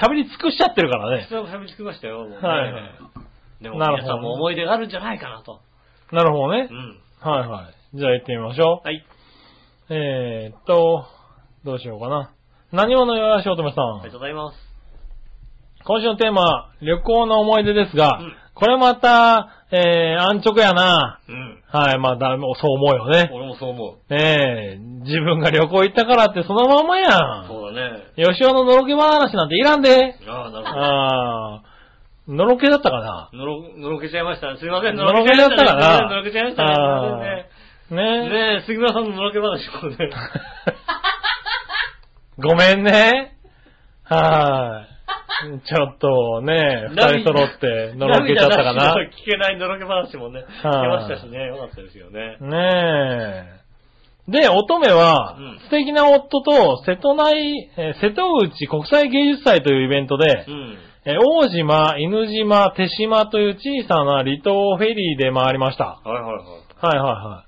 Speaker 3: 喋り尽くしちゃってるからね。
Speaker 2: に、喋り尽くましたよ、もうね
Speaker 3: はいはい
Speaker 2: でも
Speaker 3: なるほど
Speaker 2: 皆さんも思い出があるんじゃないかなと。
Speaker 3: なるほどね
Speaker 2: う。ん。
Speaker 3: はいはい。じゃあ行ってみましょ
Speaker 2: はい。
Speaker 3: う。えーっと、どうしようかな。何者よやしおとめさ。
Speaker 2: ありがとうんございます。
Speaker 3: 今週のテーマ、旅行の思い出ですが、
Speaker 2: うん
Speaker 3: これまた、えー、安直やな
Speaker 2: うん。
Speaker 3: はい、まあだ、そう思うよね。
Speaker 2: 俺もそう思う。
Speaker 3: ねえ、自分が旅行行ったからってそのままやん。
Speaker 2: そうだね。
Speaker 3: 吉尾ののろけ話なんていらんで。
Speaker 2: ああ、なるほど。
Speaker 3: あー、のろけだったかな
Speaker 2: のろ、のろけちゃいました。すいません、
Speaker 3: のろけちゃったかな
Speaker 2: のろけちゃいましたね。すいませんね
Speaker 3: ねえ。
Speaker 2: ねえ、杉村さんののろけ話もね。
Speaker 3: [LAUGHS] ごめんね。はーい。ちょっとね、 [LAUGHS] 二人揃ってのろけちゃったか
Speaker 2: 涙
Speaker 3: な。
Speaker 2: 出しの聞けないのろけ話もね、聞けましたしね、よかったですよね。
Speaker 3: ねえ。で、乙女は
Speaker 2: うん、
Speaker 3: 素敵な夫と瀬戸内、えー瀬戸内国際芸術祭というイベントで
Speaker 2: う、ん。
Speaker 3: えー大島、犬島、手島という小さな離島をフェリーで回りました。
Speaker 2: はいはいはい。
Speaker 3: はいは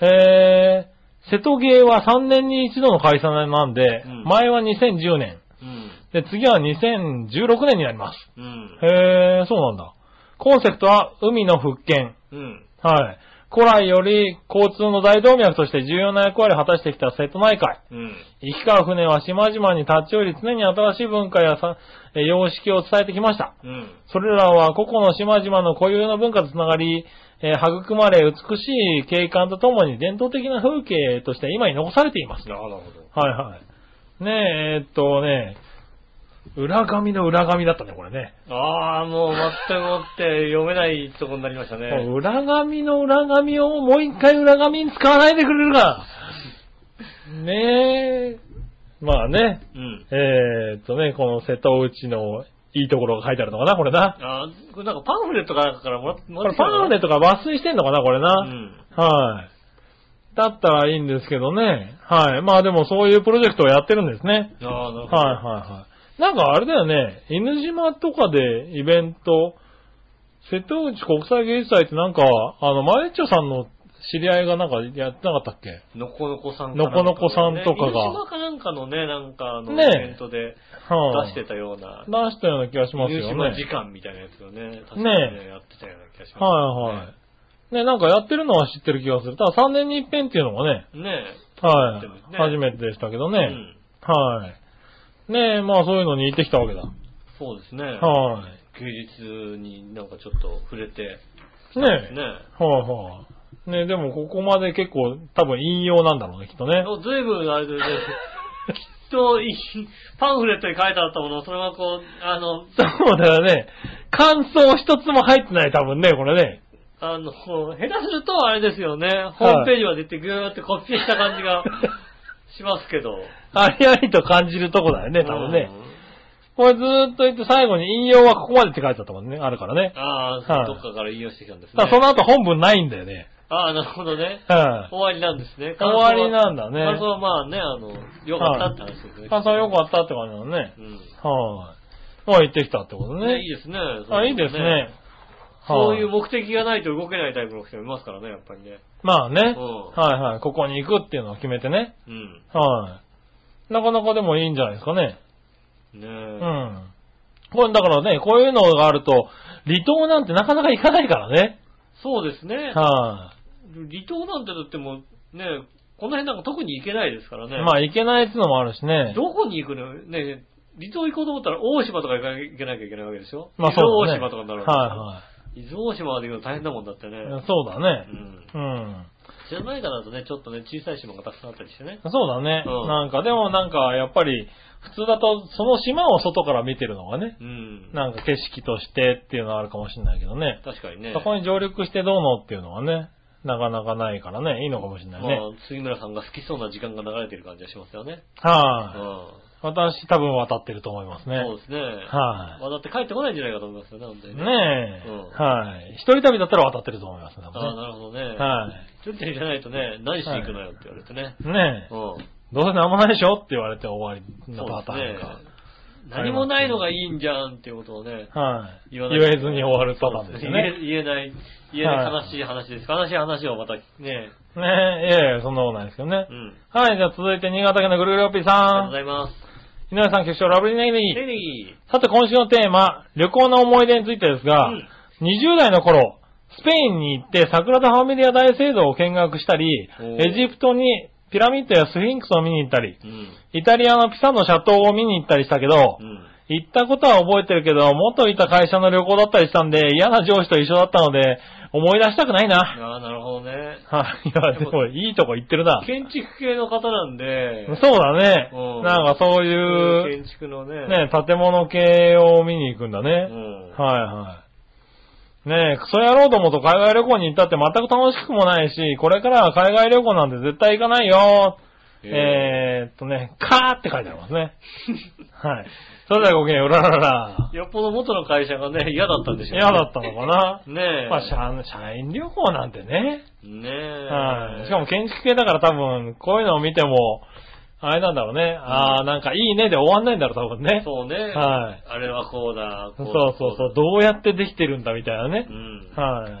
Speaker 3: いはい。へー、瀬戸芸は3年に一度の開催なんで、
Speaker 2: うん
Speaker 3: 前は2010年。
Speaker 2: うん。
Speaker 3: で、次は2016年になります。
Speaker 2: うん。
Speaker 3: へー、そうなんだ。コンセプトは海の復権。
Speaker 2: うん。
Speaker 3: はい。古来より交通の大動脈として重要な役割を果たしてきた瀬戸内海。
Speaker 2: うん。
Speaker 3: 行き交う船は島々に立ち寄り常に新しい文化やさえ様式を伝えてきました。
Speaker 2: うん。
Speaker 3: それらは個々の島々の固有の文化とつながり、えー育まれ美しい景観とともに伝統的な風景として今に残されています。
Speaker 2: なるほど。
Speaker 3: はいはい。ねえ、えーっとね、裏紙の裏紙だったね、これね。
Speaker 2: ああ、もう全くもって読めないとこになりましたね。
Speaker 3: 裏紙の裏紙をもう一回裏紙に使わないでくれるか。ねえ、まあね、
Speaker 2: うん。
Speaker 3: えーっとね、この瀬戸内のいいところが書いてあるのかな、これな。
Speaker 2: あーこれなんかパンフレットかなんかからもらって、も
Speaker 3: こ
Speaker 2: らっ
Speaker 3: れ
Speaker 2: てきた
Speaker 3: パ
Speaker 2: の
Speaker 3: ンフレットが抜粋してんのかな、これな。
Speaker 2: うん。
Speaker 3: はい。だったらいいんですけどね。はい。まあでもそういうプロジェクトをやってるんですね。
Speaker 2: ああ、なる
Speaker 3: は
Speaker 2: ほ
Speaker 3: い
Speaker 2: ど。
Speaker 3: はいはい。なんかあれだよね、犬島とかでイベント、瀬戸内国際芸術祭ってなんか、あの、マエッチョさんの知り合いがなんかやってなかったっけ
Speaker 2: のこのこさんか
Speaker 3: のこのこさんとか
Speaker 2: ね
Speaker 3: が
Speaker 2: 犬島かなんかのね、なんかあの、
Speaker 3: ねえ
Speaker 2: イベントで
Speaker 3: は
Speaker 2: 出してたような、
Speaker 3: 出したような気がします
Speaker 2: 犬
Speaker 3: よね。
Speaker 2: 島時間みたいなやつをね、確かにね、
Speaker 3: ね
Speaker 2: やってたような気がします、
Speaker 3: はいはい。ね、なんかやってるのは知ってる気がする。ただ3年に一遍っていうのがね、
Speaker 2: い。ね
Speaker 3: は
Speaker 2: やってます
Speaker 3: い。
Speaker 2: ね
Speaker 3: 初めてでしたけど
Speaker 2: え。う
Speaker 3: ね。
Speaker 2: ん。
Speaker 3: はい。ねえ、まあそういうのに行ってきたわけだ。
Speaker 2: そうですね。
Speaker 3: は
Speaker 2: 休日になんかちょっと触れて、
Speaker 3: い。
Speaker 2: ね
Speaker 3: ね
Speaker 2: え。
Speaker 3: え。はいはい。ねえ、でもここまで結構多分引用なんだろうね、きっとね。
Speaker 2: ずいぶんあれですね、きっといい、パンフレットに書いてあったものを、それがこう、あの、
Speaker 3: そうだよね。感想一つも入ってない、多分ね、これね。
Speaker 2: あの、下手するとあれですよね、ホームページまで行ってぐーってコピーした感じがしますけど。
Speaker 3: ありありと感じるとこだよ [LAUGHS] ね、多分ね
Speaker 2: う。ん。
Speaker 3: これずーっと言って最後に引用はここまでって書いてあったもんね、あるからね。
Speaker 2: あ
Speaker 3: は
Speaker 2: あ、
Speaker 3: い
Speaker 2: どっかから引用してきたんですね
Speaker 3: ただ。その後本文ないんだよね。
Speaker 2: ああ、なるほどね。
Speaker 3: うん。
Speaker 2: 終わりなんですね。
Speaker 3: 終わりなんだね
Speaker 2: 感想はまあね、あの、良かったって話ですね。
Speaker 3: 感想良かったって感じだね
Speaker 2: う。ん。
Speaker 3: はい。まあ行ってきたってこと
Speaker 2: ね、いい
Speaker 3: ね。
Speaker 2: ですね。
Speaker 3: あ、いいですね。。
Speaker 2: そういう
Speaker 3: は
Speaker 2: 目的がないと動けないタイプの人もいますからね、やっぱりね。
Speaker 3: まあね。
Speaker 2: うん
Speaker 3: はいはい。ここに行くっていうのを決めてね。
Speaker 2: うん。
Speaker 3: はい。なかなかでもいいんじゃないですかね。
Speaker 2: ねえ。
Speaker 3: うん。これだからね、こういうのがあると、離島なんてなかなか行かないからね。
Speaker 2: そうですね。
Speaker 3: は
Speaker 2: 離島なんてだってもうね、この辺なんか特に行けないですから
Speaker 3: い。
Speaker 2: ね。
Speaker 3: まあ行けないっていうのもあるしね。
Speaker 2: どこに行くのね、離島行こうと思ったら大島とか行かなきゃいけなきゃいけないわけでしょ
Speaker 3: まあ
Speaker 2: 伊
Speaker 3: そ
Speaker 2: 豆大
Speaker 3: うだね。
Speaker 2: 島とかになるわけでしょ
Speaker 3: は
Speaker 2: 伊豆大島まで行くの大変だもんだってね。
Speaker 3: いはい。そうだね
Speaker 2: う。ん。
Speaker 3: うん。
Speaker 2: 知らないかだとね、ちょっとね、小さい島がたくさんあったりしてね。
Speaker 3: そうだね。
Speaker 2: うん
Speaker 3: なんかでもなんかやっぱり普通だとその島を外から見てるのがね、
Speaker 2: うん。
Speaker 3: なんか景色としてっていうのはあるかもしれないけどね。
Speaker 2: 確かにね。
Speaker 3: そこに上陸してどうのっていうのはね、なかなかないからね、いいのかもしれないね。
Speaker 2: まあ、杉村さんが好きそうな時間が流れてる感じがしますよね。うん。
Speaker 3: はい、私多分渡ってると思いますね。
Speaker 2: そうですね。
Speaker 3: はい、
Speaker 2: まあ、だって帰ってこないんじゃないかと思いますよね、本当に
Speaker 3: ね
Speaker 2: ね。
Speaker 3: え、
Speaker 2: うん
Speaker 3: はい。一人旅だったら渡ってると思いますね。多分
Speaker 2: ああ、なるほどね。
Speaker 3: ねはい、
Speaker 2: ちょっとじゃないとね、何しに行くのよって言われてね。
Speaker 3: ねえ、
Speaker 2: うん。
Speaker 3: どうせなんもないでしょって言われて終わり
Speaker 2: そ
Speaker 3: の
Speaker 2: う
Speaker 3: パターンか。
Speaker 2: ですね。何もないのがいいんじゃんっていうことをね、
Speaker 3: はい、
Speaker 2: 言わない
Speaker 3: 言えずに終わるパターンですよね。
Speaker 2: 言え言えない、言えな
Speaker 3: はい
Speaker 2: い悲しい話です。悲しい話をまたね、
Speaker 3: ねえ、いやいや、そんなことないですけどね。
Speaker 2: うん。
Speaker 3: はい、じゃあ続いて新潟県のぐるぐるおっぴー
Speaker 2: ありがとう
Speaker 3: さ
Speaker 2: ご
Speaker 3: ん。
Speaker 2: ざいます。
Speaker 3: 井上さん、局長、ラブリーネギネギ。
Speaker 2: テリー。
Speaker 3: さて、今週のテーマ、旅行の思い出についてですが、
Speaker 2: うん
Speaker 3: 20代の頃、スペインに行って桜田ファミリア大聖堂を見学したり
Speaker 2: お、ー
Speaker 3: エジプトにピラミッドやスフィンクスを見に行ったり、
Speaker 2: うん。
Speaker 3: イタリアのピサのシャトーを見に行ったりしたけど、
Speaker 2: うん。
Speaker 3: 行ったことは覚えてるけど、元いた会社の旅行だったりしたんで、嫌な上司と一緒だったので、思い出したくないな。
Speaker 2: ああ、なるほどね。
Speaker 3: [LAUGHS] はい、いや、でもいいとこ行ってるな。
Speaker 2: 建築系の方なんで、
Speaker 3: そうだね
Speaker 2: う。ん
Speaker 3: なんかそういう、
Speaker 2: 建築のね、
Speaker 3: ね、建物系を見に行くんだ
Speaker 2: う
Speaker 3: ね。
Speaker 2: ん。
Speaker 3: はいはい。ねえ、クソ野郎どもと海外旅行に行ったって全く楽しくもないし、これからは海外旅行なんて絶対行かないよ。えーっとね、カーって書いてありますね。 [LAUGHS] はい。それではごきげんよう、うらららら。
Speaker 2: よっぽど元の会社がね、嫌だったんでしょうね
Speaker 3: 嫌だったのかな
Speaker 2: ねえ。
Speaker 3: まあ社、社員旅行なんてね。
Speaker 2: ね
Speaker 3: はい。
Speaker 2: え。
Speaker 3: しかも建築系だから多分、こういうのを見ても、あれなんだろうね。ああ、なんかいいねで終わんないんだろう、多分ね。
Speaker 2: そうね。
Speaker 3: はい
Speaker 2: あれはこうだ。
Speaker 3: そ
Speaker 2: こ
Speaker 3: う
Speaker 2: だ
Speaker 3: そうそう、どうやってできてるんだみたいなね
Speaker 2: う。ん。
Speaker 3: はい。
Speaker 2: ね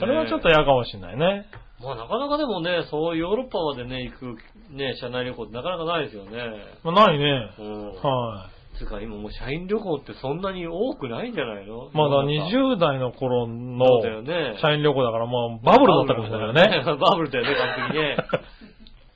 Speaker 3: それはちょっと嫌かもしれないね。
Speaker 2: まあなかなかでもね、そうヨーロッパまでね、行く、ね、社内旅行ってなかなかないですよね。
Speaker 3: まあ、ないね。
Speaker 2: うん。
Speaker 3: は
Speaker 2: つうか今もう社員旅行ってそんなに多くないんじゃないの
Speaker 3: い。まだ
Speaker 2: の
Speaker 3: 20代の頃の
Speaker 2: そうだよね。
Speaker 3: 社員旅行だから、まあ、バブルだったかもしれないよね。
Speaker 2: ね。バブルだよね、完璧ね。
Speaker 3: [LAUGHS]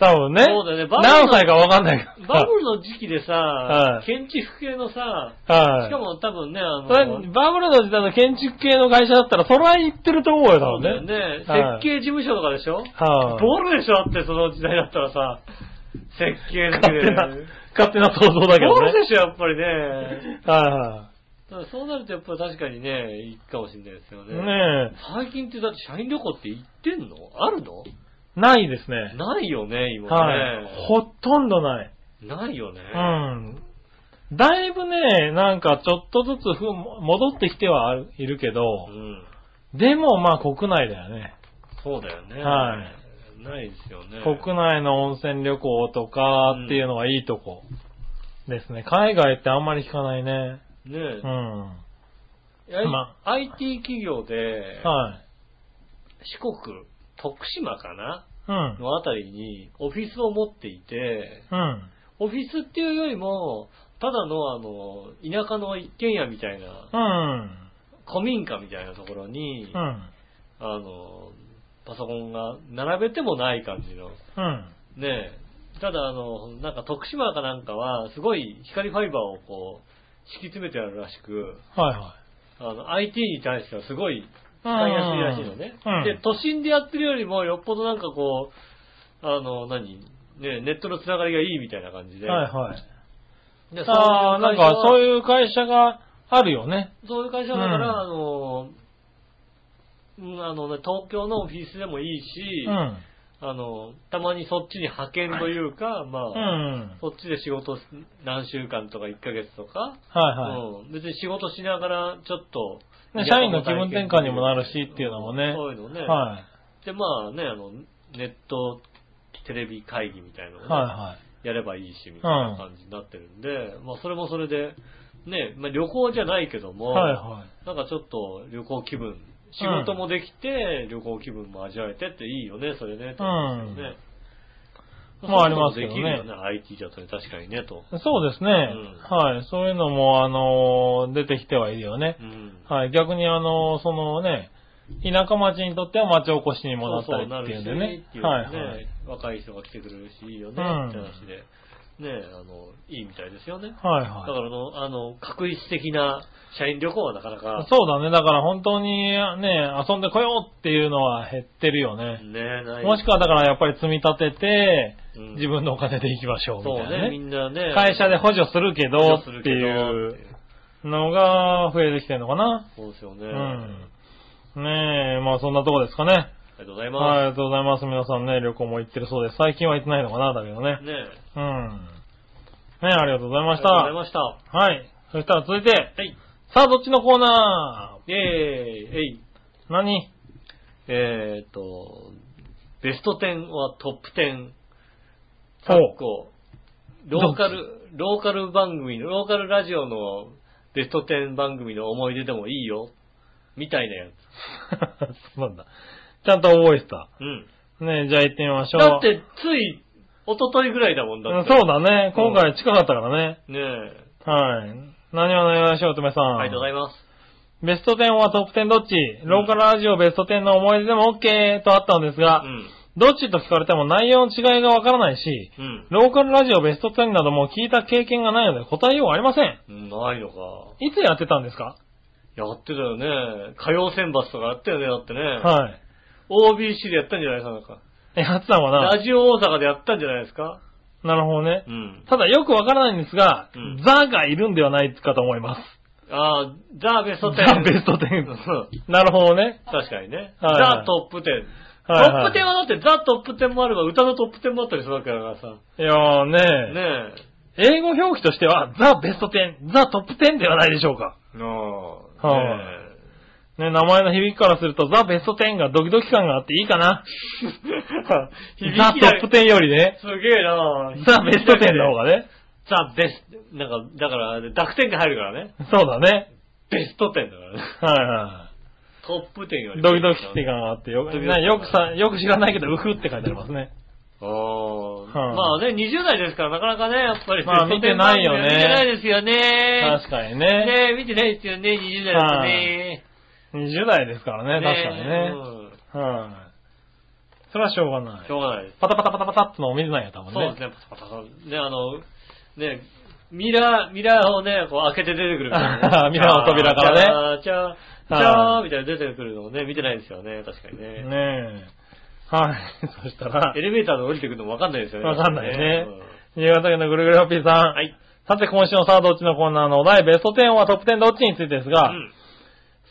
Speaker 3: 多分ね。
Speaker 2: そうだよねバブルの
Speaker 3: 何歳かわかんないけど。
Speaker 2: バブルの時期でさ、
Speaker 3: はい
Speaker 2: 建築系のさ、
Speaker 3: はい。
Speaker 2: しかも多分ね、あの、
Speaker 3: それバブルの時代の建築系の会社だったら、それは言ってると思うよ、
Speaker 2: そ
Speaker 3: 多
Speaker 2: うだよ
Speaker 3: 分ね。
Speaker 2: ね。
Speaker 3: はい
Speaker 2: 設計事務所とかでしょ
Speaker 3: はい、
Speaker 2: ボールでしょだってその時代だったらさ、設計だけ
Speaker 3: 勝
Speaker 2: で。
Speaker 3: 手な、勝手な想像だけど
Speaker 2: ボール
Speaker 3: ね。
Speaker 2: でしょ、やっぱり
Speaker 3: [LAUGHS]
Speaker 2: ね。
Speaker 3: は
Speaker 2: ただそうなるとやっぱり確かにね、いいかもしれないですよ
Speaker 3: い、
Speaker 2: ね。
Speaker 3: ね
Speaker 2: 最近ってだって社員旅行って行ってんのあるの
Speaker 3: え。ないですね。
Speaker 2: ないよね、今ね。
Speaker 3: はい。ほとんどない。
Speaker 2: ないよね。
Speaker 3: うん。だいぶね、なんかちょっとずつふ戻ってきてはあるいるけど
Speaker 2: う、ん。
Speaker 3: でもまあ国内だよね。
Speaker 2: そうだよね。
Speaker 3: は
Speaker 2: ないですよね。
Speaker 3: 国内の温泉旅行とかっていうのはいいとこ。ですね。海外ってあんまり聞かないね。
Speaker 2: ね
Speaker 3: うん。は
Speaker 2: え、あい
Speaker 3: ま
Speaker 2: IT 企業で、
Speaker 3: い。
Speaker 2: 四国、徳島かな
Speaker 3: うん。
Speaker 2: のあたりにオフィスを持っていて、
Speaker 3: うん。
Speaker 2: オフィスっていうよりも、ただのあの、田舎の一軒家みたいな、
Speaker 3: うん。
Speaker 2: 古民家みたいなところに、
Speaker 3: うん。
Speaker 2: あの、パソコンが並べてもない感じの、
Speaker 3: うん。
Speaker 2: ねえ。ただあの、なんか徳島かなんかは、すごい光ファイバーをこう、敷き詰めてあるらしく、
Speaker 3: はいは
Speaker 2: あの、IT に対してはすごい使いやすいらしいのね。
Speaker 3: うん
Speaker 2: で、都心でやってるよりも、よっぽどなんかこう、あの、何ね、ネットのつながりがいいみたいな感じ
Speaker 3: い。
Speaker 2: で。
Speaker 3: はいはい。
Speaker 2: でそういう
Speaker 3: ああ、なんかそう
Speaker 2: う。
Speaker 3: いう会社があるよね。
Speaker 2: そういう会社だから、
Speaker 3: うん
Speaker 2: あの、うんあのね、東京のオフィスでもいいし、
Speaker 3: うん。
Speaker 2: あの、たまにそっちに派遣というか、まあ、
Speaker 3: うん。
Speaker 2: そっちで仕事す何週間とか1ヶ月とか、
Speaker 3: はいは
Speaker 2: うん、別に仕事しながらちょっと、
Speaker 3: ね社員の気分転換にもなるしっていうのもね
Speaker 2: そういうの
Speaker 3: い。
Speaker 2: ね。
Speaker 3: は。
Speaker 2: で、まあね、あの、ネットテレビ会議みたいないの
Speaker 3: は
Speaker 2: を
Speaker 3: い
Speaker 2: ね、
Speaker 3: は
Speaker 2: やればいいし、みたいな感じになってるんで、まあそれもそれで、ね、まあ旅行じゃないけど
Speaker 3: い。
Speaker 2: も、
Speaker 3: はいはい。
Speaker 2: なんかちょっと旅行気分、仕事もできて、旅行気分も味わえてっていいよね、それね、と思うんですよね。
Speaker 3: うんまあありますけどね
Speaker 2: そういうこともできるよね、IT だとね、確かにね、と。
Speaker 3: そうです
Speaker 2: ん
Speaker 3: ね。はい。そういうのも、あのー、出てきてはいるよね
Speaker 2: う。ん。
Speaker 3: はい。逆に、あのー、そのね、田舎町にとっては町おこしにもなったりっていうんでね
Speaker 2: そうそう。
Speaker 3: は
Speaker 2: なるし
Speaker 3: いはい。
Speaker 2: 若い人が来てくれるし、いいよね、
Speaker 3: うん
Speaker 2: って話で。ねあの、いいみたいですよね。
Speaker 3: はい
Speaker 2: だ
Speaker 3: はい
Speaker 2: か。らあの、あの、確率的な社員旅行はなかなか、
Speaker 3: そうだね。だから本当にね、遊んでこようっていうのは減ってるよね。
Speaker 2: ね、ない。
Speaker 3: もしくはだからやっぱり積み立てて、
Speaker 2: うん
Speaker 3: 自分のお金で行きましょうみ
Speaker 2: そう
Speaker 3: たいな
Speaker 2: ね、み
Speaker 3: ね。
Speaker 2: んなね。
Speaker 3: 会社で補助するけど
Speaker 2: 補助する
Speaker 3: っ
Speaker 2: け
Speaker 3: て
Speaker 2: ど
Speaker 3: いう
Speaker 2: っていう
Speaker 3: のが増えてきてるのかな。
Speaker 2: そうですよね。あ
Speaker 3: うん。ねえ、まあそんなとこですかね。
Speaker 2: りがとうござい
Speaker 3: は
Speaker 2: ま
Speaker 3: い、ありがとうございます。皆さんね、旅行も行ってるそうです。最近は行ってないのかな、だけどね
Speaker 2: す。。ね
Speaker 3: うん。ねありがとうござい
Speaker 2: あ
Speaker 3: ま
Speaker 2: り
Speaker 3: し
Speaker 2: がとうござい
Speaker 3: た。
Speaker 2: ました。は
Speaker 3: はい。そしたら続いて、
Speaker 2: い。
Speaker 3: さあどっちのコーナ
Speaker 2: イェーイえい
Speaker 3: ー何
Speaker 2: えーっと、ベスト10はトップ10。
Speaker 3: ほう
Speaker 2: かっこローカル、ローカル番組の、ローカルラジオのベスト10番組の思い出でもいいよ。みたいなやつ。
Speaker 3: [LAUGHS] そうなんだ。ちゃんと覚えてた。
Speaker 2: うん。
Speaker 3: ねじゃあ行ってみましょう。
Speaker 2: だって、つい、一昨日ぐらいだもんだ
Speaker 3: うん
Speaker 2: って。
Speaker 3: そうだね。今回近かったからね。
Speaker 2: ねえ。
Speaker 3: はい。何は何はしおとめさん。
Speaker 2: ありがとうございます。
Speaker 3: ベスト10はトップ10どっちローカルラジオベスト10の思い出でも OK とあったんですが、
Speaker 2: うん。
Speaker 3: どっちと聞かれても内容の違いがわからないし、
Speaker 2: うん。
Speaker 3: ローカルラジオベスト10なども聞いた経験がないので答えようがありません。
Speaker 2: うんないのか。
Speaker 3: いつやってたんですか
Speaker 2: やってたよね。火曜選抜とかやったよね、だってね。
Speaker 3: はい
Speaker 2: OBC でやったんじゃないですか、なんか。
Speaker 3: え。やってたのかな
Speaker 2: ラジオ大阪でやったんじゃないですか
Speaker 3: なるほどね
Speaker 2: う。ん。
Speaker 3: ただよくわからないんですが、
Speaker 2: うん
Speaker 3: ザがいるんではないかと思います。
Speaker 2: ああ、ザ・ベスト10。
Speaker 3: ザベスト10
Speaker 2: うん
Speaker 3: なるほどね。
Speaker 2: 確かにね。
Speaker 3: はいはい
Speaker 2: ザ・トップ10。
Speaker 3: はいは
Speaker 2: トッ
Speaker 3: い
Speaker 2: プ10はだってザ・トップ10もあれば歌のトップ10もあったりするわけだからさ。
Speaker 3: いやーね
Speaker 2: ねえ。
Speaker 3: 英語表記としては、ザ・ベスト10、ザ・トップ10ではないでしょうか。
Speaker 2: なあ
Speaker 3: はいね、名前の響きからすると、ザ・ベスト10がドキドキ感があっていいかな。
Speaker 2: 響きだ
Speaker 3: ザ・
Speaker 2: け
Speaker 3: トップ10よりね、
Speaker 2: すげえな
Speaker 3: ザ・ベスト10の方
Speaker 2: が。
Speaker 3: がね。
Speaker 2: ザ・ベスト、なんか、だから、濁点が入るからね。
Speaker 3: そうだね。
Speaker 2: ベスト10だから
Speaker 3: [LAUGHS]
Speaker 2: ね。
Speaker 3: はいは
Speaker 2: トップ10よ
Speaker 3: い。
Speaker 2: り。
Speaker 3: ドキドキって感があってよ、
Speaker 2: ドキドキ
Speaker 3: ねよくさ、よく知らないけど、ウフって書いてありますね。
Speaker 2: あー
Speaker 3: はい
Speaker 2: まあね、20代ですから、なかなかね、やっぱり。
Speaker 3: まあ見てないよね
Speaker 2: 見てないですよね。
Speaker 3: 確かに
Speaker 2: ね
Speaker 3: ね。
Speaker 2: 見てないですよね、20代だとね。
Speaker 3: 20代ですからね、確かにね。
Speaker 2: うん
Speaker 3: はい。それはしょうがない
Speaker 2: し。ょうがないです。
Speaker 3: パタパタパタパタってのお水なんや、多分
Speaker 2: そうで
Speaker 3: ね
Speaker 2: す。ね、パタパタ。ね、あの、ね、ミラー、ミラーをね、こう開けて出てくるみたいなね。
Speaker 3: [LAUGHS] ミラーの扉から
Speaker 2: ね。チャー、チャー、チャーみたいな出てくるのをね、見てないですよね、確かにね。
Speaker 3: ねえ。はい。 [LAUGHS] そしたら
Speaker 2: エ、レベーターで降りてくるのもわかんないですよね。
Speaker 3: わかんないね
Speaker 2: うん
Speaker 3: 新潟県のぐるぐるハッピーさん。
Speaker 2: はい。
Speaker 3: さて、今週のさあどっちのコーナーのお題、ベスト10はトップ10どっちについてですが、
Speaker 2: う
Speaker 3: [LAUGHS]
Speaker 2: ん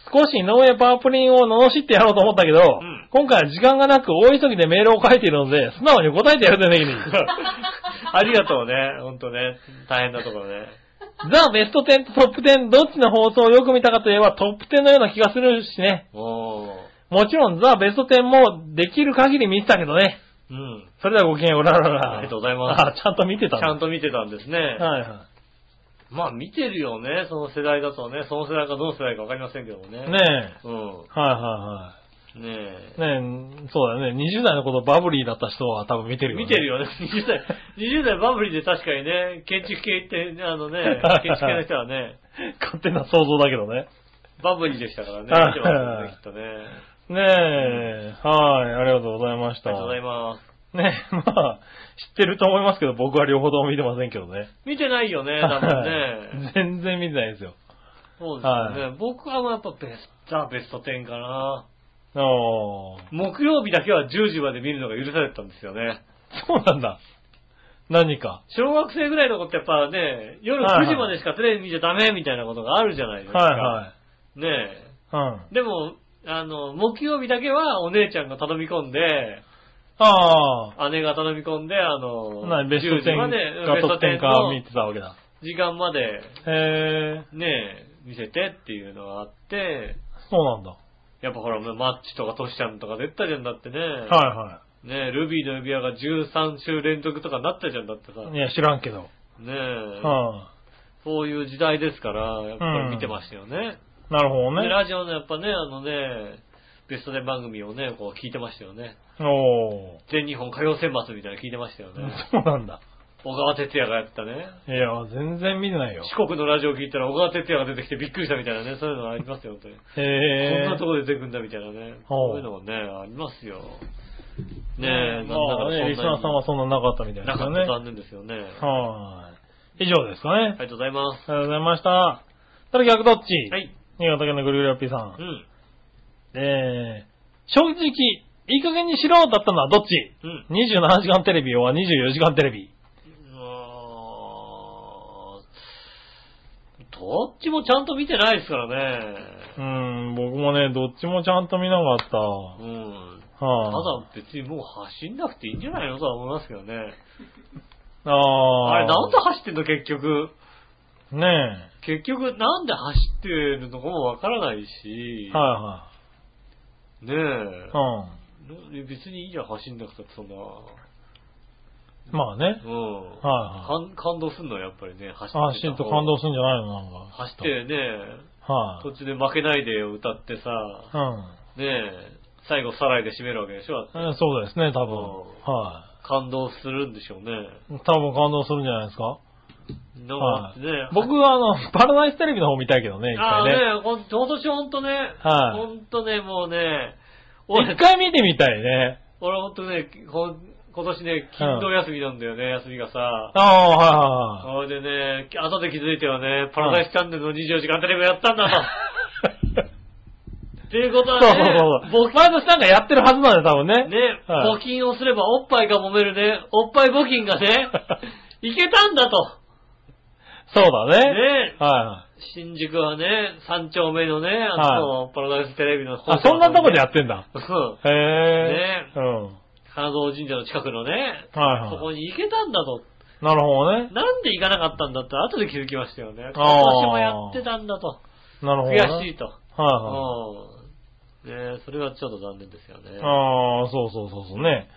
Speaker 2: [LAUGHS]
Speaker 3: 少し井上パープリンを罵ってやろうと思ったけど、
Speaker 2: ん
Speaker 3: 今回は時間がなく大急ぎでメールを書いているので、素直に答えてや
Speaker 2: [LAUGHS]
Speaker 3: るぜ、ネギネギ
Speaker 2: ありがとうね、ほんとね。大変なところね。
Speaker 3: ザ・ベスト10とトップ10、どっちの放送をよく見たかといえばトップ10のような気がするしね。
Speaker 2: おー。
Speaker 3: もちろんザ・ベスト10もできる限り見てたけどね。
Speaker 2: うん。
Speaker 3: それではごきげんよう、うらららら。
Speaker 2: ありがとうございます
Speaker 3: あ、ちゃんと見てた
Speaker 2: ちゃん
Speaker 3: と。
Speaker 2: と見てたんですね。
Speaker 3: はいは
Speaker 2: まあ見てるよね、その世代だとね。その世代かどの世代かわかりませんけどもね。
Speaker 3: ねえ。
Speaker 2: うん。
Speaker 3: は
Speaker 2: ね
Speaker 3: いはいはい。ねえ、そうだね。20代のこのバブリーだった人は多分見て
Speaker 2: え。
Speaker 3: るよね。
Speaker 2: 見てるよね。20代、20代バブリーで確かにね、建築系ってね、あのね、建築系の人はね、
Speaker 3: 勝手な想像だけどね。
Speaker 2: バブリーでしたからね、
Speaker 3: はい
Speaker 2: 見てますよね、きっとね。
Speaker 3: ねえ、はい、ありがとうございまし
Speaker 2: あ
Speaker 3: た。
Speaker 2: りがとうございます。
Speaker 3: ねえ、 [LAUGHS] まあ、知ってると思いますけど、僕は両方とも見てませんけどね。
Speaker 2: 見てないよね、多分ね。
Speaker 3: [LAUGHS] 全然見てないですよ。
Speaker 2: そうですよね。僕はやっぱベスト、ザ・ベスト10かな。
Speaker 3: ああ、
Speaker 2: 木曜日だけは10時まで見るのが許されてたんですよね。
Speaker 3: そうなんだ。何か。
Speaker 2: 小学生ぐらいの子ってやっぱね、夜9時までしかテレビ見ちゃダメみたいなことがあるじゃないですか。
Speaker 3: は
Speaker 2: ねえ。
Speaker 3: いはい。うん。
Speaker 2: でも、あの、木曜日だけはお姉ちゃんが頼み込んで、
Speaker 3: ああ、
Speaker 2: 姉が頼み込んで、あの、
Speaker 3: なベスト
Speaker 2: 10時まで
Speaker 3: 10か
Speaker 2: ベス
Speaker 3: ト
Speaker 2: ト
Speaker 3: 10
Speaker 2: 10
Speaker 3: か
Speaker 2: の
Speaker 3: 見てたわけだ。
Speaker 2: 時間まで、
Speaker 3: へえ、
Speaker 2: ねえ、見せてっていうのがあって、
Speaker 3: そうなんだ。
Speaker 2: やっぱほら、マッチとかトシちゃんとか出てたじゃんだってね。
Speaker 3: は
Speaker 2: ねえ、ルビーの指輪が13週連続とかなったじゃんだってさ。
Speaker 3: いはい。い
Speaker 2: ね
Speaker 3: や、知らんけど。
Speaker 2: え、
Speaker 3: は
Speaker 2: そういう時代ですから、やっぱり見てましたよね。
Speaker 3: い。なるほど
Speaker 2: で
Speaker 3: ね。
Speaker 2: ラジオのやっぱね、あのね、ベストで番組をね、こう聞いてましたよね。
Speaker 3: おー。
Speaker 2: 全日本歌謡選抜みたいなの聞いてましたよね。
Speaker 3: そうなんだ。
Speaker 2: 小川哲也がやったね。
Speaker 3: いや、全然見てないよ。
Speaker 2: 四国のラジオ聞いたら小川哲也が出てきてびっくりしたみたいなね、そういうのありますよ、本当に。
Speaker 3: へ
Speaker 2: こ
Speaker 3: え。
Speaker 2: んなとこで出てくんだみたいなね。
Speaker 3: ほう
Speaker 2: そういうのもね、ありますよ。ねえ、なんだ
Speaker 3: ま
Speaker 2: か
Speaker 3: あ
Speaker 2: らそんな
Speaker 3: ね、
Speaker 2: に
Speaker 3: リスナーさんはそんななかったみたいで
Speaker 2: な
Speaker 3: す
Speaker 2: か
Speaker 3: よ
Speaker 2: っ
Speaker 3: ね。
Speaker 2: た残念ですよね。あ
Speaker 3: はい。以上ですかね。
Speaker 2: りがとうございます。
Speaker 3: ありがとうございました。ただ逆どっち
Speaker 2: はい。
Speaker 3: 新潟県のぐるぐるおっぴーさん
Speaker 2: う。ん。
Speaker 3: えー、正直、いい加減にしろだったのはどっち
Speaker 2: うん。
Speaker 3: ?27 時間テレビは24時間テレビ。
Speaker 2: うわーどっちもちゃんと見てないですからね。
Speaker 3: うーん、僕もね、どっちもちゃんと見なかった。
Speaker 2: うん。た
Speaker 3: はい、
Speaker 2: だ別にもう走んなくていいんじゃないのとは思いますけどね。
Speaker 3: あ。あ
Speaker 2: あれなんで走ってんの結局。
Speaker 3: ね
Speaker 2: 結局なんで走ってるのかもわからないし。
Speaker 3: え。は
Speaker 2: ねえ
Speaker 3: い。は
Speaker 2: 別にいいじゃん走んなくたってそんな。う
Speaker 3: い。うん。まあね。
Speaker 2: ん。
Speaker 3: は
Speaker 2: 感
Speaker 3: い
Speaker 2: 感動すんのはやっぱりね、走ってた方
Speaker 3: あ、シート感動するんじゃないのなんか。
Speaker 2: 走ってね、
Speaker 3: は
Speaker 2: 途中で負けないでを歌ってさ。
Speaker 3: い。うん。
Speaker 2: ねえ、最後、サライで締めるわけでしょだって
Speaker 3: えーそうですね、多
Speaker 2: う
Speaker 3: 分。
Speaker 2: ん
Speaker 3: は
Speaker 2: 感動するんでしょうね。
Speaker 3: い。多分感動するんじゃないですか。
Speaker 2: なん
Speaker 3: は
Speaker 2: か
Speaker 3: い
Speaker 2: ね、
Speaker 3: 僕はあの、パラダイステレビの方見たいけどね、一
Speaker 2: ああ
Speaker 3: 回ね。
Speaker 2: ね、ほん今年ほんとね、
Speaker 3: はい
Speaker 2: ほんとね、もうね、
Speaker 3: 一
Speaker 2: 俺、
Speaker 3: 回見てみたいね。
Speaker 2: 俺ほんとね、ほん今年ね、勤労休みなんだよね、休みがさ。
Speaker 3: ああ、は
Speaker 2: それでね、後で気づいてはね、パラダイスチャンネルの24時間テレビをやったんだ
Speaker 3: い
Speaker 2: [LAUGHS]
Speaker 3: はいはい。
Speaker 2: と。っていうこと
Speaker 3: そう
Speaker 2: は
Speaker 3: そう
Speaker 2: ね、
Speaker 3: そうそう。毎年なんかやってるはずなんだよ、多分ね。
Speaker 2: ね、
Speaker 3: はい
Speaker 2: 募金をすればおっぱいが揉めるね、おっぱい募金が
Speaker 3: [LAUGHS]
Speaker 2: ね、いけたんだと。
Speaker 3: そうだね。
Speaker 2: ね
Speaker 3: は
Speaker 2: 新宿はね、三丁目のね、あの、パラダイステレビの
Speaker 3: いはい。あ、そんなとこでやってんだ。
Speaker 2: そう。
Speaker 3: へえ。
Speaker 2: ね
Speaker 3: うん。
Speaker 2: 花蔵神社の近くのね、
Speaker 3: はいはい
Speaker 2: そこに行けたんだと。
Speaker 3: なるほどね。
Speaker 2: なんで行かなかったんだって後で気づきましたよね。今
Speaker 3: あー
Speaker 2: 年もやってたんだと。
Speaker 3: なるほど、
Speaker 2: 悔
Speaker 3: ね。
Speaker 2: しいと。
Speaker 3: は
Speaker 2: うん。ねそれはちょっと残念ですよね
Speaker 3: いはい。。ああ、そうそうそうそうね。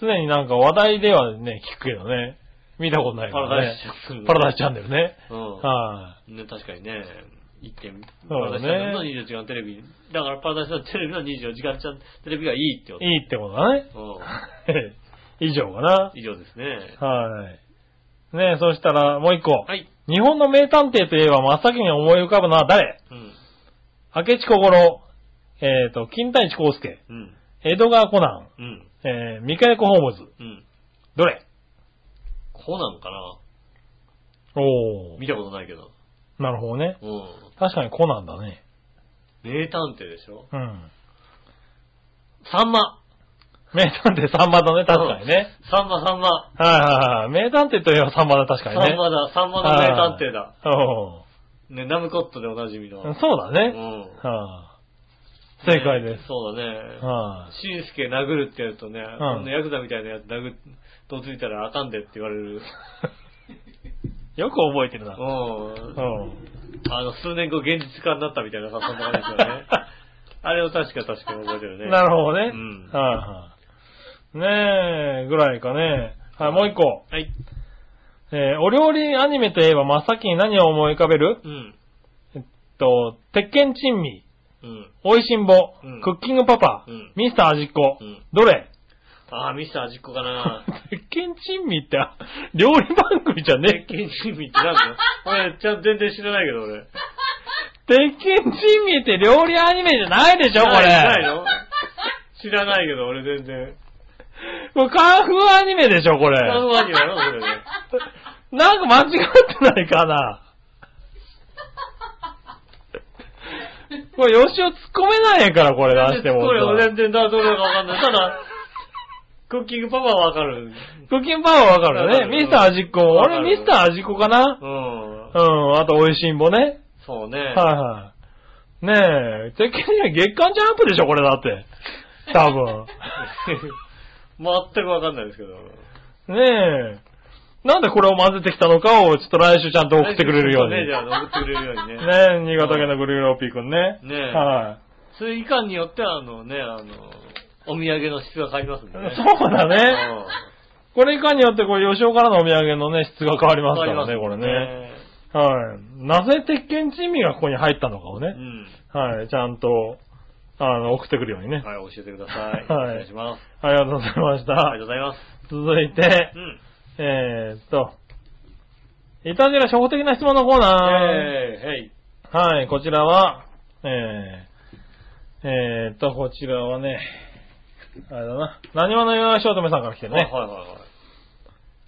Speaker 3: 常になんか話題ではね、聞くけどね。見たことないか
Speaker 2: パラ
Speaker 3: ら
Speaker 2: ダイ
Speaker 3: ね
Speaker 2: ス。チャンネル。
Speaker 3: パラダイスチャンネルね。
Speaker 2: う
Speaker 3: は
Speaker 2: ん。ね、確かにね、行ってみ、パ
Speaker 3: そう
Speaker 2: ラダ
Speaker 3: だ
Speaker 2: イ
Speaker 3: ね
Speaker 2: スチャンネルの24時間テレビ。だからパラダイスのテレビの24時間チャンテレビがいいってこ
Speaker 3: い。いいってことだね。 [LAUGHS]
Speaker 2: と。うん。
Speaker 3: 以上かな。
Speaker 2: 以上ですね。
Speaker 3: はい。ねえ、そしたらもう一個。
Speaker 2: はい。
Speaker 3: 日本の名探偵といえば真っ先に思い浮かぶのは誰
Speaker 2: うん。
Speaker 3: 明智小五郎、えっ、と、金太一光介、
Speaker 2: うん。
Speaker 3: 江戸川コナ
Speaker 2: うん。
Speaker 3: ン、えー、ミカエコホームズ。
Speaker 2: うん。
Speaker 3: どれ
Speaker 2: こうなのかな
Speaker 3: お
Speaker 2: 見たことないけど。
Speaker 3: なるほどね。
Speaker 2: うん。
Speaker 3: 確かにコナンだね。
Speaker 2: 名探偵でしょ
Speaker 3: うん。
Speaker 2: サンマ。
Speaker 3: 名探偵サンマだね、確かにね。
Speaker 2: サンマ、サンマ。
Speaker 3: はいはいはい。名探偵といえばサンマだ、確かにね。
Speaker 2: サンマだ、サンマの名探偵だ。
Speaker 3: お
Speaker 2: ね、ナムコットでおなじみの。
Speaker 3: ーそうだ
Speaker 2: う
Speaker 3: ね。
Speaker 2: ん。
Speaker 3: はあ、正解で
Speaker 2: ね。
Speaker 3: す
Speaker 2: そうだね。
Speaker 3: は
Speaker 2: しんすけ殴るってやるとね、こんなヤクザみたいなやつ殴っ、とついたらあかんでって言われる。
Speaker 3: [LAUGHS] い。よく覚えてるな。
Speaker 2: うん
Speaker 3: う。ん。
Speaker 2: あの、数年後現実化になったみたいなさ、そんな感じだ
Speaker 3: [LAUGHS]
Speaker 2: よね。あれを確か確かに覚えてるね。
Speaker 3: なるほどね。
Speaker 2: うん
Speaker 3: はいはい。ねえ、ぐらいかね。はい、もう一個。
Speaker 2: はい。
Speaker 3: ええーお料理アニメといえば真っ先に何を思い浮かべる
Speaker 2: うん。
Speaker 3: えっと、鉄拳珍味、
Speaker 2: うん。
Speaker 3: 美味しんぼ、
Speaker 2: うん
Speaker 3: クッキングパパ、
Speaker 2: うん
Speaker 3: ミスター味っ子、
Speaker 2: うん
Speaker 3: どれ
Speaker 2: ああ、ミスター味っ子かな
Speaker 3: [LAUGHS] 鉄拳珍味って、あ料理番組じゃ
Speaker 2: [LAUGHS]
Speaker 3: ね
Speaker 2: 鉄拳珍味ってなんだ俺、ちゃん全然知らないけど俺。
Speaker 3: 鉄拳珍味って料理アニメじゃないでしょ、これ。
Speaker 2: ないないの知らないけど俺全然。
Speaker 3: これカンフーアニメでしょ、これ。
Speaker 2: カンフーアニメなのそれね。
Speaker 3: なんか間違ってない
Speaker 2: [LAUGHS]
Speaker 3: かな。これ、吉尾突っ込めないから、これ出しても。
Speaker 2: これ
Speaker 3: 本当
Speaker 2: 俺
Speaker 3: は
Speaker 2: 全然だ、どれかわかんない。ただ、クッキングパパはわかる。
Speaker 3: クッキングパワーわか
Speaker 2: わか
Speaker 3: る
Speaker 2: る
Speaker 3: ね。ミスター味っ子。
Speaker 2: わか
Speaker 3: 俺、
Speaker 2: る
Speaker 3: ミスター味っ子かな
Speaker 2: うん
Speaker 3: う。ん、あと、美味しんぼね。
Speaker 2: そうね。
Speaker 3: はいはい。ねえ、鉄拳には月刊ジャンプでしょ、これだって。多 [LAUGHS] 分。
Speaker 2: 全くわかんないですけど。
Speaker 3: ねえ。なんでこれを混ぜてきたのかを、ちょっと来週ちゃんと送ってくれるように。
Speaker 2: ね、じゃあ、送ってくれるようにね。
Speaker 3: ねえ、新潟県のグルーローピーくんね。
Speaker 2: ねえ
Speaker 3: はい。
Speaker 2: それいかんによっては、あのね、あの、お土産の質が変わりますんでね。
Speaker 3: そうだね。これいかによって、これ、吉岡からのお土産のね、質が変わりますからね、これね。
Speaker 2: ね。
Speaker 3: はい。なぜ鉄拳チームがここに入ったのかを
Speaker 2: う
Speaker 3: ね、
Speaker 2: ん。
Speaker 3: はい、ちゃんと、あの、送ってくるようにね。
Speaker 2: はい、教えてください。
Speaker 3: はい
Speaker 2: お願いします。
Speaker 3: ありがとうございまし
Speaker 2: ありがとう
Speaker 3: た。
Speaker 2: ございます。
Speaker 3: 続いて
Speaker 2: う、ん。
Speaker 3: えーっと、いたじら初歩的な質問のコーナー。
Speaker 2: えー、はい。
Speaker 3: はい、こちらは、えー、えーっと、こちらはね、あれだな、何話のようしおとめさんから来てるね。
Speaker 2: はいはいはい。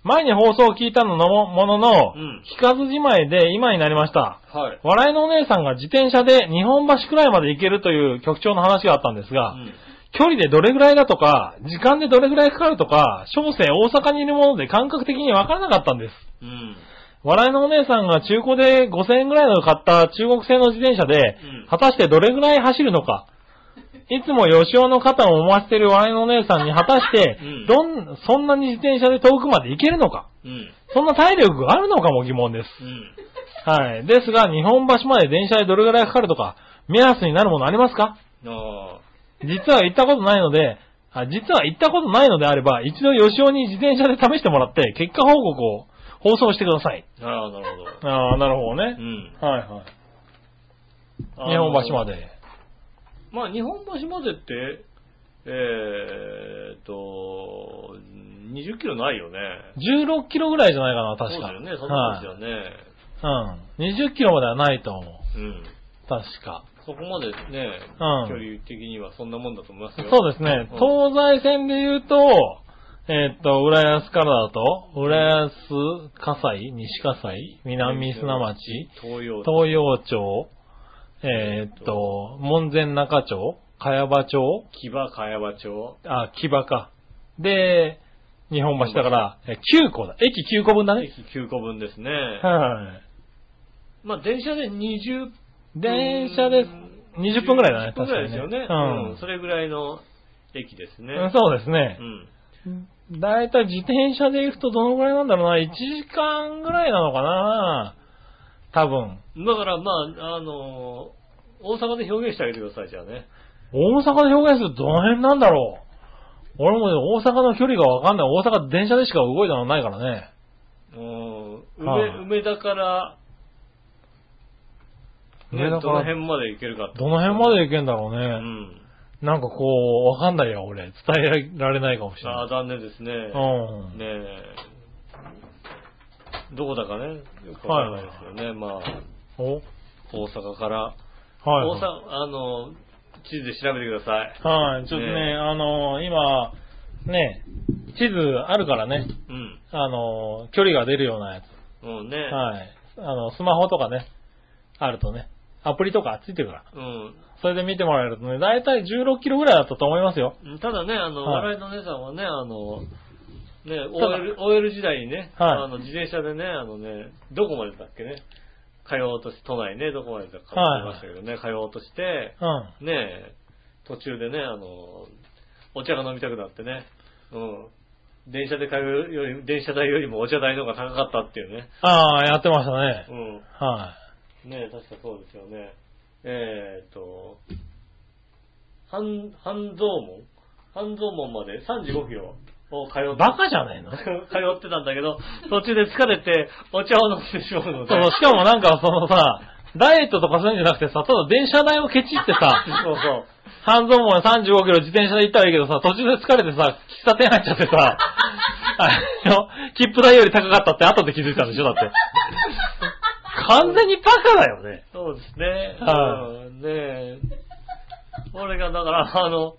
Speaker 3: 前に放送を聞いたののもものの、
Speaker 2: うん
Speaker 3: 聞かずじまいで今になりました。
Speaker 2: はい。
Speaker 3: 笑いのお姉さんが自転車で日本橋くらいまで行けるという局長の話があったんですが、
Speaker 2: うん
Speaker 3: 距離でどれぐらいだとか、時間でどれぐらいかかるとか、小生大阪にいるもので感覚的にわからなかったんです。
Speaker 2: うん。
Speaker 3: 笑いのお姉さんが中古で5000円ぐらいの買った中国製の自転車で
Speaker 2: うん、
Speaker 3: 果たしてどれぐらい走るのか。いつも吉尾の肩を思わせている笑いのお姉さんに果たして
Speaker 2: うん、
Speaker 3: どん、そんなに自転車で遠くまで行けるのか。
Speaker 2: うん。
Speaker 3: そんな体力があるのかも疑問です。
Speaker 2: うん。
Speaker 3: はい。ですが、日本橋まで電車でどれぐらいかかるとか、目安になるものありますか
Speaker 2: あ
Speaker 3: 実は行ったことないので、あ実は行ったことないのであれば、一度吉尾に自転車で試してもらって、結果報告を放送してください。
Speaker 2: あ、ああ、なるほど。
Speaker 3: ああ、なるほど
Speaker 2: う
Speaker 3: ね。
Speaker 2: ん。
Speaker 3: はいはい。
Speaker 2: あの
Speaker 3: 日本橋ま。で。
Speaker 2: まあ、日本橋までって、えーっと、20キロないよね。
Speaker 3: 16キロぐらいじゃないかな、
Speaker 2: そう
Speaker 3: 確か。
Speaker 2: だよね、そんなことですよね。
Speaker 3: はい。うん。20キロまではないと思う。
Speaker 2: うん。
Speaker 3: 確か。
Speaker 2: そこまでね、
Speaker 3: うん
Speaker 2: 距離的にはそんなもんだと思いますよ。
Speaker 3: そうですね。
Speaker 2: うん
Speaker 3: 東西線で言うと、えーっと、浦安からだと、浦安、葛西、西葛西、南砂町、
Speaker 2: 東洋。
Speaker 3: 東洋町、えーっと、門前仲町、茅場町、
Speaker 2: 木場茅場町。
Speaker 3: あ、木場か。で、日本橋だから、え9個だ。駅9個分だね。
Speaker 2: 駅9個分ですね。
Speaker 3: は
Speaker 2: まあ、電車で20
Speaker 3: い。電車で20分くらいだね、
Speaker 2: 20分ぐ
Speaker 3: 確から
Speaker 2: いで
Speaker 3: に
Speaker 2: す
Speaker 3: ね。
Speaker 2: よね。
Speaker 3: うん
Speaker 2: それぐらいの駅ですね。
Speaker 3: うん。そうですね
Speaker 2: う。ん。
Speaker 3: だいたい自転車で行くとどのぐらいなんだろうな。1時間ぐらいなのかな多分。
Speaker 2: だから、まあ、あのー大阪で表現してあげてください、じゃあね。
Speaker 3: 大阪で表現するとどの辺なんだろう俺も大阪の距離がわかんない。大阪電車でしか動いたのないからね。
Speaker 2: うん梅
Speaker 3: はい
Speaker 2: 梅田から、ね、
Speaker 3: 梅
Speaker 2: ど
Speaker 3: 田
Speaker 2: の
Speaker 3: から
Speaker 2: 辺まで行けるかって
Speaker 3: どの辺まで
Speaker 2: 行
Speaker 3: 行けんだろう
Speaker 2: けう
Speaker 3: ね。
Speaker 2: ん。
Speaker 3: なんかこう、わかんないよ、俺。伝えられないかもしれ
Speaker 2: あ
Speaker 3: な
Speaker 2: あ、
Speaker 3: い。
Speaker 2: 残念ですね。
Speaker 3: うん。
Speaker 2: ねえ。どこだかね、よくわからないですよね。まあ、
Speaker 3: お
Speaker 2: 大阪から。
Speaker 3: はい。
Speaker 2: 大阪、あの、地図で調べてください。
Speaker 3: はい、ちょっとね、
Speaker 2: ねえ
Speaker 3: あのー今、ね、地図あるからね、
Speaker 2: うん。
Speaker 3: あのー距離が出るようなやつ。
Speaker 2: もうね。
Speaker 3: はい。あの、スマホとかね、あるとね、アプリとかついてるから。
Speaker 2: うん。
Speaker 3: それで見てもらえるとね、だいたい16キロぐらいだったと思いますよ。
Speaker 2: ただね、あの、
Speaker 3: は
Speaker 2: 笑
Speaker 3: い
Speaker 2: いの姉さんはね、あの、ね、
Speaker 3: だ
Speaker 2: OL, OL 時代にね、
Speaker 3: はい
Speaker 2: あの自転車でね、あのね、どこまでだっけね、通おうとして、都内ね、どこまでだか
Speaker 3: は
Speaker 2: わかり
Speaker 3: い
Speaker 2: ましたけどね、通おうとして、
Speaker 3: うん。は
Speaker 2: ね、途中でね、あの、お茶が飲みたくなってね、うん。電車で通うより、電車代よりもお茶代の方が高かったっていうね。
Speaker 3: ああ、やってましたね。
Speaker 2: うん。
Speaker 3: は
Speaker 2: ねえ、確かそうですよね。えーっと、半、半蔵門半蔵門まで35キロ。を通って、
Speaker 3: バカじゃないのそ
Speaker 2: [LAUGHS] 通ってたんだけど、途中で疲れてお茶を飲んでしまうので。
Speaker 3: う、しかもなんかそのさ、ダイエットとかそういうんじゃなくてさ、ただ電車代をケチってさ、
Speaker 2: [LAUGHS] そうそう。
Speaker 3: 半蔵門35キロ自転車で行ったらいいけどさ、途中で疲れてさ、喫茶店入っちゃってさ、あの、切符代より高かったって後で気づいたんでしょだって。完全にバカだよね。
Speaker 2: そうですね。
Speaker 3: は
Speaker 2: うんねえ。俺が、だから、あの、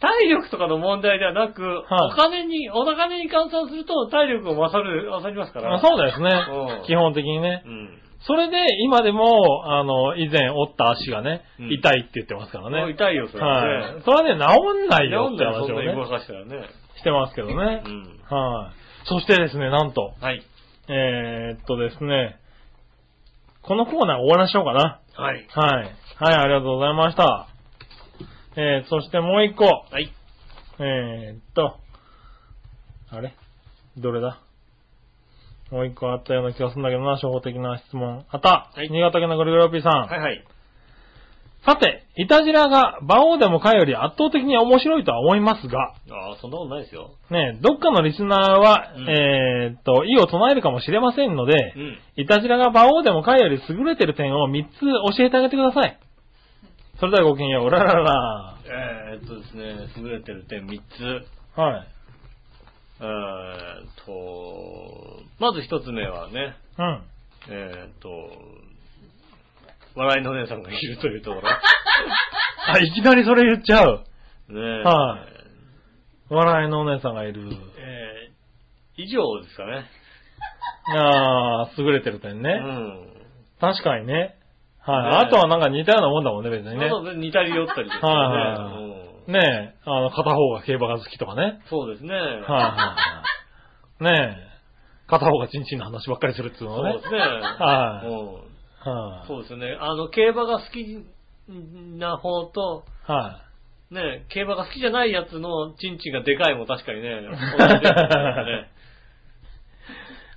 Speaker 2: 体力とかの問題ではなく、
Speaker 3: はい
Speaker 2: お金に、お金に換算すると体力を勝る、勝りますから。
Speaker 3: あそうです
Speaker 2: うん
Speaker 3: ね。基本的にね
Speaker 2: う。ん。
Speaker 3: それで、今でも、あの、以前折った足がね、
Speaker 2: うん
Speaker 3: 痛いって言ってますから
Speaker 2: もう
Speaker 3: ね。
Speaker 2: 痛いよ、それ
Speaker 3: はい。
Speaker 2: ね。
Speaker 3: それはね、治んないよ
Speaker 2: ん
Speaker 3: って
Speaker 2: だよ、
Speaker 3: 話
Speaker 2: そんなに動
Speaker 3: をね、
Speaker 2: かしたらね。
Speaker 3: してますけどね
Speaker 2: う。ん。
Speaker 3: はい。そしてですね、なんと、
Speaker 2: はい。
Speaker 3: えーっとですね、このコーナー終わらしようかな。
Speaker 2: はい。
Speaker 3: はい。はい、ありがとうございました。えー、そしてもう一個。
Speaker 2: はい。
Speaker 3: えー、っと、あれどれだもう一個あったような気がするんだけどな、初歩的な質問。あった、
Speaker 2: はい
Speaker 3: 新潟県のゴリゴリオピーさん。
Speaker 2: はいはい。
Speaker 3: さて、イタジラが馬王でもかより圧倒的に面白いとは思いますが、
Speaker 2: ああ、そんなことないですよ。
Speaker 3: ね、どっかのリスナーは、
Speaker 2: うん
Speaker 3: えーっと、意を唱えるかもしれませんので、
Speaker 2: うん。
Speaker 3: いたじらが馬王でもかより優れてる点を3つ教えてあげてください。それではごきげんよう。うらららら。
Speaker 2: えー、っとですね、優れてる点3つ。
Speaker 3: はい。
Speaker 2: えーっと、まず1つ目はね、
Speaker 3: うん。
Speaker 2: えーっと、笑いのお姉さんがいるという
Speaker 3: [LAUGHS]
Speaker 2: ところ。
Speaker 3: あ、いきなりそれ言っちゃう。
Speaker 2: ねえ。
Speaker 3: はい笑いのお姉さんがいる。
Speaker 2: えー以上ですかね。
Speaker 3: あー、優れてる点ね。
Speaker 2: うん。
Speaker 3: 確かにね。はい、
Speaker 2: ね
Speaker 3: あとはなんか似たようなもんだもんね、別にね。
Speaker 2: そうそう似たり寄ったりですよね。
Speaker 3: はいはいはい
Speaker 2: うん
Speaker 3: ねえ、あの、片方が競馬が好きとかね。
Speaker 2: そうですね。
Speaker 3: はい、
Speaker 2: [LAUGHS]
Speaker 3: はいはい。ねえ、片方がチンチンの話ばっかりするっていうの
Speaker 2: そ
Speaker 3: は
Speaker 2: う
Speaker 3: ね
Speaker 2: で。すね。
Speaker 3: はい
Speaker 2: うん
Speaker 3: はい、
Speaker 2: そうですよね。あの、競馬が好きな方と、
Speaker 3: はい、
Speaker 2: ね、競馬が好きじゃないやつのチンチンがでかいも確かにね、。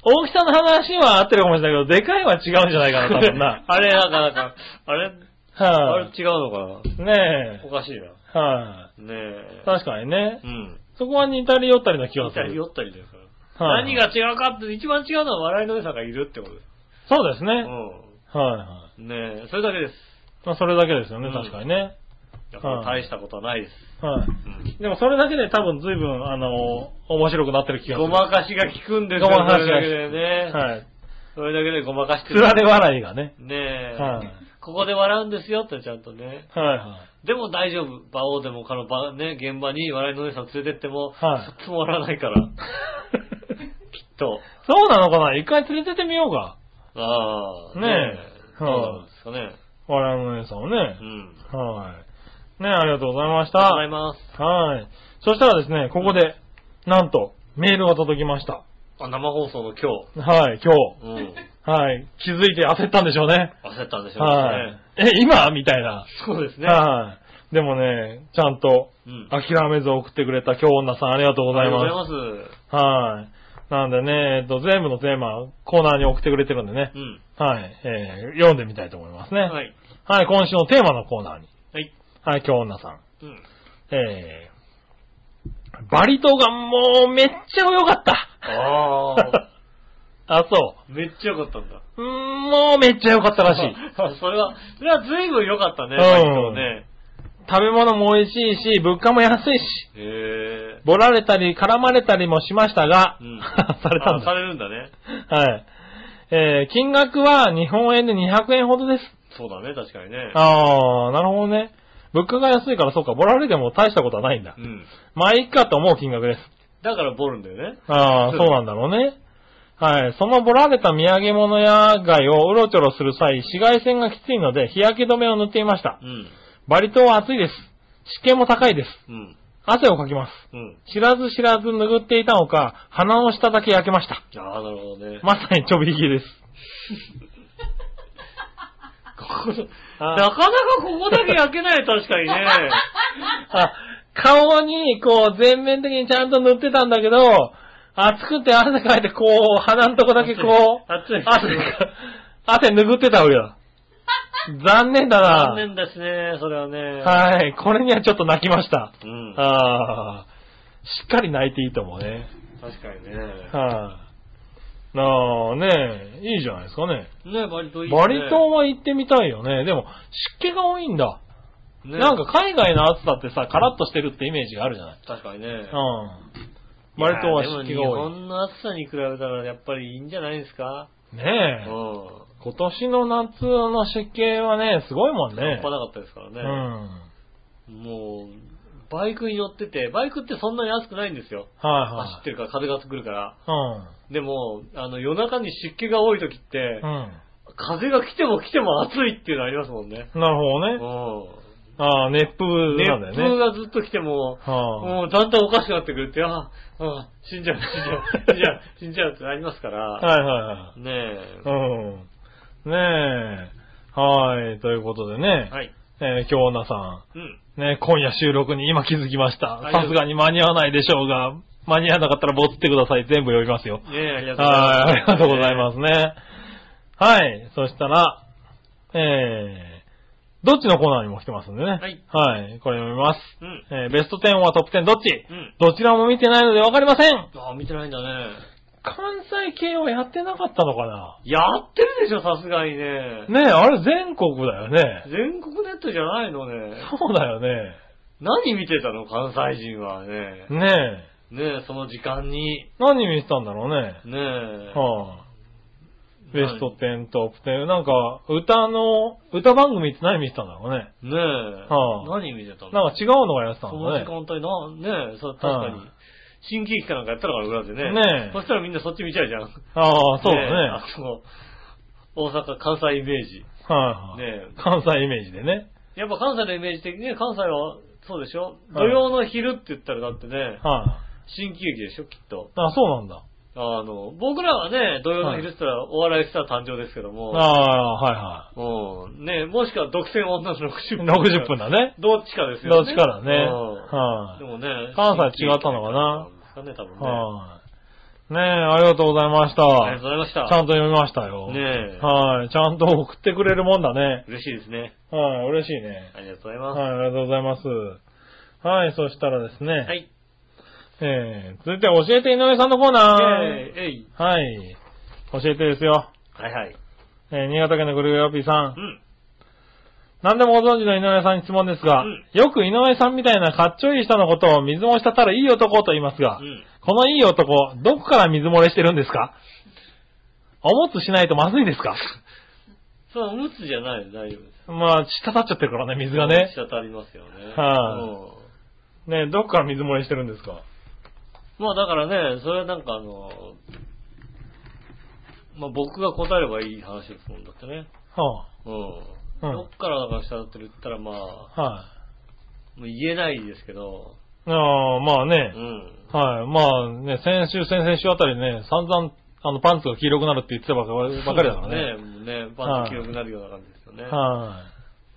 Speaker 3: 大きさの話は合ってるかもしれないけど、でかい [LAUGHS] は違うんじゃないかな、多分な
Speaker 2: [LAUGHS] あれ、なんか、なんか、あれ、あ
Speaker 3: は
Speaker 2: れ
Speaker 3: い、
Speaker 2: 違うのか
Speaker 3: ね
Speaker 2: なおかしいな。
Speaker 3: え。は
Speaker 2: ねえ
Speaker 3: い。。確かにね
Speaker 2: う。ん。
Speaker 3: そこは似たり寄ったりな気が
Speaker 2: 似
Speaker 3: す
Speaker 2: たり
Speaker 3: る。
Speaker 2: 寄ったりだから。
Speaker 3: はい
Speaker 2: 何が違うかって、一番違うのは笑いの良さがいるってことです。
Speaker 3: そうですね。
Speaker 2: う
Speaker 3: はいは
Speaker 2: ん。ねえ、それだけです。
Speaker 3: い。まあ、それだけですよね、
Speaker 2: うん
Speaker 3: 確かにね。
Speaker 2: だから
Speaker 3: はい
Speaker 2: 大したことはないです。
Speaker 3: はい。
Speaker 2: うん
Speaker 3: でもそれだけで多分随分、あの、面白くなってる気がす
Speaker 2: ご
Speaker 3: る。
Speaker 2: まかしが効くんですよ、
Speaker 3: ごまかしが
Speaker 2: それだけでね。
Speaker 3: はい。
Speaker 2: それだけでごまかして
Speaker 3: つられ笑いがね。
Speaker 2: ねえ、
Speaker 3: はい
Speaker 2: ここで笑うんですよってちゃんとね。
Speaker 3: はいは
Speaker 2: でも大丈夫。馬王でもかの場、ね、現場に笑いのお姉さん連れてっても、
Speaker 3: はい
Speaker 2: つも笑わない
Speaker 3: [LAUGHS]
Speaker 2: から。きっと。
Speaker 3: い。そうなのかな一回連れてってみようか。
Speaker 2: ああ。
Speaker 3: ねえ
Speaker 2: そうなんですかね。
Speaker 3: 笑いのお姉さんをね。
Speaker 2: うん。
Speaker 3: はい。ねありがとうございまし
Speaker 2: ありがとうござい
Speaker 3: た。
Speaker 2: ます。
Speaker 3: はい。そしたらですね、ここで、なんと、メールが届きました。
Speaker 2: あ、生放送の今日。
Speaker 3: はい、今日。
Speaker 2: うん。
Speaker 3: はい。気づいて焦ったんでしょうね。
Speaker 2: 焦ったんでしょうね。
Speaker 3: はい。え、今みたいな。
Speaker 2: そうですね。
Speaker 3: はい。でもね、ちゃんと、
Speaker 2: うん。
Speaker 3: 諦めず送ってくれた京女さん、ありがとうございます。
Speaker 2: ありがとうございま
Speaker 3: はい。なんでね、えっと、全部のテーマ、コーナーに送ってくれてるんでね
Speaker 2: す。。うん。
Speaker 3: はい。えー、読んでみたいと思いますね。
Speaker 2: は
Speaker 3: はい。
Speaker 2: い。
Speaker 3: 今週のテーマのコーナーに。
Speaker 2: はい。
Speaker 3: はい、京女さん。
Speaker 2: うん。
Speaker 3: えー、バリ島がもうめっちゃ良かった。
Speaker 2: ああ。
Speaker 3: [LAUGHS] あ、そ
Speaker 2: めっちゃ良かったんだ。
Speaker 3: う。うーんもうめっちゃ良かったらしい。
Speaker 2: あ [LAUGHS] それは、それは随分良かったね、
Speaker 3: うん
Speaker 2: 割とね。
Speaker 3: 食べ物も美味しいし、物価も安い
Speaker 2: へ
Speaker 3: し、
Speaker 2: え。
Speaker 3: ボラれたり絡まれたりもしましたが、
Speaker 2: うん [LAUGHS]
Speaker 3: [LAUGHS] されたん
Speaker 2: あさ
Speaker 3: だ。
Speaker 2: れるんだね。
Speaker 3: [LAUGHS] はい。えー、金額は日本円で200円ほどです。
Speaker 2: そうだね、確かにね。
Speaker 3: あー、なるほどね。物価が安いからそうか、ボラれても大したことはないんだ
Speaker 2: う。ん。
Speaker 3: まあ、いいかと思う金額です。
Speaker 2: だからボルンだよね。
Speaker 3: ああ、そうなんだろうね。はい。そのボラれた土産物や街をうろちょろする際、紫外線がきついので日焼け止めを塗っていました
Speaker 2: う。ん。
Speaker 3: バリ島は暑いです。湿気も高いです。
Speaker 2: うん。
Speaker 3: 汗をかきます。
Speaker 2: うん。
Speaker 3: 知らず知らず拭っていたのか、鼻の下だけ焼けました。
Speaker 2: ああ、なるほどね。
Speaker 3: まさにちょびひげです。
Speaker 2: ここ
Speaker 3: あ
Speaker 2: なかなかここだけ焼けない、確かに [LAUGHS] ね。
Speaker 3: あ、顔にこう全面的にちゃんと塗ってたんだけど、暑くて汗かいてこう、鼻のとこだけこ
Speaker 2: [LAUGHS]
Speaker 3: う、
Speaker 2: 熱い。
Speaker 3: 汗か、汗拭ってたわけだ。残念だな。
Speaker 2: 残念ですね、それはね。
Speaker 3: はい。これにはちょっと泣きました。
Speaker 2: うん。
Speaker 3: ああ。しっかり泣いていいと思うね。
Speaker 2: 確かにね。
Speaker 3: はい、なあねえ、いいじゃないですかね。
Speaker 2: ねバリ島いい
Speaker 3: バリ島
Speaker 2: ン
Speaker 3: は行ってみたいよね。でも、湿気が多いんだ。なんか、海外の暑さってさ、カラッとしてるってイメージがあるじゃない。
Speaker 2: 確かにね。
Speaker 3: うん。バリ島は湿気
Speaker 2: いやでも
Speaker 3: が
Speaker 2: 日
Speaker 3: 多い。
Speaker 2: 本の暑さに比べたらやっぱりいいんじゃないですかう
Speaker 3: ねえ。
Speaker 2: ん。
Speaker 3: 今年の夏の湿気はね、すごいもん
Speaker 2: 半
Speaker 3: ね
Speaker 2: 端。なかったですからね
Speaker 3: う。ん。
Speaker 2: もう、バイクに乗ってて、バイクってそんなに暑くないんですよ。走
Speaker 3: は
Speaker 2: ってるから風が来るから。
Speaker 3: いは
Speaker 2: でも、あの、夜中に湿気が多い時って
Speaker 3: い。う、ん。
Speaker 2: 風が来ても来ても暑いっていうのありますもんね。
Speaker 3: うん。なるほ
Speaker 2: う
Speaker 3: どね。
Speaker 2: ん。
Speaker 3: ああ、熱風なんだ
Speaker 2: 熱風
Speaker 3: よね。
Speaker 2: がずっと来ても、
Speaker 3: はあ、
Speaker 2: もうだんだんおかしくなってくるって、ああ、ああ死んじゃう、死んじゃう、
Speaker 3: [LAUGHS]
Speaker 2: 死んじゃう、死んじゃうってなりますから、
Speaker 3: はいはいはい。
Speaker 2: ねえ。
Speaker 3: うん。ねえ。はい。ということでね。
Speaker 2: はい。
Speaker 3: えー、京奈さ
Speaker 2: うん。
Speaker 3: ん。ね、今夜収録に今気づきました
Speaker 2: あ。りがと
Speaker 3: さ
Speaker 2: う
Speaker 3: すがに間に合わないでしょうが、間に合わなかったらボツってください。全部読みますよ。
Speaker 2: ねえ、ありがとうございます。
Speaker 3: はい。ありがとうございますね。はい。そしたら、えー、どっちのコーナーにも来てますんでね。
Speaker 2: はい
Speaker 3: はい。これ読みます。
Speaker 2: うん。
Speaker 3: えー、ベスト10はトップ10どっち、
Speaker 2: うん
Speaker 3: どちらも見てないのでわかりません
Speaker 2: ああ、見てないんだね。
Speaker 3: 関西系はやってなかったのかな
Speaker 2: やってるでしょ、さすがにね。
Speaker 3: ねえ、あれ全国だよね。
Speaker 2: 全国ネットじゃないのね。
Speaker 3: そうだよね。
Speaker 2: 何見てたの、関西人はね。
Speaker 3: ねえ。
Speaker 2: ねえ、その時間に。
Speaker 3: 何見てたんだろうね。
Speaker 2: ねえ。
Speaker 3: はあ、ベスト10トップ10。なんか、歌の、歌番組って何見てたんだろうね。
Speaker 2: ねえ。
Speaker 3: はあ
Speaker 2: 何見てたの
Speaker 3: なんか違うのがやってた
Speaker 2: そ
Speaker 3: ん
Speaker 2: の
Speaker 3: だ
Speaker 2: 時
Speaker 3: ね。
Speaker 2: 間帯な、ねえ、そう確か
Speaker 3: は
Speaker 2: に。新喜劇かなんかやったのから裏でね。
Speaker 3: ねえ
Speaker 2: そしたらみんなそっち見ちゃうじゃん。
Speaker 3: ああ、そうだね。
Speaker 2: えあの大阪、関西イメージ。
Speaker 3: はいはい、
Speaker 2: ね
Speaker 3: 関西イメージでね。
Speaker 2: え。やっぱ関西のイメージ的にね、関西は、そうでしょ
Speaker 3: い
Speaker 2: 土曜の昼って言ったらだってね、
Speaker 3: は
Speaker 2: 新喜劇でしょ、きっと。
Speaker 3: い、あ。そうなんだ。
Speaker 2: あの、僕らはね、土曜の昼って言ったら、お笑いスター誕生ですけども。
Speaker 3: ああ、は
Speaker 2: うん。ねもしくは独占女の60
Speaker 3: い
Speaker 2: 分。
Speaker 3: はい。60分だね。
Speaker 2: どっちかですよね。
Speaker 3: どっちかだね
Speaker 2: うん
Speaker 3: はい
Speaker 2: でもね、
Speaker 3: 関西違ったのかな
Speaker 2: 新喜劇だったんですかね、多分ね。
Speaker 3: はい、ねえ、ありがとうございました。
Speaker 2: ありがとうございまし
Speaker 3: ち
Speaker 2: た。
Speaker 3: ゃんと読みましたよ。
Speaker 2: ねえ
Speaker 3: はい、ちゃんと送ってくれるもんだね。
Speaker 2: 嬉しいですね。
Speaker 3: はい、嬉しいね。
Speaker 2: ありがとうござい
Speaker 3: は
Speaker 2: ま
Speaker 3: い、ありがとうございます。はい、そしたらですね。
Speaker 2: す。はい。
Speaker 3: えー、続いて教えて井上さんのコーナー。
Speaker 2: えいえい。
Speaker 3: はい。教えてですよ。
Speaker 2: はいはい。
Speaker 3: えー、新潟県のグルーヨピーさん
Speaker 2: う。ん。
Speaker 3: 何でもご存知の井上さんに質問ですが、
Speaker 2: うん
Speaker 3: よく井上さんみたいなかっちょいい人のことを水漏したたらいい男と言いますが、
Speaker 2: うん。
Speaker 3: このいい男、どこから水漏れしてるんですかおむつしないとまずいですか
Speaker 2: そのむつじゃないよ大丈夫です。
Speaker 3: まあ、滴っちゃってるからね、水がね。
Speaker 2: 滴りますよね。
Speaker 3: はね、どこから水漏れしてるんです
Speaker 2: う
Speaker 3: か
Speaker 2: んまあだからね、それはなんかあの、まあ僕が答えればいい話ですもんだってね。
Speaker 3: は
Speaker 2: うん。
Speaker 3: うん
Speaker 2: どっからだから滴ってるって言ったらまあ、
Speaker 3: あ、はい、
Speaker 2: もう言えないですけど、
Speaker 3: ああ、まあね。
Speaker 2: うん。
Speaker 3: はい。まあね、先週、先々週あたりね、散々、あの、パンツが黄色くなるって言ってたばかりばかりだから
Speaker 2: ね。
Speaker 3: ね。
Speaker 2: もうね、パンツ黄色くなるような感じですよね。
Speaker 3: は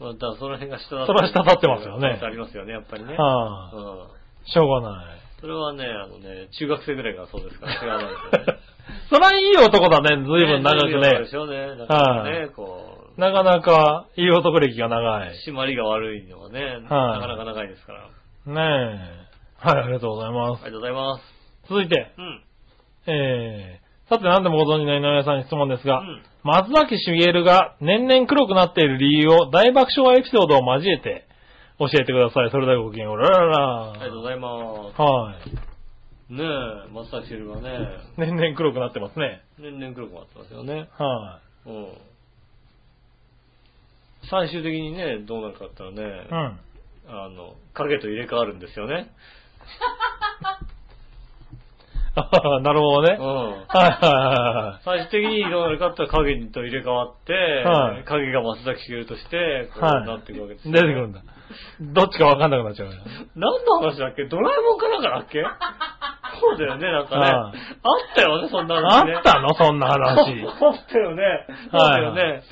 Speaker 2: まあ、だからその辺が下だ
Speaker 3: それは滴ってますよね
Speaker 2: ありますよね、やっぱりね。
Speaker 3: い。
Speaker 2: う
Speaker 3: はあ。
Speaker 2: ん。
Speaker 3: しょうがない。
Speaker 2: それはね、あのね、中学生ぐらいからそうですから、知
Speaker 3: [LAUGHS]
Speaker 2: らないですよね。
Speaker 3: そりゃいい男だね、ずいぶん長
Speaker 2: ねそうで
Speaker 3: く
Speaker 2: し
Speaker 3: ね。
Speaker 2: ょうね。だからね、こう、
Speaker 3: なかなか、いい男歴が長い。
Speaker 2: 締まりが悪いのはね、なかなか長いですから。
Speaker 3: ねえ。はい、ありがとうございま
Speaker 2: あり
Speaker 3: す。
Speaker 2: がとうございます。
Speaker 3: 続いて、
Speaker 2: うん。
Speaker 3: えー、さて何でもご存知の井上さんに質問ですが、
Speaker 2: うん
Speaker 3: 松崎しげるが年々黒くなっている理由を大爆笑エピソードを交えて教えてください。それではごきげんよう。ラララ
Speaker 2: ありがとうございます。
Speaker 3: はい。
Speaker 2: ねえ、松崎しげるはね、
Speaker 3: 年々黒くなってますね。
Speaker 2: 年々黒くなってますよね。
Speaker 3: は
Speaker 2: うん。最終的にね、どうなるかって言ったらね
Speaker 3: い、、うん。
Speaker 2: あの、影と入れ替わるんですよね。
Speaker 3: あなるほどね。
Speaker 2: う
Speaker 3: はい
Speaker 2: ん。
Speaker 3: は
Speaker 2: 最終的にどうなるかって言ったら影と入れ替わって、
Speaker 3: はい
Speaker 2: 影が松崎しげるとして、こう
Speaker 3: はい
Speaker 2: なっていくわけです
Speaker 3: いはい。出
Speaker 2: よ
Speaker 3: てくるんだ。どっちかわかんなくなっちゃうよ。
Speaker 2: 何の話だっけドラえもんかなんかだっけそうだよね、なんかね。
Speaker 3: は
Speaker 2: あ
Speaker 3: い
Speaker 2: ったよね、そんな
Speaker 3: あ
Speaker 2: 話ね。
Speaker 3: ったのそん
Speaker 2: [LAUGHS]
Speaker 3: な話。
Speaker 2: あったよね。そうだよね。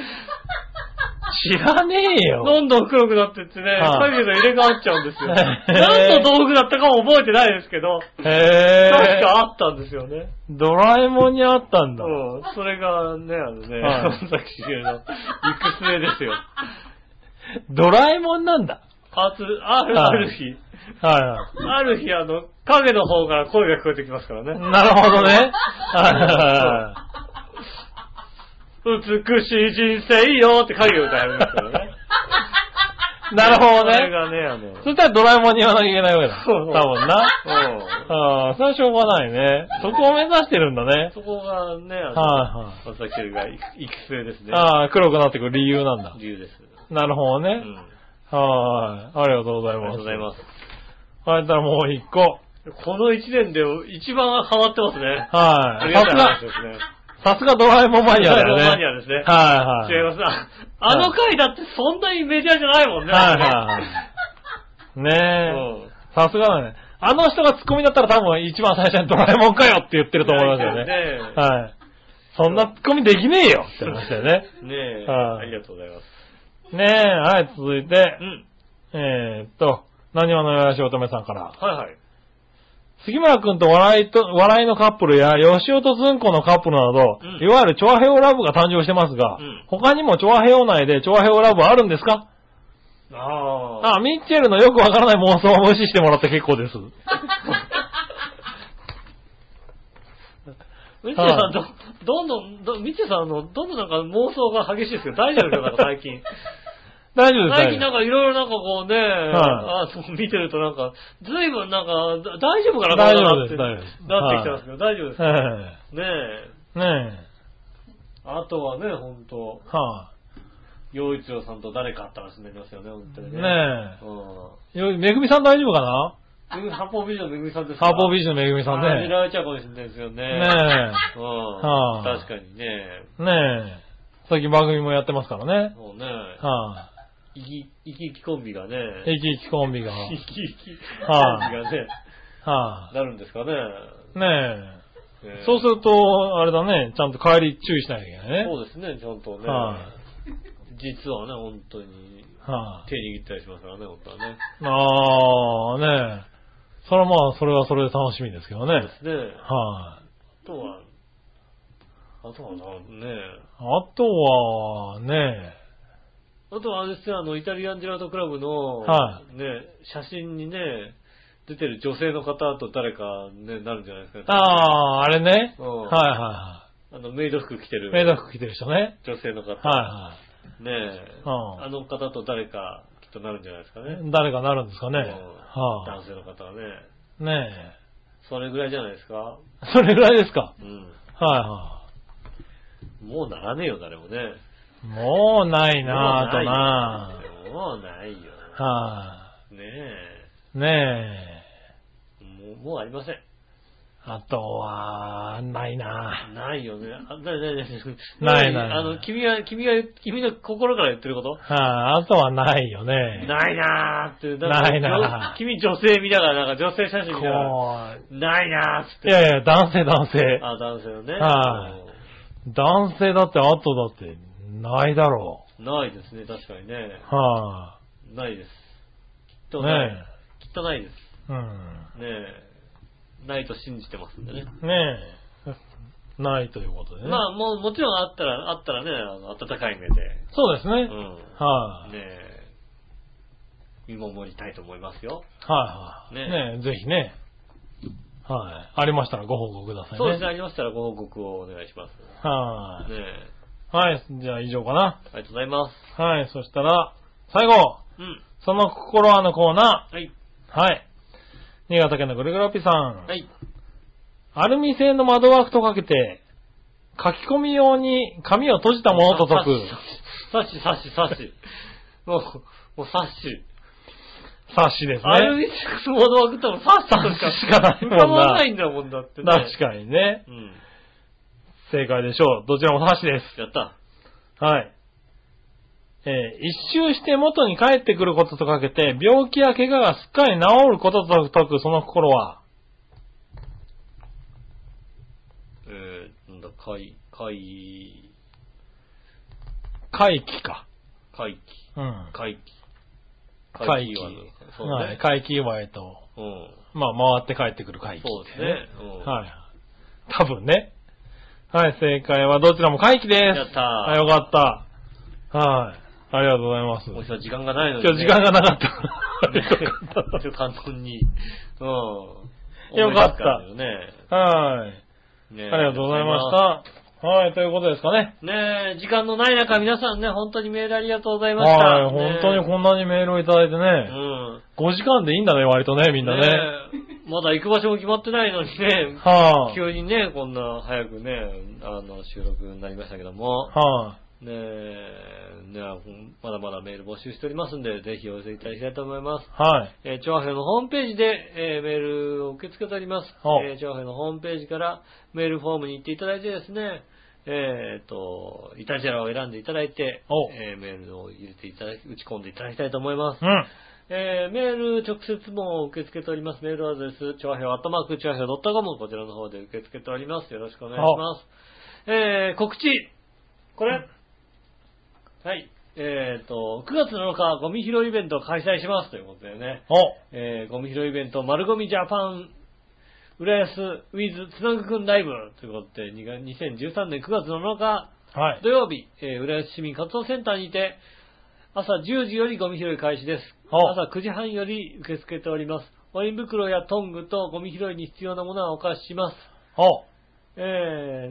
Speaker 3: 知らねえよ。
Speaker 2: どんどん黒くなってってね、
Speaker 3: はい
Speaker 2: 影が入れ替わっちゃうん
Speaker 3: [LAUGHS]
Speaker 2: ですよ。
Speaker 3: へ
Speaker 2: 何
Speaker 3: ー
Speaker 2: の道具だったかも覚えてないですけど、
Speaker 3: へ
Speaker 2: 確か
Speaker 3: [LAUGHS] え。
Speaker 2: あったんですよね。
Speaker 3: ドラえもんにあったんだ。
Speaker 2: うん。それがね、あのね、 [LAUGHS]
Speaker 3: はい
Speaker 2: 松崎しげるの行く末ですよ。
Speaker 3: ドラえもんなんだ。
Speaker 2: あつ、ある、ある日、
Speaker 3: はいは
Speaker 2: ある日、あの、影の方から声が聞こえてきますから
Speaker 3: い。
Speaker 2: ね。
Speaker 3: なるほどね。はいはいは
Speaker 2: 美しい人生よって影を歌いますからね。
Speaker 3: い。 [LAUGHS] なるほど
Speaker 2: それ
Speaker 3: ね。
Speaker 2: がね、あ
Speaker 3: [LAUGHS]
Speaker 2: の、
Speaker 3: そしたらドラえもんに言わなきゃいけないわけだ。
Speaker 2: そ
Speaker 3: 多
Speaker 2: うそう
Speaker 3: 分な。
Speaker 2: うん
Speaker 3: ああ、それはしょうがないね。そこを目指してるんだね。
Speaker 2: そこがね、あの、
Speaker 3: はいはい。
Speaker 2: 松崎しげるが育成ですね。
Speaker 3: ああ、黒くなってくる理由なんだ。
Speaker 2: 理由です。
Speaker 3: なるほ
Speaker 2: う
Speaker 3: どね。
Speaker 2: ん。
Speaker 3: はーい。ありがとうござ
Speaker 2: あ
Speaker 3: い
Speaker 2: りが
Speaker 3: ます。。
Speaker 2: とうございますす。
Speaker 3: はい、たらもう一個。
Speaker 2: この一年で一番変わってますね。あ
Speaker 3: は
Speaker 2: り
Speaker 3: い。
Speaker 2: が
Speaker 3: さ
Speaker 2: たい
Speaker 3: す
Speaker 2: 話
Speaker 3: が
Speaker 2: で、すね。
Speaker 3: さすがドラえもんマニアだよね。
Speaker 2: マニアですね。
Speaker 3: はいはい。
Speaker 2: 違いますな。あの回だってそんなにメジャーじゃないもんね。
Speaker 3: はいはいはい。
Speaker 2: うん
Speaker 3: ねえ。さすがだね。あの人がツッコミだったら多分一番最初にドラえもんかよって言ってると思いますよね。
Speaker 2: ね
Speaker 3: はい。そんなツッコミできねえよって話だよね。
Speaker 2: え。ねえ。
Speaker 3: はい
Speaker 2: ありがとうございます。
Speaker 3: ねえ、はい、続いて
Speaker 2: う、ん。
Speaker 3: えーっと、何話のよやしおとめさんから。
Speaker 2: はいはい。
Speaker 3: 杉村くんと笑いと、笑いのカップルや、吉尾とずんこのカップルなど、
Speaker 2: うん
Speaker 3: いわゆるチョアヘオラブが誕生してますが、
Speaker 2: うん
Speaker 3: 他にもチョアヘオ内でチョアヘオラブはあるんですか
Speaker 2: ああ。
Speaker 3: あミッチェルのよくわからない妄想を無視してもらって結構です。
Speaker 2: [LAUGHS] みちさん、ど、どんどん、ど、みちさんあの、どんどんなんか妄想が激しいですけど、大丈夫です
Speaker 3: [LAUGHS]
Speaker 2: かなんか最近。
Speaker 3: 大丈夫です
Speaker 2: 最近
Speaker 3: 大
Speaker 2: なん
Speaker 3: 丈夫
Speaker 2: かいろいろなんかこうね、
Speaker 3: は
Speaker 2: あそう見てるとなんか、ずいぶんなんか、だ大丈夫かな
Speaker 3: 大丈夫
Speaker 2: こんなの
Speaker 3: です
Speaker 2: なって
Speaker 3: 大丈夫です
Speaker 2: なってきてますけど、大丈夫ですか
Speaker 3: え
Speaker 2: ねえ。
Speaker 3: えね
Speaker 2: あとはね、ほんと、
Speaker 3: え、は
Speaker 2: 洋一郎さんと誰かあったらになりますよね、ほんとに
Speaker 3: い、
Speaker 2: ね。う
Speaker 3: ね
Speaker 2: ん。
Speaker 3: え、よめぐみさん大丈夫かな
Speaker 2: めぐハポビジョンめぐみさんですか
Speaker 3: ハーポービ
Speaker 2: ジ
Speaker 3: ーチのめぐみさん
Speaker 2: ね。見
Speaker 3: ね。
Speaker 2: られちゃうかもしれないですよね。
Speaker 3: ね
Speaker 2: うん。
Speaker 3: はあ
Speaker 2: 確かにね。
Speaker 3: え、ねえ、最近番組もやってますからね。
Speaker 2: そうね。
Speaker 3: は
Speaker 2: 生き、生き生きコンビがね。
Speaker 3: い、生き生きコンビが。は
Speaker 2: 生
Speaker 3: い、
Speaker 2: き生きコンビがね、なるんですかね。
Speaker 3: ねえ。
Speaker 2: ね
Speaker 3: そうすると、あれだね、ちゃんと帰り注意しなきゃいけないね。
Speaker 2: そうですね、ちゃんとね。
Speaker 3: はい
Speaker 2: 実はね、本当に、
Speaker 3: はい、
Speaker 2: 手握ったりしますからね、本当はね。
Speaker 3: あー、ねえ。それはまあ、それはそれで楽しみですけどね。はい、
Speaker 2: ですね。あとは、あとはな、ね
Speaker 3: あとは、ね
Speaker 2: あとはあれですね、あの、イタリアンジェラートクラブの、
Speaker 3: は
Speaker 2: ね、写真にね、出てる女性の方と誰かね、なるんじゃないですかね。
Speaker 3: あー、あれね。
Speaker 2: うん
Speaker 3: はいはいは
Speaker 2: あの、メイド服着てる。
Speaker 3: い。メイド服着てる人ね。
Speaker 2: 女性の方。
Speaker 3: は
Speaker 2: ねえ、
Speaker 3: うん
Speaker 2: あの方と誰かきっとなるんじゃないですか
Speaker 3: い
Speaker 2: ね。
Speaker 3: はい。誰がなるんですかね。
Speaker 2: うん
Speaker 3: は
Speaker 2: 男性の方はね。
Speaker 3: い、ね
Speaker 2: それぐらいじゃないですか。
Speaker 3: え。それぐらいですか。
Speaker 2: うん。
Speaker 3: は
Speaker 2: もうならねえよ、誰もね。
Speaker 3: いはい。もうないなぁと
Speaker 2: も
Speaker 3: なぁ。
Speaker 2: うもうないよ。
Speaker 3: は
Speaker 2: ねえ。
Speaker 3: い、ねえ。
Speaker 2: もう、もうありません。
Speaker 3: あとは、ないなぁ。
Speaker 2: ないよね。あ、ないないない。
Speaker 3: ないない
Speaker 2: あの、君が、君が、君の心から言ってること
Speaker 3: はい、あとはないよね。
Speaker 2: ないなーって。んか
Speaker 3: ないなー
Speaker 2: 君女性見ながら、なんか女性写真見ながら、
Speaker 3: こ
Speaker 2: ないなーっつっ
Speaker 3: う、
Speaker 2: て。
Speaker 3: いやいや、男性男性。
Speaker 2: あ、男性のね。
Speaker 3: はい男性だって、あとだって、ないだろ
Speaker 2: うんないですね、確かにね。
Speaker 3: う。は
Speaker 2: ないです。きっ
Speaker 3: い、
Speaker 2: とない。
Speaker 3: ね
Speaker 2: きっとないです。
Speaker 3: え。うん。
Speaker 2: ねえ。ないと信じてますんでね。
Speaker 3: ねえ。ないということでね。
Speaker 2: まあ、もう、もちろんあったら、あったらね、あの、温かい目で、
Speaker 3: そうですね。
Speaker 2: う
Speaker 3: はい、
Speaker 2: ん。
Speaker 3: はい、
Speaker 2: ねえ、見守りたいと思いますよ。
Speaker 3: はい、
Speaker 2: ね
Speaker 3: ねえ、ぜひね。はい、ありましたらご報告くださいね。
Speaker 2: そうですね、ありましたらご報告をお願いします。
Speaker 3: はい、
Speaker 2: ねえ、
Speaker 3: はい、じゃあ以上かな。
Speaker 2: ありがとうございます。
Speaker 3: はい、そしたら、最後、
Speaker 2: うん。
Speaker 3: その心はのコーナ
Speaker 2: はい。
Speaker 3: ー。はい。新潟県のぐるぐるおっぴさん。
Speaker 2: はい。
Speaker 3: アルミ製の窓枠とかけて、書き込み用に紙を閉じたものと解く。
Speaker 2: サッシ、サッシ、サッシ。もう、もうサッシ。
Speaker 3: 冊子です
Speaker 2: アル
Speaker 3: ね。
Speaker 2: ミスモードは食ったらサッシとしか
Speaker 3: サッシしかないもんな
Speaker 2: 浮かばないんだもんだってね。
Speaker 3: 確かにね。
Speaker 2: うん。
Speaker 3: 正解でしょう。どちらも冊子で
Speaker 2: やった。
Speaker 3: す。はい。えー一周して元に帰ってくることとかけて、病気や怪我がすっかり治ることと解く、その心は。
Speaker 2: えー、なんだ、回、回、
Speaker 3: 回帰か。
Speaker 2: 回帰。
Speaker 3: うん。
Speaker 2: 回帰。
Speaker 3: 回帰
Speaker 2: はね。そうね。
Speaker 3: はい。回帰祝いと、
Speaker 2: うん。
Speaker 3: まあ、回って帰ってくる回帰、
Speaker 2: そうですね。うん
Speaker 3: はい。多分ね。はい、正解はどちらも回帰です。
Speaker 2: やったー
Speaker 3: あ、よかった。はい。ありがとうございます。
Speaker 2: 今週は時間がないので、
Speaker 3: 今日時間がなかった。
Speaker 2: ねちょっと簡単に。うん。思い出すらね [LAUGHS]
Speaker 3: はい。
Speaker 2: ね
Speaker 3: ありがとうございました。はい、ということですかね。
Speaker 2: ねえ、時間のない中、皆さんね、本当にメールありがとうございました。
Speaker 3: はい、
Speaker 2: ね
Speaker 3: 本当にこんなにメールをいただいてね。
Speaker 2: うん。
Speaker 3: 5時間でいいんだね、割とね、みんなね。
Speaker 2: えまだ行く場所も決まってないのにね、
Speaker 3: はい、
Speaker 2: 急にね、こんな早くね、あの、収録になりましたけども、
Speaker 3: はい、
Speaker 2: ねえ、ねえまだまだメール募集しておりますんで、ぜひお寄せいただきたいと思います。
Speaker 3: はい。
Speaker 2: えー、調和表のホームページで、えーメールを受け付けております。
Speaker 3: はあ
Speaker 2: えー、調和表のホームページからメールフォームに行っていただいてですね、えっ、と、イタジェラを選んでいただいて
Speaker 3: お、
Speaker 2: えーメールを入れていただき、打ち込んでいただきたいと思います。
Speaker 3: うん。
Speaker 2: えーメール直接も受け付けております。メールアドレス、調和表、アットマーク、調和表 .com、こちらの方で受け付けております。よろしくお願いします。えー、告知これ、はい。えっ、と、9月7日、ゴミ拾いイベントを開催しますということでね。
Speaker 3: お、
Speaker 2: えーゴミ拾いイベント、丸ゴミジャパン、浦安、ウィズ、つなぐくんライブということで、にが2013年9月7日
Speaker 3: はい。
Speaker 2: 土曜日、えー浦安市民活動センターにて、朝10時よりゴミ拾い開始です。
Speaker 3: お
Speaker 2: 朝9時半より受け付けております。ワイン袋やトングとゴミ拾いに必要なものはお貸しします。
Speaker 3: お、
Speaker 2: え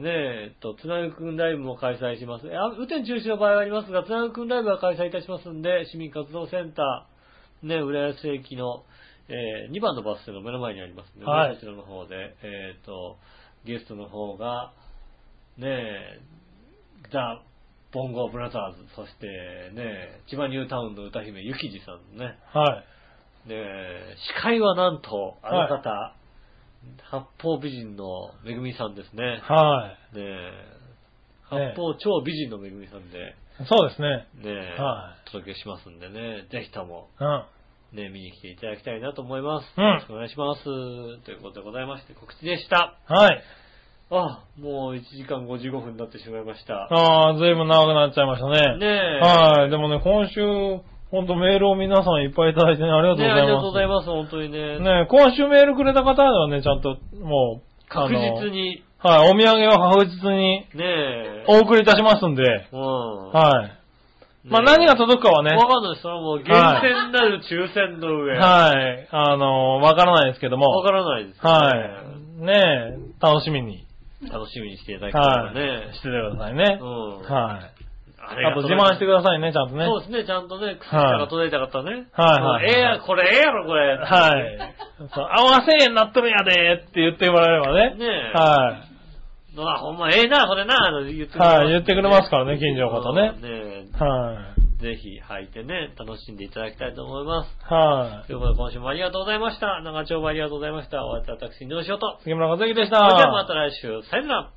Speaker 2: ー、ねえ、えっと、つなぐくんライブも開催します。えあ雨天中止の場合はありますが、つなぐくんライブは開催いたしますんで、市民活動センター、ね、浦安駅の、えー、2番のバス停の目の前にありますんで、
Speaker 3: はい
Speaker 2: そちらの方で、えっ、と、ゲストの方が、ねえ、ザ・ボンゴ・ブラザーズ、そしてねえ、千葉ニュータウンの歌姫、ゆきじさんのね、
Speaker 3: はい。
Speaker 2: ねえ、司会はなんと、あの方、八方美人のめぐみさんですね。
Speaker 3: は
Speaker 2: ねえ、
Speaker 3: ねえ
Speaker 2: 八方超美人のめぐみさんで、ね
Speaker 3: い。そうですね。
Speaker 2: え、
Speaker 3: は
Speaker 2: お届けしますんでね、ぜひとも、
Speaker 3: うん。
Speaker 2: ね、見に来ていただきたいなと思います。
Speaker 3: うん
Speaker 2: よろしくお願いします。ということでございまして、告知でした。
Speaker 3: はい。
Speaker 2: あ、もう1時間55分になってしまいました。
Speaker 3: ああ、ずいぶん長くなっちゃいましたね。
Speaker 2: ねえ、
Speaker 3: はい。でもね、今週、ほんとメールを皆さんいっぱいいただいてね、ありがとうご
Speaker 2: ね
Speaker 3: ざい
Speaker 2: あり
Speaker 3: ます。
Speaker 2: がとうございます、本当にね。
Speaker 3: ね今週メールくれた方はね、ちゃんと、もう、
Speaker 2: 確実
Speaker 3: に。
Speaker 2: に、
Speaker 3: はい、お土産を確実に
Speaker 2: ねえ、
Speaker 3: お送りいたしますんで、
Speaker 2: うん。
Speaker 3: はい。まあ、
Speaker 2: ねえ
Speaker 3: 何が届くかはね、
Speaker 2: わかんないです。それはもう厳選なる抽選の上。
Speaker 3: はい、あの、わからないですけど
Speaker 2: わ
Speaker 3: も、
Speaker 2: からないです、
Speaker 3: はい。ねえ、楽しみに
Speaker 2: い。楽しみにしていただきたいからね。
Speaker 3: しててくださいね
Speaker 2: う。ん。
Speaker 3: はい。
Speaker 2: あり
Speaker 3: あ
Speaker 2: が
Speaker 3: と
Speaker 2: うご
Speaker 3: 自
Speaker 2: ざいます
Speaker 3: 慢してくださいね、ちゃんとね。
Speaker 2: そうですね、ちゃんとね、靴下が届いた方ね。
Speaker 3: は
Speaker 2: う
Speaker 3: いはい
Speaker 2: んええや、これええやろ、これ。
Speaker 3: はい。そう合わせ円になっとるんやでって言ってもらえればね。
Speaker 2: ねえ
Speaker 3: は
Speaker 2: あ、ほんまええな、これな、あの言って
Speaker 3: い。はい、言ってくれますからね、近所の方ね。
Speaker 2: ね
Speaker 3: はい。
Speaker 2: えぜひ履いてね、楽しんでいただきたいと思います。
Speaker 3: は
Speaker 2: ということで、今週もありがとうございました。長丁場ありがとうございました。お会いいたい私、井上翔と。
Speaker 3: い。杉村和之でした。
Speaker 2: それではまた来週、さよなら。